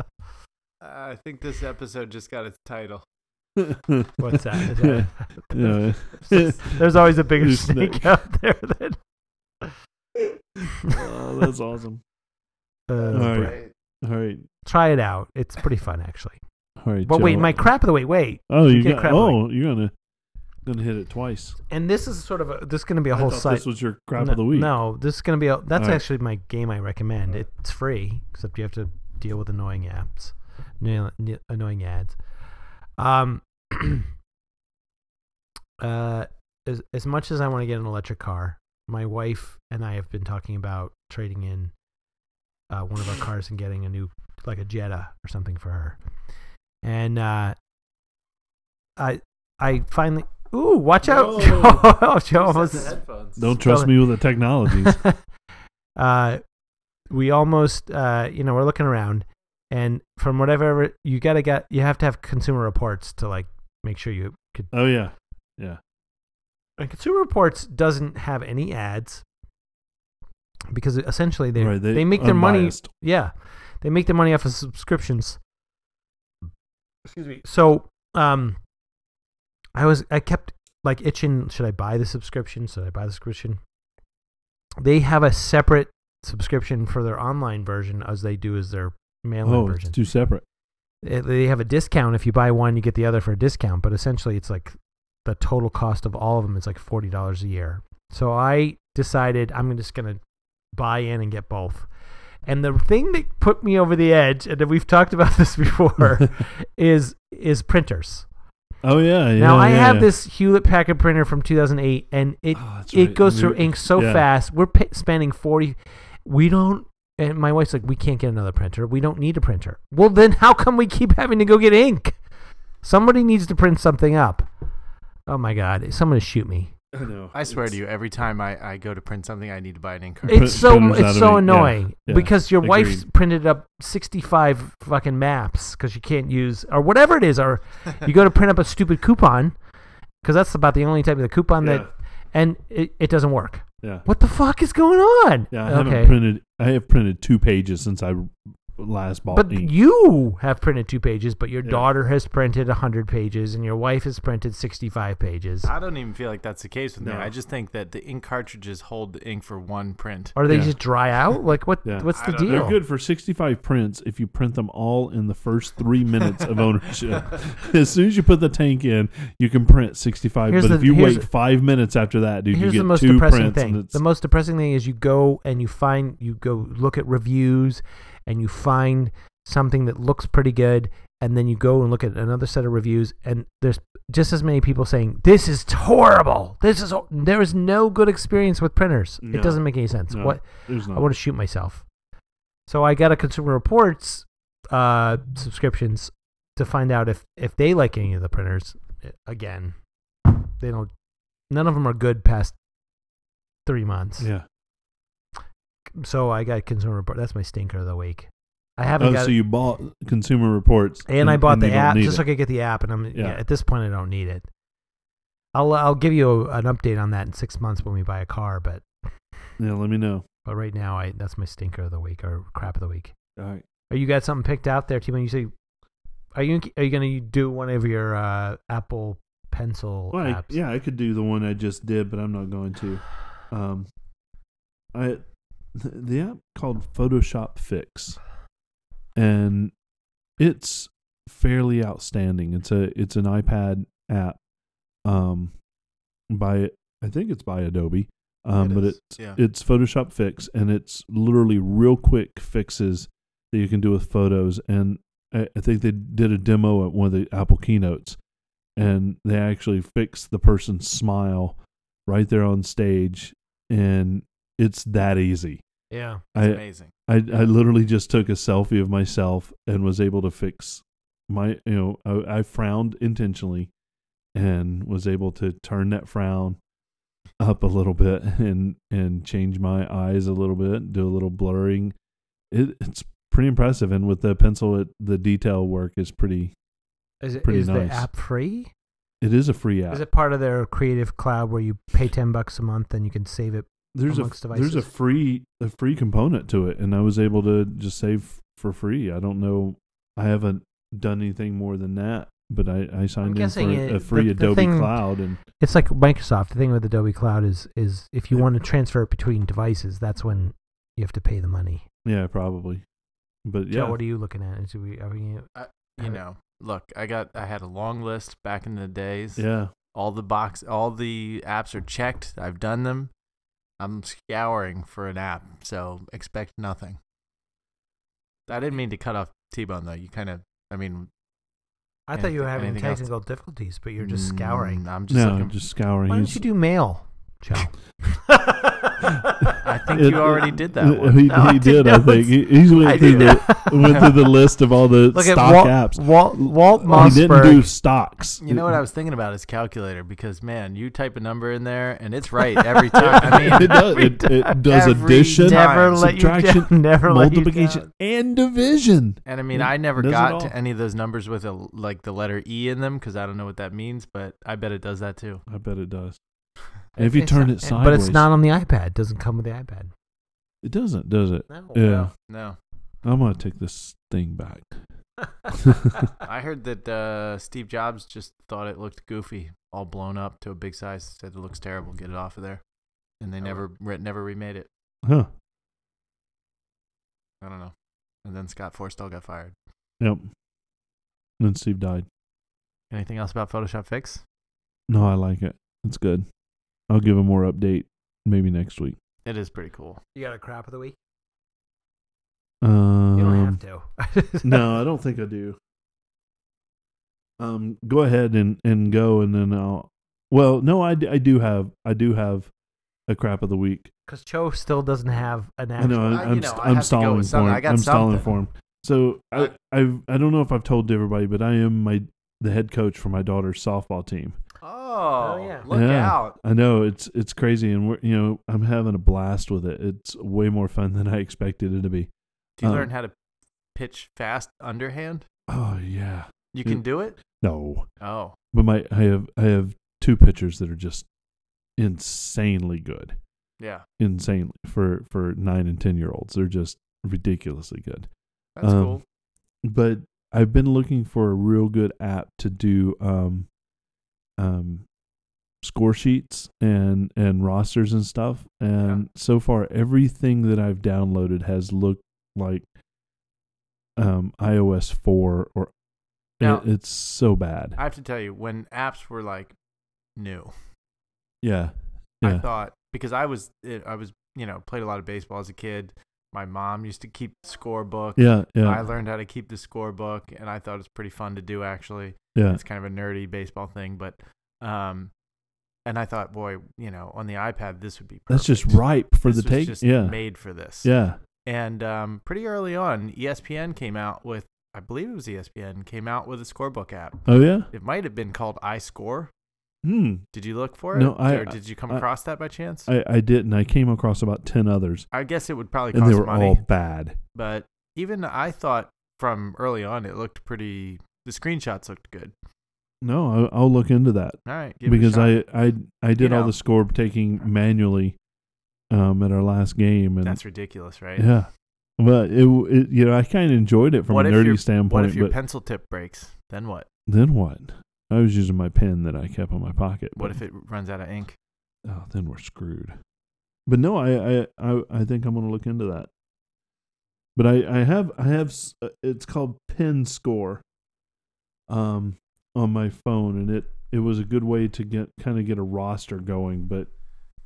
[SPEAKER 4] I think this episode just got its title.
[SPEAKER 2] What's that? Is that
[SPEAKER 3] Yeah.
[SPEAKER 2] There's always a bigger
[SPEAKER 3] Bigger
[SPEAKER 2] snake,
[SPEAKER 3] snake.
[SPEAKER 2] out there than.
[SPEAKER 3] Oh, that's awesome.
[SPEAKER 2] Uh,
[SPEAKER 3] All right. All right.
[SPEAKER 2] Try it out. It's pretty fun, actually.
[SPEAKER 3] All right.
[SPEAKER 2] But wait,
[SPEAKER 3] Joe.
[SPEAKER 2] my crap of the week. Wait,
[SPEAKER 3] Oh, you
[SPEAKER 2] get
[SPEAKER 3] got,
[SPEAKER 2] crap
[SPEAKER 3] oh, you're gonna gonna hit it twice.
[SPEAKER 2] and this is sort of a, this is going to be a
[SPEAKER 3] I
[SPEAKER 2] whole
[SPEAKER 3] thought
[SPEAKER 2] site.
[SPEAKER 3] This was your crap
[SPEAKER 2] no,
[SPEAKER 3] of the week.
[SPEAKER 2] No, this is going to be a. That's
[SPEAKER 3] Alright.
[SPEAKER 2] actually my game I recommend. It's free, except you have to deal with annoying apps, anno- anno- annoying ads. Um, uh, as as much as I want to get an electric car, my wife and I have been talking about trading in uh, one of our cars and getting a new, like a Jetta or something for her. And uh, I I finally. Ooh, watch out!
[SPEAKER 4] Whoa.
[SPEAKER 2] Joe almost
[SPEAKER 4] headphones.
[SPEAKER 3] Don't trust
[SPEAKER 2] Spell
[SPEAKER 3] me with the technologies.
[SPEAKER 2] uh, we almost, uh, you know, we're looking around, and from whatever you gotta get, you have to have consumer reports to like make sure you could.
[SPEAKER 3] oh yeah, yeah.
[SPEAKER 2] And consumer reports doesn't have any ads because essentially they
[SPEAKER 3] Right,
[SPEAKER 2] they, make their money.
[SPEAKER 3] unbiased.
[SPEAKER 2] Yeah, they make their money off of subscriptions. Excuse me. So, um, I was I kept like itching. Should I buy the subscription? Should I buy the subscription? They have a separate subscription for their online version, as they do as their mail-in
[SPEAKER 3] Oh, it's
[SPEAKER 2] version.
[SPEAKER 3] two separate.
[SPEAKER 2] It- eh, they have a discount if you buy one, you get the other for a discount. But essentially, it's like the total cost of all of them is like forty dollars a year. So I decided I'm just gonna buy in and get both. And the thing that put me over the edge, and that we've talked about this before, is is printers.
[SPEAKER 3] Oh yeah. yeah
[SPEAKER 2] now I
[SPEAKER 3] yeah,
[SPEAKER 2] have
[SPEAKER 3] yeah.
[SPEAKER 2] this Hewlett Packard printer from 2008, and it
[SPEAKER 3] Oh, that's
[SPEAKER 2] it
[SPEAKER 3] right.
[SPEAKER 2] goes through
[SPEAKER 3] You're-
[SPEAKER 2] ink so
[SPEAKER 3] yeah.
[SPEAKER 2] fast. We're pa spending forty. We don't. And my wife's like, we can't get another printer. We don't need a printer. Well, then how come we keep having to go get ink? Somebody needs to print something up. Oh my God! Someone shoot me.
[SPEAKER 3] I know.
[SPEAKER 4] I swear to
[SPEAKER 3] It's-
[SPEAKER 4] you, every time I, I go to print something, I need to buy an ink card.
[SPEAKER 3] Print-
[SPEAKER 2] It's so
[SPEAKER 3] printers out
[SPEAKER 2] it's
[SPEAKER 3] of
[SPEAKER 2] so
[SPEAKER 3] ink, yeah,
[SPEAKER 2] annoying
[SPEAKER 3] yeah,
[SPEAKER 2] because your wife's
[SPEAKER 3] agreed.
[SPEAKER 2] printed up sixty five fucking maps because you can't use or whatever it is or you go to print up a stupid coupon because that's about the only type of the coupon
[SPEAKER 3] Yeah.
[SPEAKER 2] that and it, it doesn't work.
[SPEAKER 3] Yeah.
[SPEAKER 2] What the fuck is going on?
[SPEAKER 3] Yeah. I haven't printed. I have printed two pages since I last bought
[SPEAKER 2] But
[SPEAKER 3] ink.
[SPEAKER 2] you have printed two pages, but your
[SPEAKER 3] Yeah.
[SPEAKER 2] daughter has printed 100 pages, and your wife has printed 65 pages.
[SPEAKER 4] I don't even feel like that's the case with me.
[SPEAKER 3] No.
[SPEAKER 4] I just think that the ink cartridges hold the ink for one print.
[SPEAKER 2] Or they
[SPEAKER 3] Yeah.
[SPEAKER 2] just dry out? Like, what?
[SPEAKER 3] Yeah.
[SPEAKER 2] what's
[SPEAKER 4] I
[SPEAKER 2] the
[SPEAKER 4] don't know.
[SPEAKER 2] deal?
[SPEAKER 3] They're good for 65 prints if you print them all in the first three minutes of ownership. as soon as you put the tank in, you can print 65.
[SPEAKER 2] Here's
[SPEAKER 3] but
[SPEAKER 2] the-
[SPEAKER 3] if you
[SPEAKER 2] here's-
[SPEAKER 3] wait five minutes after that, dude, you
[SPEAKER 2] Here's
[SPEAKER 3] get
[SPEAKER 2] the most
[SPEAKER 3] two
[SPEAKER 2] depressing
[SPEAKER 3] prints. And
[SPEAKER 2] thing.
[SPEAKER 3] it's,
[SPEAKER 2] The most depressing thing is you go and you find, you go look at reviews, and you find something that looks pretty good, and then you go and look at another set of reviews, and there's just as many people saying, "This is horrible. This is hor- there is no good experience with printers.
[SPEAKER 3] No.
[SPEAKER 2] It doesn't make any sense."
[SPEAKER 3] No,
[SPEAKER 2] What?
[SPEAKER 3] there's
[SPEAKER 2] I
[SPEAKER 3] not.
[SPEAKER 2] want to shoot myself. So I got a Consumer Reports uh, subscriptions to find out if if they like any of the printers. Uh, Again, they don't. None of them are good past three months.
[SPEAKER 3] yeah.
[SPEAKER 2] So I got Consumer Report. That's my stinker of the week. I haven't
[SPEAKER 3] Oh,
[SPEAKER 2] got.
[SPEAKER 3] so
[SPEAKER 2] it-
[SPEAKER 3] you bought Consumer Reports.
[SPEAKER 2] and, I bought
[SPEAKER 3] you
[SPEAKER 2] the
[SPEAKER 3] don't
[SPEAKER 2] app
[SPEAKER 3] need
[SPEAKER 2] just so
[SPEAKER 3] it.
[SPEAKER 2] I could get the app. And I'm yeah.
[SPEAKER 3] Yeah.
[SPEAKER 2] at this point I don't need it. I'll I'll give you an update on that in six months when we buy a car. But
[SPEAKER 3] Yeah, let me know.
[SPEAKER 2] but right now I that's my stinker of the week or crap of the week.
[SPEAKER 3] All right.
[SPEAKER 2] Are you got something picked out there, T-Bone? You say, are you are you gonna do one of your uh, Apple Pencil
[SPEAKER 3] Well, I,
[SPEAKER 2] apps?
[SPEAKER 3] yeah, I could do the one I just did, but I'm not going to. Um, I the, the app called Photoshop Fix, and it's fairly outstanding. It's a it's an iPad app, um, by I think it's by Adobe, um,
[SPEAKER 4] It
[SPEAKER 3] but
[SPEAKER 4] is,
[SPEAKER 3] it's
[SPEAKER 4] yeah.
[SPEAKER 3] it's Photoshop Fix, and it's literally real quick fixes that you can do with photos. And I, I think they did a demo at one of the Apple keynotes, and they actually fixed the person's smile right there on stage, and it's that easy.
[SPEAKER 2] yeah.
[SPEAKER 4] It's
[SPEAKER 3] I,
[SPEAKER 4] amazing.
[SPEAKER 3] I I literally just took a selfie of myself and was able to fix my you know I, I frowned intentionally and was able to turn that frown up a little bit and and change my eyes a little bit do a little blurring it, it's pretty impressive and with the pencil it, the detail work is pretty
[SPEAKER 2] Is it
[SPEAKER 3] Pretty
[SPEAKER 2] is
[SPEAKER 3] nice.
[SPEAKER 2] the app free?
[SPEAKER 3] it is a free app
[SPEAKER 2] Is it part of their Creative Cloud where you pay ten bucks a month and you can save it?
[SPEAKER 3] there's a
[SPEAKER 2] amongst
[SPEAKER 3] there's a
[SPEAKER 2] devices?
[SPEAKER 3] free a free component to it, and I was able to just save for free. I don't know, I haven't done anything more than that, but I I signed in for
[SPEAKER 2] guessing
[SPEAKER 3] a,
[SPEAKER 2] it-
[SPEAKER 3] a free
[SPEAKER 2] the- the
[SPEAKER 3] Adobe
[SPEAKER 2] thing-
[SPEAKER 3] Cloud, and
[SPEAKER 2] It's like Microsoft. The thing with Adobe Cloud is is if you
[SPEAKER 3] Yeah.
[SPEAKER 2] want to transfer it between devices, that's when you have to pay the money.
[SPEAKER 3] yeah, probably. But
[SPEAKER 2] Joe,
[SPEAKER 3] yeah,
[SPEAKER 2] what are you looking at? Is we, are we,
[SPEAKER 4] You know, look, I got I had a long list back in the days.
[SPEAKER 3] yeah,
[SPEAKER 4] All the box, all the apps are checked. I've done them. I'm scouring for an app, so expect nothing. I didn't mean to cut off T-Bone though. You kind of, I mean,
[SPEAKER 2] I thought you were having
[SPEAKER 4] Anything else?
[SPEAKER 2] technical difficulties, but you're just scouring.
[SPEAKER 4] mm, I'm just
[SPEAKER 3] no,
[SPEAKER 4] looking.
[SPEAKER 3] just scouring.
[SPEAKER 2] Why don't
[SPEAKER 3] He's-
[SPEAKER 2] you do mail, Joe?
[SPEAKER 4] I
[SPEAKER 2] I
[SPEAKER 4] think
[SPEAKER 3] it-
[SPEAKER 4] you already did that
[SPEAKER 3] it-
[SPEAKER 4] one.
[SPEAKER 3] He,
[SPEAKER 2] No, I
[SPEAKER 3] he
[SPEAKER 2] didn't
[SPEAKER 3] did. I
[SPEAKER 2] know
[SPEAKER 3] think he,
[SPEAKER 2] it's-
[SPEAKER 3] he
[SPEAKER 2] I
[SPEAKER 3] went
[SPEAKER 2] did.
[SPEAKER 3] through the went through the list of all the
[SPEAKER 2] Look at
[SPEAKER 3] stock
[SPEAKER 2] Walt,
[SPEAKER 3] apps. Oh,
[SPEAKER 2] Walt, Walt
[SPEAKER 3] he didn't do
[SPEAKER 2] Mossberg.
[SPEAKER 3] stocks.
[SPEAKER 4] You know what I was thinking about is calculator because man, you type a number in there and it's right every time. I
[SPEAKER 3] it
[SPEAKER 4] mean,
[SPEAKER 3] does.
[SPEAKER 2] Every
[SPEAKER 3] It, it
[SPEAKER 2] time.
[SPEAKER 3] does
[SPEAKER 4] Every
[SPEAKER 3] addition,
[SPEAKER 2] Never
[SPEAKER 4] time.
[SPEAKER 2] let you down.
[SPEAKER 3] subtraction,
[SPEAKER 2] Never let you
[SPEAKER 3] multiplication, and division.
[SPEAKER 4] and I mean,
[SPEAKER 3] It
[SPEAKER 4] I never
[SPEAKER 3] does it
[SPEAKER 4] got
[SPEAKER 3] all.
[SPEAKER 4] to any of those numbers with a, like the letter E in them because I don't know what that means, but I bet it does that too.
[SPEAKER 3] I bet it does. And if you turn it sideways,
[SPEAKER 2] But it's not on the iPad. It doesn't come with the iPad.
[SPEAKER 3] It doesn't, does it?
[SPEAKER 2] No.
[SPEAKER 3] Yeah.
[SPEAKER 4] No,
[SPEAKER 3] I'm gonna take this thing back.
[SPEAKER 4] I heard that uh, Steve Jobs just thought it looked goofy, all blown up to a big size. Said it looks terrible. Get it off of there. And they never re- never remade it.
[SPEAKER 3] Huh?
[SPEAKER 4] I don't know. And then Scott Forstall got fired.
[SPEAKER 3] Yep. And then Steve died.
[SPEAKER 4] Anything else about Photoshop Fix?
[SPEAKER 3] No, I like it. It's good. I'll give a more update maybe next week.
[SPEAKER 4] It is pretty cool.
[SPEAKER 2] You got a crap of the week?
[SPEAKER 3] Um,
[SPEAKER 2] You don't have to.
[SPEAKER 3] no, I don't think I do. Um, go ahead and, and go, and then I'll. Well, no, I, d- I do have I do have a crap of the week.
[SPEAKER 2] Because Cho still doesn't have an
[SPEAKER 3] I know
[SPEAKER 2] actual.
[SPEAKER 3] I,
[SPEAKER 4] I-
[SPEAKER 3] I'm
[SPEAKER 4] you
[SPEAKER 3] st-
[SPEAKER 4] know, I
[SPEAKER 3] I'm
[SPEAKER 4] have to go
[SPEAKER 3] stalling
[SPEAKER 4] with
[SPEAKER 3] for him.
[SPEAKER 4] something. I got
[SPEAKER 3] I'm stalling
[SPEAKER 4] something.
[SPEAKER 3] for him. So I
[SPEAKER 4] I-
[SPEAKER 3] I've, I don't know if I've told everybody, but I am my the head coach for my daughter's softball team.
[SPEAKER 4] Oh,
[SPEAKER 2] yeah.
[SPEAKER 4] look
[SPEAKER 3] Yeah.
[SPEAKER 4] out.
[SPEAKER 3] I know it's it's crazy, and we're, you know I'm having a blast with it. It's way more fun than I expected it to be.
[SPEAKER 4] Do you
[SPEAKER 3] Um,
[SPEAKER 4] learn how to pitch fast underhand?
[SPEAKER 3] Oh yeah, Yeah.
[SPEAKER 4] You can do it?
[SPEAKER 3] no,
[SPEAKER 4] Oh.
[SPEAKER 3] but my I have I have two pitchers that are just insanely good,
[SPEAKER 4] Yeah.
[SPEAKER 3] insanely for for nine and ten year olds. They're just ridiculously good.
[SPEAKER 4] That's
[SPEAKER 3] Um,
[SPEAKER 4] cool.
[SPEAKER 3] But I've been looking for a real good app to do um um score sheets and and rosters and stuff. And so far, everything that I've downloaded has looked like um iOS four or it-
[SPEAKER 4] Now-
[SPEAKER 3] it's so bad.
[SPEAKER 4] I have to tell you, when apps were like new,
[SPEAKER 3] yeah, yeah.
[SPEAKER 4] I thought because I was it, I was you know played a lot of baseball as a kid. My mom used to keep the scorebook.
[SPEAKER 3] Yeah,
[SPEAKER 4] I
[SPEAKER 3] yeah,
[SPEAKER 4] learned how to keep the scorebook, and I thought it was pretty fun to do actually.
[SPEAKER 3] yeah,
[SPEAKER 4] It's kind of a nerdy baseball thing, but um, and I thought, boy, you know, on the iPad this would be perfect.
[SPEAKER 3] That's just ripe for
[SPEAKER 4] This
[SPEAKER 3] the
[SPEAKER 4] was
[SPEAKER 3] take.
[SPEAKER 4] just
[SPEAKER 3] Yeah,
[SPEAKER 4] made for this.
[SPEAKER 3] yeah,
[SPEAKER 4] And um, pretty early on, E ESPN came out with, I believe it was E ESPN, came out with a scorebook app.
[SPEAKER 3] oh yeah.
[SPEAKER 4] It might have been called iScore.
[SPEAKER 3] Hmm.
[SPEAKER 4] Did you look for it?
[SPEAKER 3] No, I-
[SPEAKER 4] or did you come
[SPEAKER 3] I-
[SPEAKER 4] across that by chance? I,
[SPEAKER 3] I I didn't. I came across about ten others,
[SPEAKER 4] guess it would probably
[SPEAKER 3] and
[SPEAKER 4] cost
[SPEAKER 3] they were
[SPEAKER 4] money.
[SPEAKER 3] all bad.
[SPEAKER 4] But even I thought from early on, it looked pretty. The screenshots looked good.
[SPEAKER 3] No, I, I'll look into that
[SPEAKER 4] All right, give
[SPEAKER 3] because
[SPEAKER 4] it a shot.
[SPEAKER 3] I I I did all
[SPEAKER 4] know.
[SPEAKER 3] the score taking manually, um, at our last game, and
[SPEAKER 4] that's ridiculous, right?
[SPEAKER 3] yeah. But it, w- it you know I kind of enjoyed it from
[SPEAKER 4] What
[SPEAKER 3] a
[SPEAKER 4] if
[SPEAKER 3] nerdy
[SPEAKER 4] your-
[SPEAKER 3] standpoint.
[SPEAKER 4] What if your
[SPEAKER 3] but
[SPEAKER 4] pencil tip breaks? Then what?
[SPEAKER 3] then what? I was using my pen that I kept in my pocket.
[SPEAKER 4] What
[SPEAKER 3] but-
[SPEAKER 4] if it runs out of ink?
[SPEAKER 3] oh, then we're screwed. But no, I I I, I think I'm gonna look into that. But I I have I have s- uh, it's called Pin Score, um, on my phone, and it it was a good way to get kind of get a roster going. But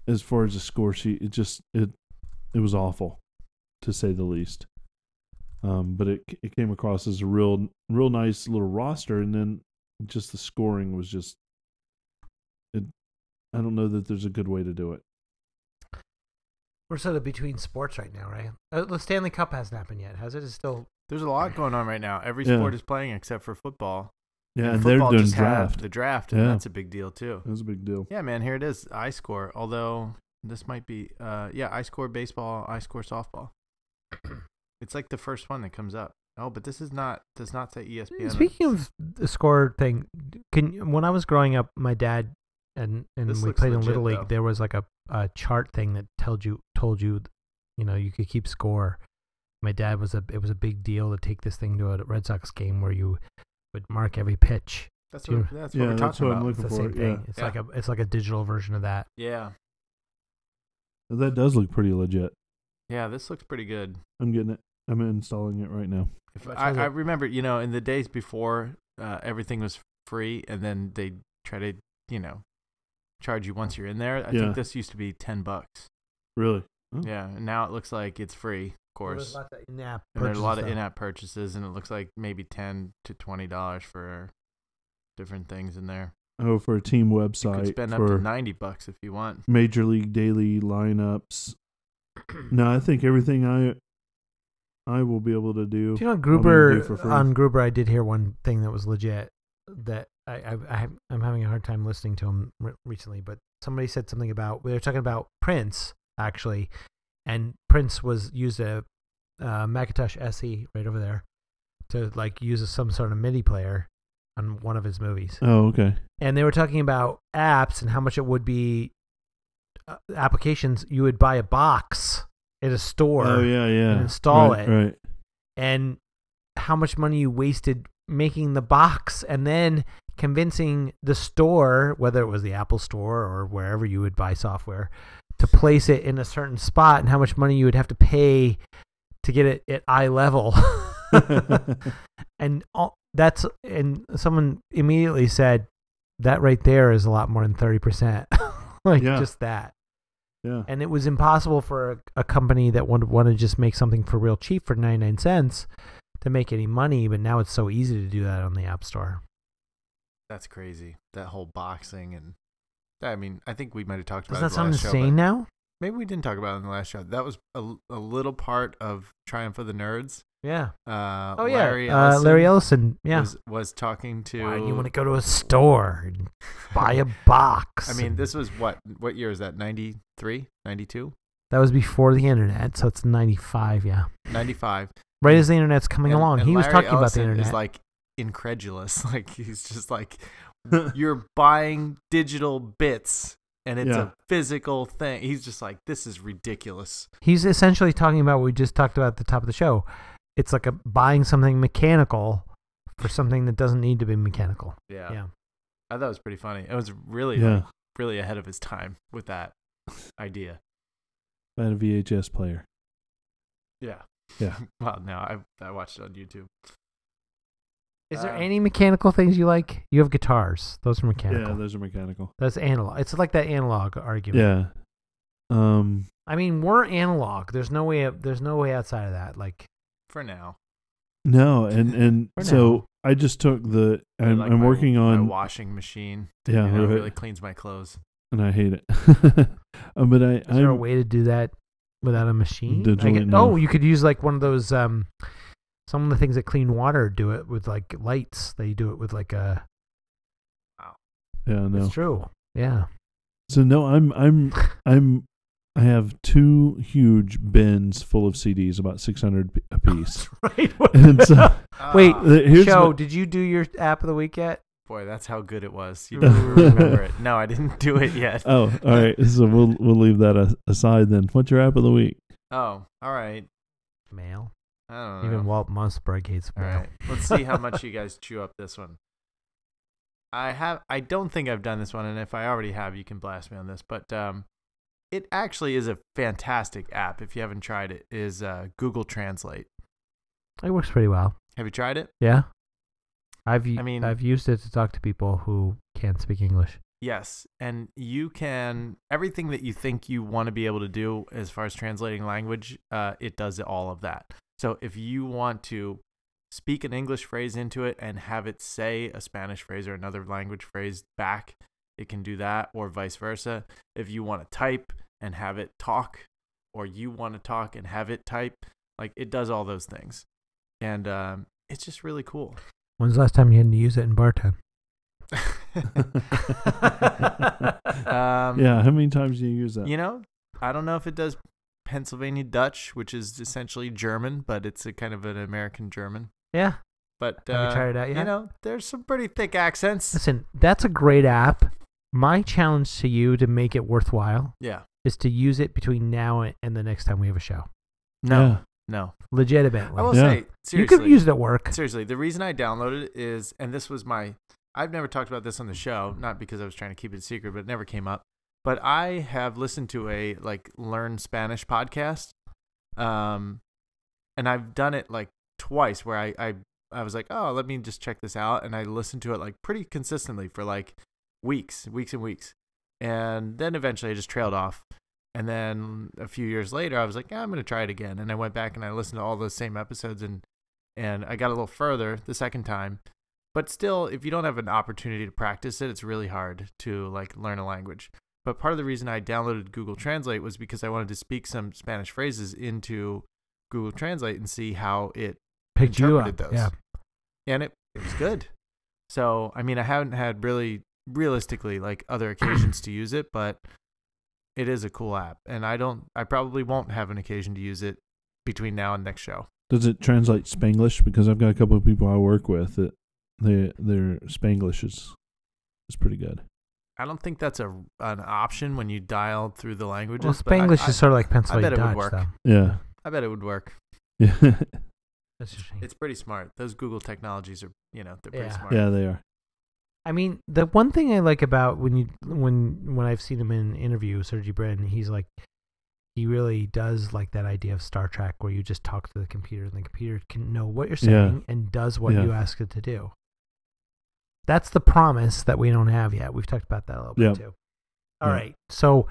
[SPEAKER 3] as far as the score sheet, it just it it was awful, to say the least. Um, but it it came across as a real real nice little roster, and then just the scoring was just I don't know that there's a good way to do it.
[SPEAKER 2] We're sort of between sports right now, right? Uh, the Stanley Cup hasn't happened yet, has it? It's still.
[SPEAKER 4] There's a lot going on right now. Every
[SPEAKER 3] Yeah.
[SPEAKER 4] sport is playing except for football.
[SPEAKER 3] Yeah, and they're
[SPEAKER 4] football
[SPEAKER 3] doing
[SPEAKER 4] just had
[SPEAKER 3] draft.
[SPEAKER 4] the draft, and
[SPEAKER 3] Yeah.
[SPEAKER 4] that's a big deal too.
[SPEAKER 3] That's a big deal.
[SPEAKER 4] Yeah, man, here it is. I score. Although this might be, uh, yeah, I score baseball. I score softball. it's like the first one that comes up. Oh, but this is not does not say E ESPN.
[SPEAKER 2] Speaking of the score thing, can when I was growing up, my dad and and
[SPEAKER 4] This
[SPEAKER 2] we
[SPEAKER 4] looks
[SPEAKER 2] played in
[SPEAKER 4] legit,
[SPEAKER 2] little league.
[SPEAKER 4] though.
[SPEAKER 2] There was like a, a chart thing that told you told you, you know, you could keep score. My dad was a it was a big deal to take this thing to a Red Sox game where you would mark every pitch.
[SPEAKER 4] that's
[SPEAKER 2] Yeah.
[SPEAKER 4] what that's what
[SPEAKER 3] Yeah,
[SPEAKER 4] we're
[SPEAKER 3] that's
[SPEAKER 4] talking
[SPEAKER 3] what I'm
[SPEAKER 4] about.
[SPEAKER 3] looking-
[SPEAKER 2] It's the same
[SPEAKER 3] for it,
[SPEAKER 2] thing.
[SPEAKER 3] yeah.
[SPEAKER 2] It's
[SPEAKER 4] Yeah.
[SPEAKER 2] like a it's like a digital version of that.
[SPEAKER 4] Yeah,
[SPEAKER 3] That does look pretty legit.
[SPEAKER 4] yeah, this looks pretty good.
[SPEAKER 3] I'm getting it. I'm installing it right now.
[SPEAKER 4] If
[SPEAKER 2] Much
[SPEAKER 4] I,
[SPEAKER 2] as
[SPEAKER 4] I
[SPEAKER 2] it-
[SPEAKER 4] remember, you know, in the days before uh, everything was free, and then they try to, you know, charge you once you're in there. I
[SPEAKER 3] Yeah. Mm-hmm.
[SPEAKER 4] think this used to be ten bucks.
[SPEAKER 3] Really?
[SPEAKER 4] Yeah, and now it looks like it's free, of course.
[SPEAKER 2] Well, there's lots of in-app
[SPEAKER 4] And there's a lot of
[SPEAKER 2] purchases,
[SPEAKER 4] in-app purchases, and it looks like maybe ten to twenty dollars for different things in there.
[SPEAKER 3] Oh, for a team
[SPEAKER 4] You could
[SPEAKER 3] website
[SPEAKER 4] spend up to
[SPEAKER 3] for
[SPEAKER 4] ninety bucks if you want.
[SPEAKER 3] Major League Daily lineups. no, I think everything I I will be able to do.
[SPEAKER 2] though. Do you know
[SPEAKER 3] I'm gonna do
[SPEAKER 2] Gruber
[SPEAKER 3] for free.
[SPEAKER 2] on Gruber? I did hear one thing that was legit that I, I, I I'm having a hard time listening to him re- recently, but somebody said something about we were talking about Prince actually, and Prince was used a uh, Macintosh SE right over there to like use as some sort of MIDI player on one of his movies.
[SPEAKER 3] Oh, okay.
[SPEAKER 2] and they were talking about apps and how much it would be uh, applications you would buy a box at a store
[SPEAKER 3] oh yeah, yeah.
[SPEAKER 2] and install
[SPEAKER 3] Right,
[SPEAKER 2] it.
[SPEAKER 3] Right.
[SPEAKER 2] and how much money you wasted making the box and then convincing the store whether it was the Apple store or wherever you would buy software to place it in a certain spot and how much money you would have to pay to get it at eye level and all, that's and someone immediately said that right there is a lot more than 30% like
[SPEAKER 3] Yeah.
[SPEAKER 2] just that
[SPEAKER 3] yeah.
[SPEAKER 2] and it was impossible for a, a company that would want to just make something for real cheap for 99 cents to make any money but now it's so easy to do that on the app store
[SPEAKER 4] That's crazy. That whole boxing and I mean, I think we might have talked
[SPEAKER 2] Does
[SPEAKER 4] about
[SPEAKER 2] that
[SPEAKER 4] it
[SPEAKER 2] sound
[SPEAKER 4] in the last show,
[SPEAKER 2] insane
[SPEAKER 4] but
[SPEAKER 2] now?
[SPEAKER 4] Maybe we didn't talk about it in the last show. That was a, a little part of Triumph of the Nerds.
[SPEAKER 2] Yeah.
[SPEAKER 4] Uh,
[SPEAKER 2] Oh yeah.
[SPEAKER 4] Larry
[SPEAKER 2] uh,
[SPEAKER 4] Ellison
[SPEAKER 2] Larry Ellison. Yeah.
[SPEAKER 4] was, was talking to.
[SPEAKER 2] Why do you want to go to a store and buy a box?
[SPEAKER 4] I mean, this was what what year is that? 93, 92,
[SPEAKER 2] that was before the internet, so it's '95. Yeah.
[SPEAKER 4] 95.
[SPEAKER 2] Right as the internet's coming
[SPEAKER 4] And-
[SPEAKER 2] along,
[SPEAKER 4] and
[SPEAKER 2] he was
[SPEAKER 4] Larry
[SPEAKER 2] talking about the
[SPEAKER 4] Ellison
[SPEAKER 2] internet.
[SPEAKER 4] Is like incredulous. Like he's just like, you're buying digital bits, and it's
[SPEAKER 3] Yeah.
[SPEAKER 4] a physical thing. He's just like, this is ridiculous.
[SPEAKER 2] He's essentially talking about what we just talked about at the top of the show. It's like a buying something mechanical for something that doesn't need to be mechanical.
[SPEAKER 4] Yeah.
[SPEAKER 2] Yeah.
[SPEAKER 4] I thought it was pretty funny. It was really,
[SPEAKER 3] yeah,
[SPEAKER 4] like, really ahead of his time with that idea.
[SPEAKER 3] I had a VHS player.
[SPEAKER 4] Yeah.
[SPEAKER 3] Yeah.
[SPEAKER 4] well, no, I I watched it on YouTube.
[SPEAKER 2] Is there
[SPEAKER 4] Uh,
[SPEAKER 2] any mechanical things you like? You have guitars; those are mechanical.
[SPEAKER 3] Yeah, those are mechanical.
[SPEAKER 2] That's analog. It's like that analog argument.
[SPEAKER 3] Yeah. Um.
[SPEAKER 2] I mean, we're analog. There's no way. There's no way outside of that. Like,
[SPEAKER 4] For now,
[SPEAKER 3] No, and and
[SPEAKER 2] For
[SPEAKER 3] so I just took the.
[SPEAKER 4] I
[SPEAKER 3] I'm,
[SPEAKER 4] like
[SPEAKER 3] I'm
[SPEAKER 4] my-
[SPEAKER 3] working
[SPEAKER 4] my
[SPEAKER 3] on.
[SPEAKER 4] washing machine.
[SPEAKER 3] yeah,
[SPEAKER 4] you know, it
[SPEAKER 3] right,
[SPEAKER 4] really cleans my clothes.
[SPEAKER 3] and I hate it. um, but I.
[SPEAKER 2] is there a
[SPEAKER 3] I'm-
[SPEAKER 2] way to do that without a machine? Like,
[SPEAKER 3] Digitally, no.
[SPEAKER 2] oh, you could use like one of those. Um, some of the things that clean water do it with like lights. They do it with like a.
[SPEAKER 3] yeah, no.
[SPEAKER 2] It's true. Yeah.
[SPEAKER 3] So no, I'm I'm I'm I have two huge bins full of CDs, about 600 p- apiece.
[SPEAKER 2] right.
[SPEAKER 3] and so
[SPEAKER 2] Wait,
[SPEAKER 4] Ah,
[SPEAKER 3] the- uh, here's
[SPEAKER 2] Joe,
[SPEAKER 3] what-
[SPEAKER 2] did you do your app of the week yet?
[SPEAKER 4] boy, that's how good it was. You really remember it? No, I didn't do it yet.
[SPEAKER 3] oh, all right. So we'll we'll leave that a- aside then. What's your app of the week?
[SPEAKER 4] Oh, all right.
[SPEAKER 2] Mail.
[SPEAKER 3] Uh,
[SPEAKER 4] I don't know.
[SPEAKER 2] Even Walt Musburg hates
[SPEAKER 4] All
[SPEAKER 2] mail.
[SPEAKER 4] right. Let's see how much you guys chew up this one. I have I don't think I've done this one and if I already have you can blast me on this, but um it actually is a fantastic app if you haven't tried it is uh Google Translate.
[SPEAKER 2] It works pretty well.
[SPEAKER 4] Have you tried it?
[SPEAKER 2] Yeah. I've I
[SPEAKER 4] I mean-
[SPEAKER 2] I've used it to talk to people who can't speak English.
[SPEAKER 4] Yes, and you can everything that you think you want to be able to do as far as translating language, uh, it does all of that. So if you want to speak an English phrase into it and have it say a Spanish phrase or another language phrase back, it can do that, or vice versa. If you want to type and have it talk, or you want to talk and have it type, like it does all those things, and um, it's just really cool.
[SPEAKER 2] When's the last time you had to use it in bar time?
[SPEAKER 4] um,
[SPEAKER 3] yeah, how many times do you use that?
[SPEAKER 4] You know, I don't know if it does Pennsylvania Dutch, which is essentially German, but it's a kind of an American German.
[SPEAKER 2] Yeah.
[SPEAKER 4] But uh,
[SPEAKER 2] Have you tried it out
[SPEAKER 4] You
[SPEAKER 2] yet?
[SPEAKER 4] know, there's some pretty thick accents.
[SPEAKER 2] Listen, that's a great app. My challenge to you to make it worthwhile
[SPEAKER 4] Yeah.
[SPEAKER 2] is to use it between now and the next time we have a show.
[SPEAKER 4] No.
[SPEAKER 3] Yeah.
[SPEAKER 4] No.
[SPEAKER 2] Legitimately.
[SPEAKER 4] I will
[SPEAKER 3] Yeah.
[SPEAKER 4] say
[SPEAKER 2] you
[SPEAKER 4] seriously.
[SPEAKER 2] could use it at work.
[SPEAKER 4] Seriously, the reason I downloaded it is, and this was my, I've never talked about this on the show, not because I was trying to keep it a secret, but it never came up. But I have listened to a like learn Spanish podcast, um, and I've done it like twice where I I I was like, oh, let me just check this out, and I listened to it like pretty consistently for like weeks, weeks and weeks, and then eventually I just trailed off. And then a few years later, I was like, yeah, I'm gonna try it again, and I went back and I listened to all those same episodes, and and I got a little further the second time. But still, if you don't have an opportunity to practice it, it's really hard to like learn a language. But part of the reason I downloaded Google Translate was because I wanted to speak some Spanish phrases into Google Translate and see how it
[SPEAKER 2] Picked you up.
[SPEAKER 4] interpreted those.
[SPEAKER 2] Yeah.
[SPEAKER 4] and it, it was good. So I mean, I haven't had really realistically like other occasions to use it, but it is a cool app, and I don't, I probably won't have an occasion to use it between now and next show.
[SPEAKER 3] Does it translate Spanglish? Because I've got a couple of people I work with that they, their Spanglish is is pretty good.
[SPEAKER 4] I don't think that's a an option when you dial through the languages.
[SPEAKER 2] Well,
[SPEAKER 4] but I-
[SPEAKER 2] Spanglish
[SPEAKER 4] I,
[SPEAKER 2] is sort of like Pennsylvania
[SPEAKER 4] bet it would
[SPEAKER 2] Dutch,
[SPEAKER 4] work.
[SPEAKER 2] though.
[SPEAKER 3] Yeah.
[SPEAKER 4] I bet it would work.
[SPEAKER 3] Yeah.
[SPEAKER 2] That's just
[SPEAKER 4] It's pretty smart. Those Google technologies are, you know, they're pretty
[SPEAKER 2] Yeah.
[SPEAKER 4] smart.
[SPEAKER 3] yeah, they are.
[SPEAKER 2] I mean, the one thing I like about when you when when I've seen him in an interview, Sergey Brin, he's like he really does like that idea of Star Trek where you just talk to the computer and the computer can know what you're
[SPEAKER 3] Yeah.
[SPEAKER 2] saying and does what
[SPEAKER 3] Yeah.
[SPEAKER 2] you ask it to do. That's the promise that we don't have yet. We've talked about that a little bit
[SPEAKER 3] Yeah.
[SPEAKER 2] too. All
[SPEAKER 3] Yeah.
[SPEAKER 2] right. So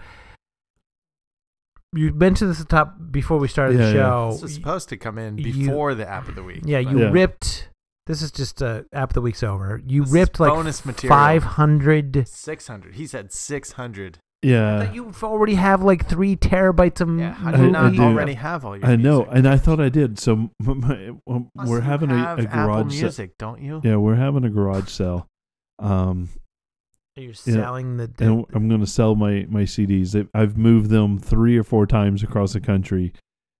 [SPEAKER 2] you mentioned this at the top before we started
[SPEAKER 3] Yeah,
[SPEAKER 2] the
[SPEAKER 3] yeah.
[SPEAKER 2] show.
[SPEAKER 4] This was supposed to come in
[SPEAKER 2] Oh, You-
[SPEAKER 4] before the app of the week.
[SPEAKER 2] Yeah,
[SPEAKER 4] but-
[SPEAKER 2] you
[SPEAKER 3] Yeah.
[SPEAKER 2] ripped This is just uh, app of the week's over. You
[SPEAKER 4] This is
[SPEAKER 2] ripped like
[SPEAKER 4] bonus material.
[SPEAKER 2] five hundred.
[SPEAKER 4] Six hundred. He said six hundred.
[SPEAKER 3] Yeah.
[SPEAKER 2] you already have like three terabytes of.
[SPEAKER 4] Uh, Yeah, how
[SPEAKER 3] I
[SPEAKER 4] do you
[SPEAKER 3] do- I
[SPEAKER 4] not
[SPEAKER 3] do.
[SPEAKER 4] already have all your?
[SPEAKER 3] I know,
[SPEAKER 4] music?
[SPEAKER 3] and I thought I did. So m- my, um,
[SPEAKER 4] Plus
[SPEAKER 3] we're
[SPEAKER 4] you
[SPEAKER 3] having a,
[SPEAKER 4] have
[SPEAKER 3] a
[SPEAKER 4] Apple
[SPEAKER 3] garage sale.
[SPEAKER 4] Music, don't you?
[SPEAKER 3] Yeah, we're having a garage sale. Um,
[SPEAKER 2] You're selling the. the-
[SPEAKER 3] and um, I'm going to sell my my CDs. They- I've moved them three or four times across the country,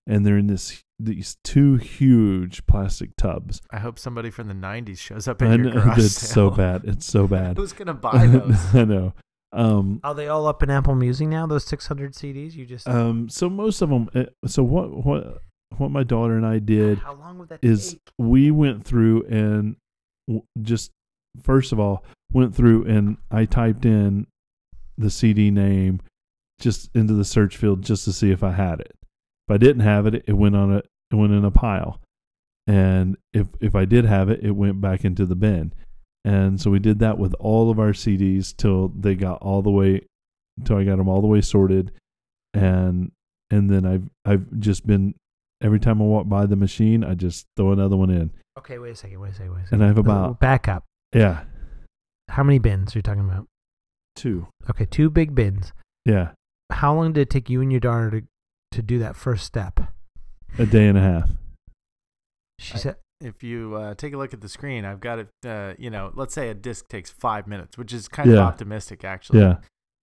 [SPEAKER 3] and they're in this these two huge plastic tubs.
[SPEAKER 4] I hope somebody from the '90s shows up
[SPEAKER 3] I
[SPEAKER 4] at
[SPEAKER 3] know,
[SPEAKER 4] your garage
[SPEAKER 3] it's so
[SPEAKER 4] sale.
[SPEAKER 3] bad. It's so bad.
[SPEAKER 4] Who's gonna buy those?
[SPEAKER 3] I know. Um,
[SPEAKER 2] Are they all up in Apple Music now? Those 600 CDs you just.
[SPEAKER 3] um, so most of them. So what what what my daughter and I did
[SPEAKER 2] how long would that
[SPEAKER 3] is
[SPEAKER 2] take?
[SPEAKER 3] we went through and w- just first of all went through and I typed in the CD name just into the search field just to see if I had it. If I didn't have it, it went on a it went in a pile, and if if I did have it, it went back into the bin. And so we did that with all of our CDs till they got all the way till I got them all the way sorted, and and then I've I've just been every time I walk by the machine, I just throw another one in,
[SPEAKER 2] Okay, wait a second. Wait a second. Wait a second.
[SPEAKER 3] and I have
[SPEAKER 2] Uh,
[SPEAKER 3] about
[SPEAKER 2] back up.
[SPEAKER 3] yeah
[SPEAKER 2] How many bins are you talking about?
[SPEAKER 3] two
[SPEAKER 2] Okay, two big bins.
[SPEAKER 3] yeah
[SPEAKER 2] How long did it take you and your daughter to, to do that first step?
[SPEAKER 3] a day and a half.
[SPEAKER 2] She
[SPEAKER 4] I-
[SPEAKER 2] said,
[SPEAKER 4] if you uh, take a look at the screen, I've got it. Uh, you know, let's say a disc takes five minutes, which is kind
[SPEAKER 3] Yeah.
[SPEAKER 4] of optimistic, actually.
[SPEAKER 3] Yeah,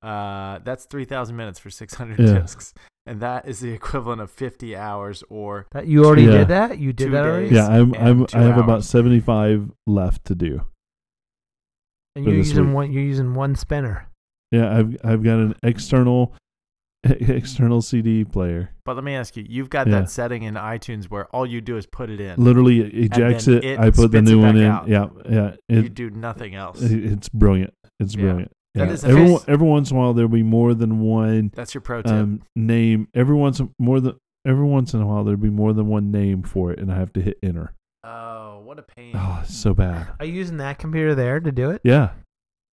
[SPEAKER 4] Uh, that's three thousand minutes for six hundred
[SPEAKER 3] Yeah.
[SPEAKER 4] discs, and that is the equivalent of fifty hours or
[SPEAKER 2] that you already
[SPEAKER 3] Yeah.
[SPEAKER 2] did that? You did
[SPEAKER 4] Two
[SPEAKER 2] that already?
[SPEAKER 4] days.
[SPEAKER 3] yeah. I'm
[SPEAKER 4] and
[SPEAKER 3] I'm
[SPEAKER 4] two
[SPEAKER 3] I have about
[SPEAKER 4] hours.
[SPEAKER 3] seventy five left to do.
[SPEAKER 2] And
[SPEAKER 3] for
[SPEAKER 2] you're
[SPEAKER 3] this
[SPEAKER 2] using
[SPEAKER 3] week.
[SPEAKER 2] one you're using one spinner.
[SPEAKER 3] Yeah, I've I've got an external external CD player.
[SPEAKER 4] But let me ask you: You've got
[SPEAKER 3] Yeah.
[SPEAKER 4] that setting in iTunes where all you do is put it in.
[SPEAKER 3] Literally it ejects
[SPEAKER 4] then
[SPEAKER 3] it.
[SPEAKER 4] it
[SPEAKER 3] I put the
[SPEAKER 4] spits it
[SPEAKER 3] new
[SPEAKER 4] back
[SPEAKER 3] one in.
[SPEAKER 4] out.
[SPEAKER 3] Yeah, yeah.
[SPEAKER 4] you
[SPEAKER 3] It,
[SPEAKER 4] do nothing else.
[SPEAKER 3] it- it's brilliant. It's
[SPEAKER 4] Yeah.
[SPEAKER 3] brilliant.
[SPEAKER 4] That
[SPEAKER 3] Yeah.
[SPEAKER 4] is a
[SPEAKER 3] every,
[SPEAKER 4] face-
[SPEAKER 3] every once in a while there'll be more than one
[SPEAKER 4] That's your pro tip.
[SPEAKER 3] um, name. Every once more than every once in a while there'll be more than one name for it, and I have to hit enter.
[SPEAKER 4] oh, what a pain!
[SPEAKER 3] Oh, it's so bad.
[SPEAKER 2] Are you using that computer there to do it?
[SPEAKER 3] Yeah.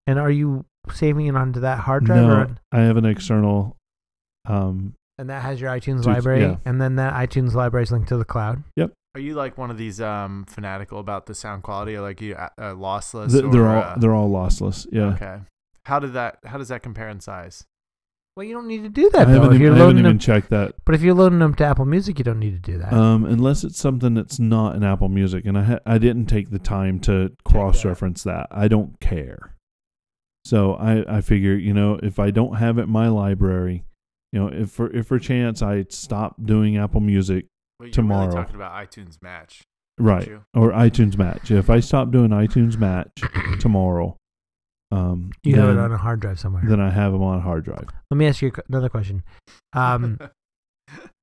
[SPEAKER 2] And are you saving it onto that hard drive? Or,
[SPEAKER 3] no, I have an external. Um.
[SPEAKER 2] and that has your iTunes
[SPEAKER 3] Two-
[SPEAKER 2] library,
[SPEAKER 3] yeah.
[SPEAKER 2] and then that iTunes library is linked to the cloud.
[SPEAKER 4] Are you like one of these um fanatical about the sound quality, or like you uh, uh, lossless?
[SPEAKER 3] th-
[SPEAKER 4] or,
[SPEAKER 3] they're all
[SPEAKER 4] uh,
[SPEAKER 3] they're all lossless. Yeah.
[SPEAKER 4] Okay. How did that? How does that compare in size?
[SPEAKER 2] Well, you don't need to do
[SPEAKER 3] I
[SPEAKER 2] that though.
[SPEAKER 3] haven't,
[SPEAKER 2] If
[SPEAKER 3] even,
[SPEAKER 2] you're
[SPEAKER 3] I haven't
[SPEAKER 2] loading
[SPEAKER 3] even
[SPEAKER 2] them,
[SPEAKER 3] checked that.
[SPEAKER 2] but if you're loading them to Apple Music, you don't need to do that.
[SPEAKER 3] Um, unless it's something that's not in Apple Music, and I ha- I didn't take the time to cross reference that. I don't care. So I I figure you know if I don't have it in my library, you know if for if for chance I stop doing Apple Music,
[SPEAKER 4] Well, you're
[SPEAKER 3] Tomorrow.
[SPEAKER 4] Really talking about iTunes Match,
[SPEAKER 3] right,
[SPEAKER 4] You?
[SPEAKER 3] or iTunes Match. If I stop doing iTunes Match tomorrow, um,
[SPEAKER 2] you
[SPEAKER 3] then,
[SPEAKER 2] have it on a hard drive somewhere.
[SPEAKER 3] then I have them on a hard drive.
[SPEAKER 2] Let me ask you a qu- another question. Um,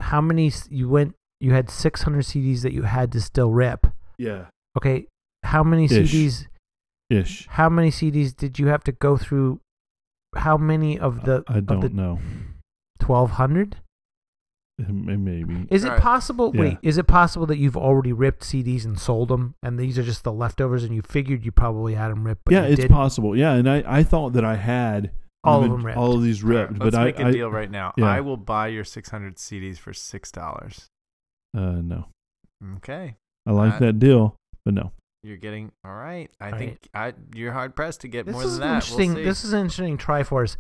[SPEAKER 2] how many s- you went? You had 600 CDs that you had to still rip.
[SPEAKER 3] Yeah,
[SPEAKER 2] Okay, how many
[SPEAKER 3] Ish.
[SPEAKER 2] CDs?
[SPEAKER 3] ish.
[SPEAKER 2] How many CDs did you have to go through? How many of the
[SPEAKER 3] Uh, I I
[SPEAKER 2] of the
[SPEAKER 3] don't know.
[SPEAKER 2] 1200?
[SPEAKER 3] M- Maybe
[SPEAKER 2] Is it
[SPEAKER 4] Alright.
[SPEAKER 2] possible?
[SPEAKER 3] Yeah.
[SPEAKER 2] Wait, is it possible that you've already ripped CDs and sold them, and these are just the leftovers, and you figured you probably had them ripped, but
[SPEAKER 3] yeah,
[SPEAKER 2] you
[SPEAKER 3] it's
[SPEAKER 2] didn't?
[SPEAKER 3] possible. Yeah, and I, I thought that I had
[SPEAKER 2] All
[SPEAKER 3] the
[SPEAKER 2] of
[SPEAKER 3] ma-
[SPEAKER 2] them ripped.
[SPEAKER 3] all of these ripped,
[SPEAKER 4] Let's
[SPEAKER 3] but I
[SPEAKER 4] make a
[SPEAKER 3] I-
[SPEAKER 4] deal right now.
[SPEAKER 3] yeah.
[SPEAKER 4] I will buy your 600 CDs for six dollars.
[SPEAKER 3] uh, no,
[SPEAKER 4] Okay,
[SPEAKER 3] I like
[SPEAKER 4] Uh,
[SPEAKER 3] that deal, but no.
[SPEAKER 4] you're getting all right. I
[SPEAKER 2] All
[SPEAKER 4] think I you're hard pressed to get
[SPEAKER 2] This
[SPEAKER 4] more
[SPEAKER 2] is
[SPEAKER 4] than
[SPEAKER 2] an
[SPEAKER 4] that.
[SPEAKER 2] interesting.
[SPEAKER 4] We'll see.
[SPEAKER 2] This is an interesting Triforce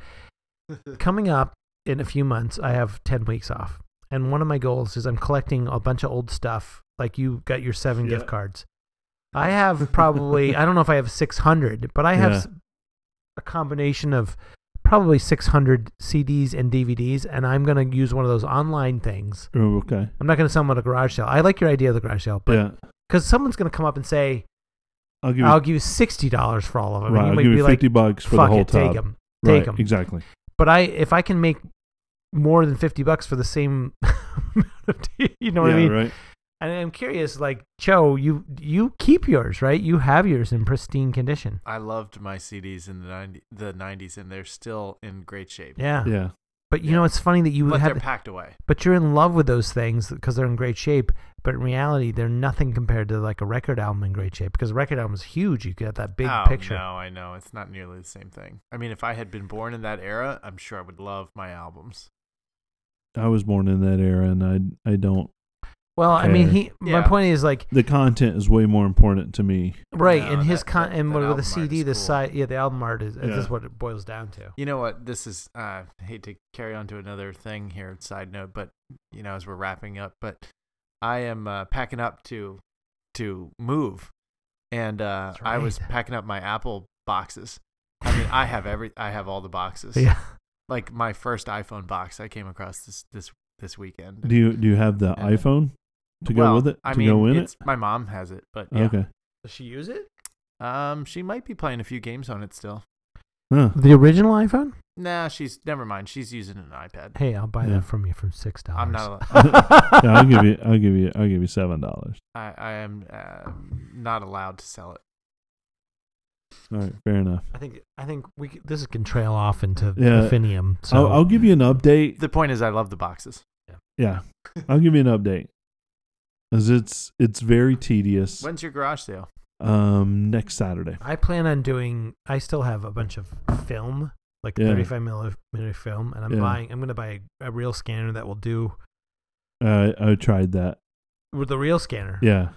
[SPEAKER 2] coming up in a few months. I have ten weeks off, and one of my goals is I'm collecting a bunch of old stuff. Like you got your seven
[SPEAKER 3] Yeah.
[SPEAKER 2] gift cards. I have probably I don't know if I have six hundred, but I have
[SPEAKER 3] Yeah.
[SPEAKER 2] s- a combination of probably six hundred CDs and DVDs, and I'm gonna use one of those online things.
[SPEAKER 3] Oh, okay.
[SPEAKER 2] I'm not going to sell them at a garage sale. I like your idea of the garage sale, but
[SPEAKER 3] yeah,
[SPEAKER 2] because someone's going to come up and say,
[SPEAKER 3] I'll give you,
[SPEAKER 2] "I'll give you sixty dollars for all of them,"
[SPEAKER 3] right,
[SPEAKER 2] and
[SPEAKER 3] I'll
[SPEAKER 2] you
[SPEAKER 3] give
[SPEAKER 2] might be
[SPEAKER 3] you
[SPEAKER 2] like,
[SPEAKER 3] fifty bucks for the
[SPEAKER 2] "Fuck
[SPEAKER 3] whole
[SPEAKER 2] it, take
[SPEAKER 3] tub.
[SPEAKER 2] them,
[SPEAKER 3] right,
[SPEAKER 2] take them."
[SPEAKER 3] exactly.
[SPEAKER 2] But I, if I can make more than fifty bucks for the same, amount of tea, you know what
[SPEAKER 3] yeah,
[SPEAKER 2] I mean?
[SPEAKER 3] right.
[SPEAKER 2] And I'm curious, like Cho, you you keep yours, right? You have yours in pristine condition.
[SPEAKER 4] I loved my CDs in the 90, the 90s, and they're still in great shape.
[SPEAKER 2] Yeah,
[SPEAKER 3] Yeah,
[SPEAKER 2] but you know it's funny that you
[SPEAKER 4] but they're
[SPEAKER 2] have,
[SPEAKER 4] packed away.
[SPEAKER 2] but you're in love with those things because they're in great shape. But in reality, they're nothing compared to like a record album in great shape because a record album is huge. You get that big
[SPEAKER 4] oh,
[SPEAKER 2] picture.
[SPEAKER 4] No, I know it's not nearly the same thing. I mean, if I had been born in that era, I'm sure I would love my albums.
[SPEAKER 3] I was born in that era, and I I don't
[SPEAKER 2] Well, I mean,
[SPEAKER 3] Okay.
[SPEAKER 2] he. My
[SPEAKER 4] Yeah.
[SPEAKER 2] point is like
[SPEAKER 3] The content is way more important to me.
[SPEAKER 2] right
[SPEAKER 4] No,
[SPEAKER 2] and his
[SPEAKER 4] that-
[SPEAKER 2] con
[SPEAKER 4] that-
[SPEAKER 2] and
[SPEAKER 4] that
[SPEAKER 2] what with
[SPEAKER 4] album
[SPEAKER 2] the
[SPEAKER 4] art
[SPEAKER 2] CD,
[SPEAKER 4] is
[SPEAKER 2] the
[SPEAKER 4] cool.
[SPEAKER 2] side, yeah, the album art is, is
[SPEAKER 3] Yeah.
[SPEAKER 2] just what it boils down to.
[SPEAKER 4] You know what? This is uh, I hate to carry on to another thing here, side note, but you know, as we're wrapping up, but I am uh, packing up to to move, and uh,
[SPEAKER 2] That's
[SPEAKER 4] I was
[SPEAKER 2] right.
[SPEAKER 4] packing up my Apple boxes. I mean, I have every, I have all the boxes.
[SPEAKER 2] Yeah,
[SPEAKER 4] Like my first iPhone box, I came across this this this weekend.
[SPEAKER 3] Do you do you have the
[SPEAKER 4] Yeah.
[SPEAKER 3] iPhone to go
[SPEAKER 4] Well,
[SPEAKER 3] with it?
[SPEAKER 4] I
[SPEAKER 3] to
[SPEAKER 4] mean,
[SPEAKER 3] go in
[SPEAKER 4] it's,
[SPEAKER 3] it?
[SPEAKER 4] my mom has it, but yeah.
[SPEAKER 3] Okay.
[SPEAKER 2] does she use it?
[SPEAKER 4] Um, she might be playing a few games on it still.
[SPEAKER 3] Huh.
[SPEAKER 2] The original iPhone?
[SPEAKER 4] Nah, she's never mind. She's using an iPad.
[SPEAKER 2] Hey, I'll buy
[SPEAKER 3] Yeah.
[SPEAKER 2] that from you for six dollars.
[SPEAKER 4] I'm not. al-
[SPEAKER 3] Yeah, I'll give you. I'll give you. I'll give you seven dollars.
[SPEAKER 4] I, I am uh, not allowed to sell it.
[SPEAKER 3] All right, fair enough.
[SPEAKER 2] I think I think we c- this can trail off into
[SPEAKER 3] Yeah.
[SPEAKER 2] infinium. So
[SPEAKER 3] I'll, I'll give you an update.
[SPEAKER 4] The point is, I love the boxes.
[SPEAKER 3] Yeah, I'll give you an update. Cause it's it's very tedious.
[SPEAKER 4] When's your garage sale?
[SPEAKER 3] Um, next Saturday.
[SPEAKER 2] I plan on doing. I still have a bunch of film, like
[SPEAKER 3] Yeah.
[SPEAKER 2] 35 millimeter film, and I'm
[SPEAKER 3] Yeah.
[SPEAKER 2] buying. I'm gonna buy a, a real scanner that will do
[SPEAKER 3] Uh, I tried that.
[SPEAKER 2] with the real scanner.
[SPEAKER 3] Yeah,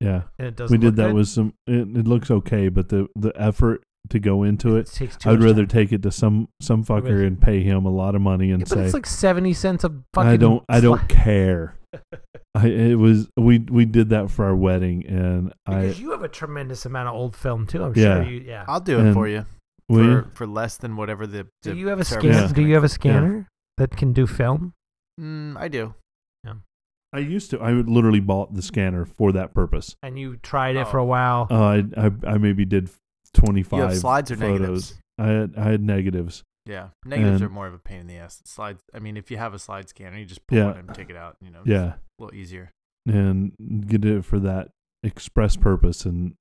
[SPEAKER 3] yeah.
[SPEAKER 2] and it doesn't.
[SPEAKER 3] We
[SPEAKER 2] look
[SPEAKER 3] did that
[SPEAKER 2] good.
[SPEAKER 3] with some. It, it looks okay, but the the effort to go into it,
[SPEAKER 2] takes too
[SPEAKER 3] I'd
[SPEAKER 2] much
[SPEAKER 3] rather
[SPEAKER 2] time.
[SPEAKER 3] take it to some some fucker
[SPEAKER 2] Really?
[SPEAKER 3] and pay him a lot of money and
[SPEAKER 2] Yeah, but
[SPEAKER 3] say,
[SPEAKER 2] it's like 70 cents a fucking.
[SPEAKER 3] I don't I don't
[SPEAKER 2] sli-
[SPEAKER 3] care. I it was we we did that for our wedding and I
[SPEAKER 2] because you have a tremendous amount of old film too. I'm
[SPEAKER 3] Yeah.
[SPEAKER 2] sure you. Yeah.
[SPEAKER 4] I'll do it
[SPEAKER 3] And
[SPEAKER 4] for you
[SPEAKER 3] we,
[SPEAKER 4] for, for less than whatever the.
[SPEAKER 2] Do
[SPEAKER 4] the
[SPEAKER 2] you have a
[SPEAKER 4] service is
[SPEAKER 2] scanner?
[SPEAKER 3] Yeah.
[SPEAKER 2] Do
[SPEAKER 4] gonna-
[SPEAKER 2] you have a scanner that can do film?
[SPEAKER 4] Mm, I do.
[SPEAKER 3] I used to I would literally bought the scanner for that purpose.
[SPEAKER 2] And you tried it
[SPEAKER 4] Oh.
[SPEAKER 2] for a while.
[SPEAKER 3] Uh, I, I I maybe did twenty
[SPEAKER 4] You have
[SPEAKER 3] five
[SPEAKER 4] slides or
[SPEAKER 3] photos.
[SPEAKER 4] negatives.
[SPEAKER 3] I had, I had negatives.
[SPEAKER 4] Yeah, negatives
[SPEAKER 3] And-
[SPEAKER 4] are more of a pain in the ass. Slides. I mean, if you have a slide scanner, you just pull
[SPEAKER 3] Yeah.
[SPEAKER 4] one and take it out. You know,
[SPEAKER 3] Yeah,
[SPEAKER 4] a little easier.
[SPEAKER 3] and get it for that express purpose and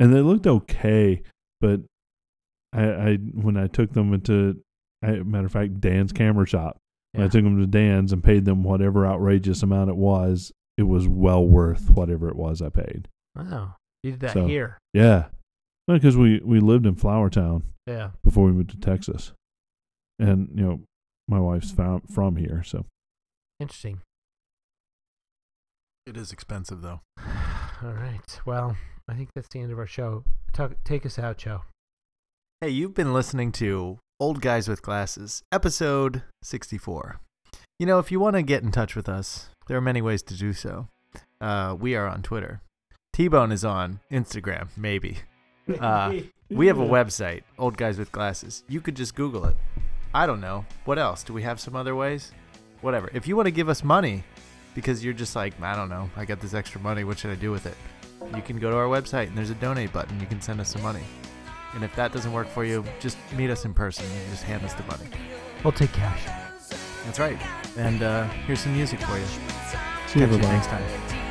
[SPEAKER 3] and they looked okay, but I I when I took them into I, matter of fact Dan's camera shop. When I
[SPEAKER 2] Yeah.
[SPEAKER 3] took them to Dan's and paid them whatever outrageous amount it was. It was well worth whatever it was I paid.
[SPEAKER 2] Wow. Oh, You did that
[SPEAKER 3] So-
[SPEAKER 2] here.
[SPEAKER 3] Yeah, because we we lived in Flower Town
[SPEAKER 2] Yeah.
[SPEAKER 3] before we moved to Texas, and you know my wife's from from here, so
[SPEAKER 2] Interesting.
[SPEAKER 4] It is expensive though.
[SPEAKER 2] All right. Well, I think that's the end of our show. Talk, take us out, Joe.
[SPEAKER 4] Hey, you've been listening to Old Guys with Glasses, episode 64. You know, if you want to get in touch with us, there are many ways to do so. Uh, we are on Twitter. T Bone is on Instagram, maybe. Uh, we have a website, Old Guys with Glasses. You could just Google it. I don't know. What else? Do we have some other ways? Whatever. If you want to give us money because you're just like, I don't know, I got this extra money. What should I do with it? You can go to our website and there's a donate button. You can send us some money. And if that doesn't work for you, just meet us in person and just hand us the money.
[SPEAKER 2] We'll take cash.
[SPEAKER 4] That's right. And uh, here's some music for you.
[SPEAKER 3] see
[SPEAKER 4] Catch you
[SPEAKER 3] everybody.
[SPEAKER 4] next time.
[SPEAKER 1] Thanks.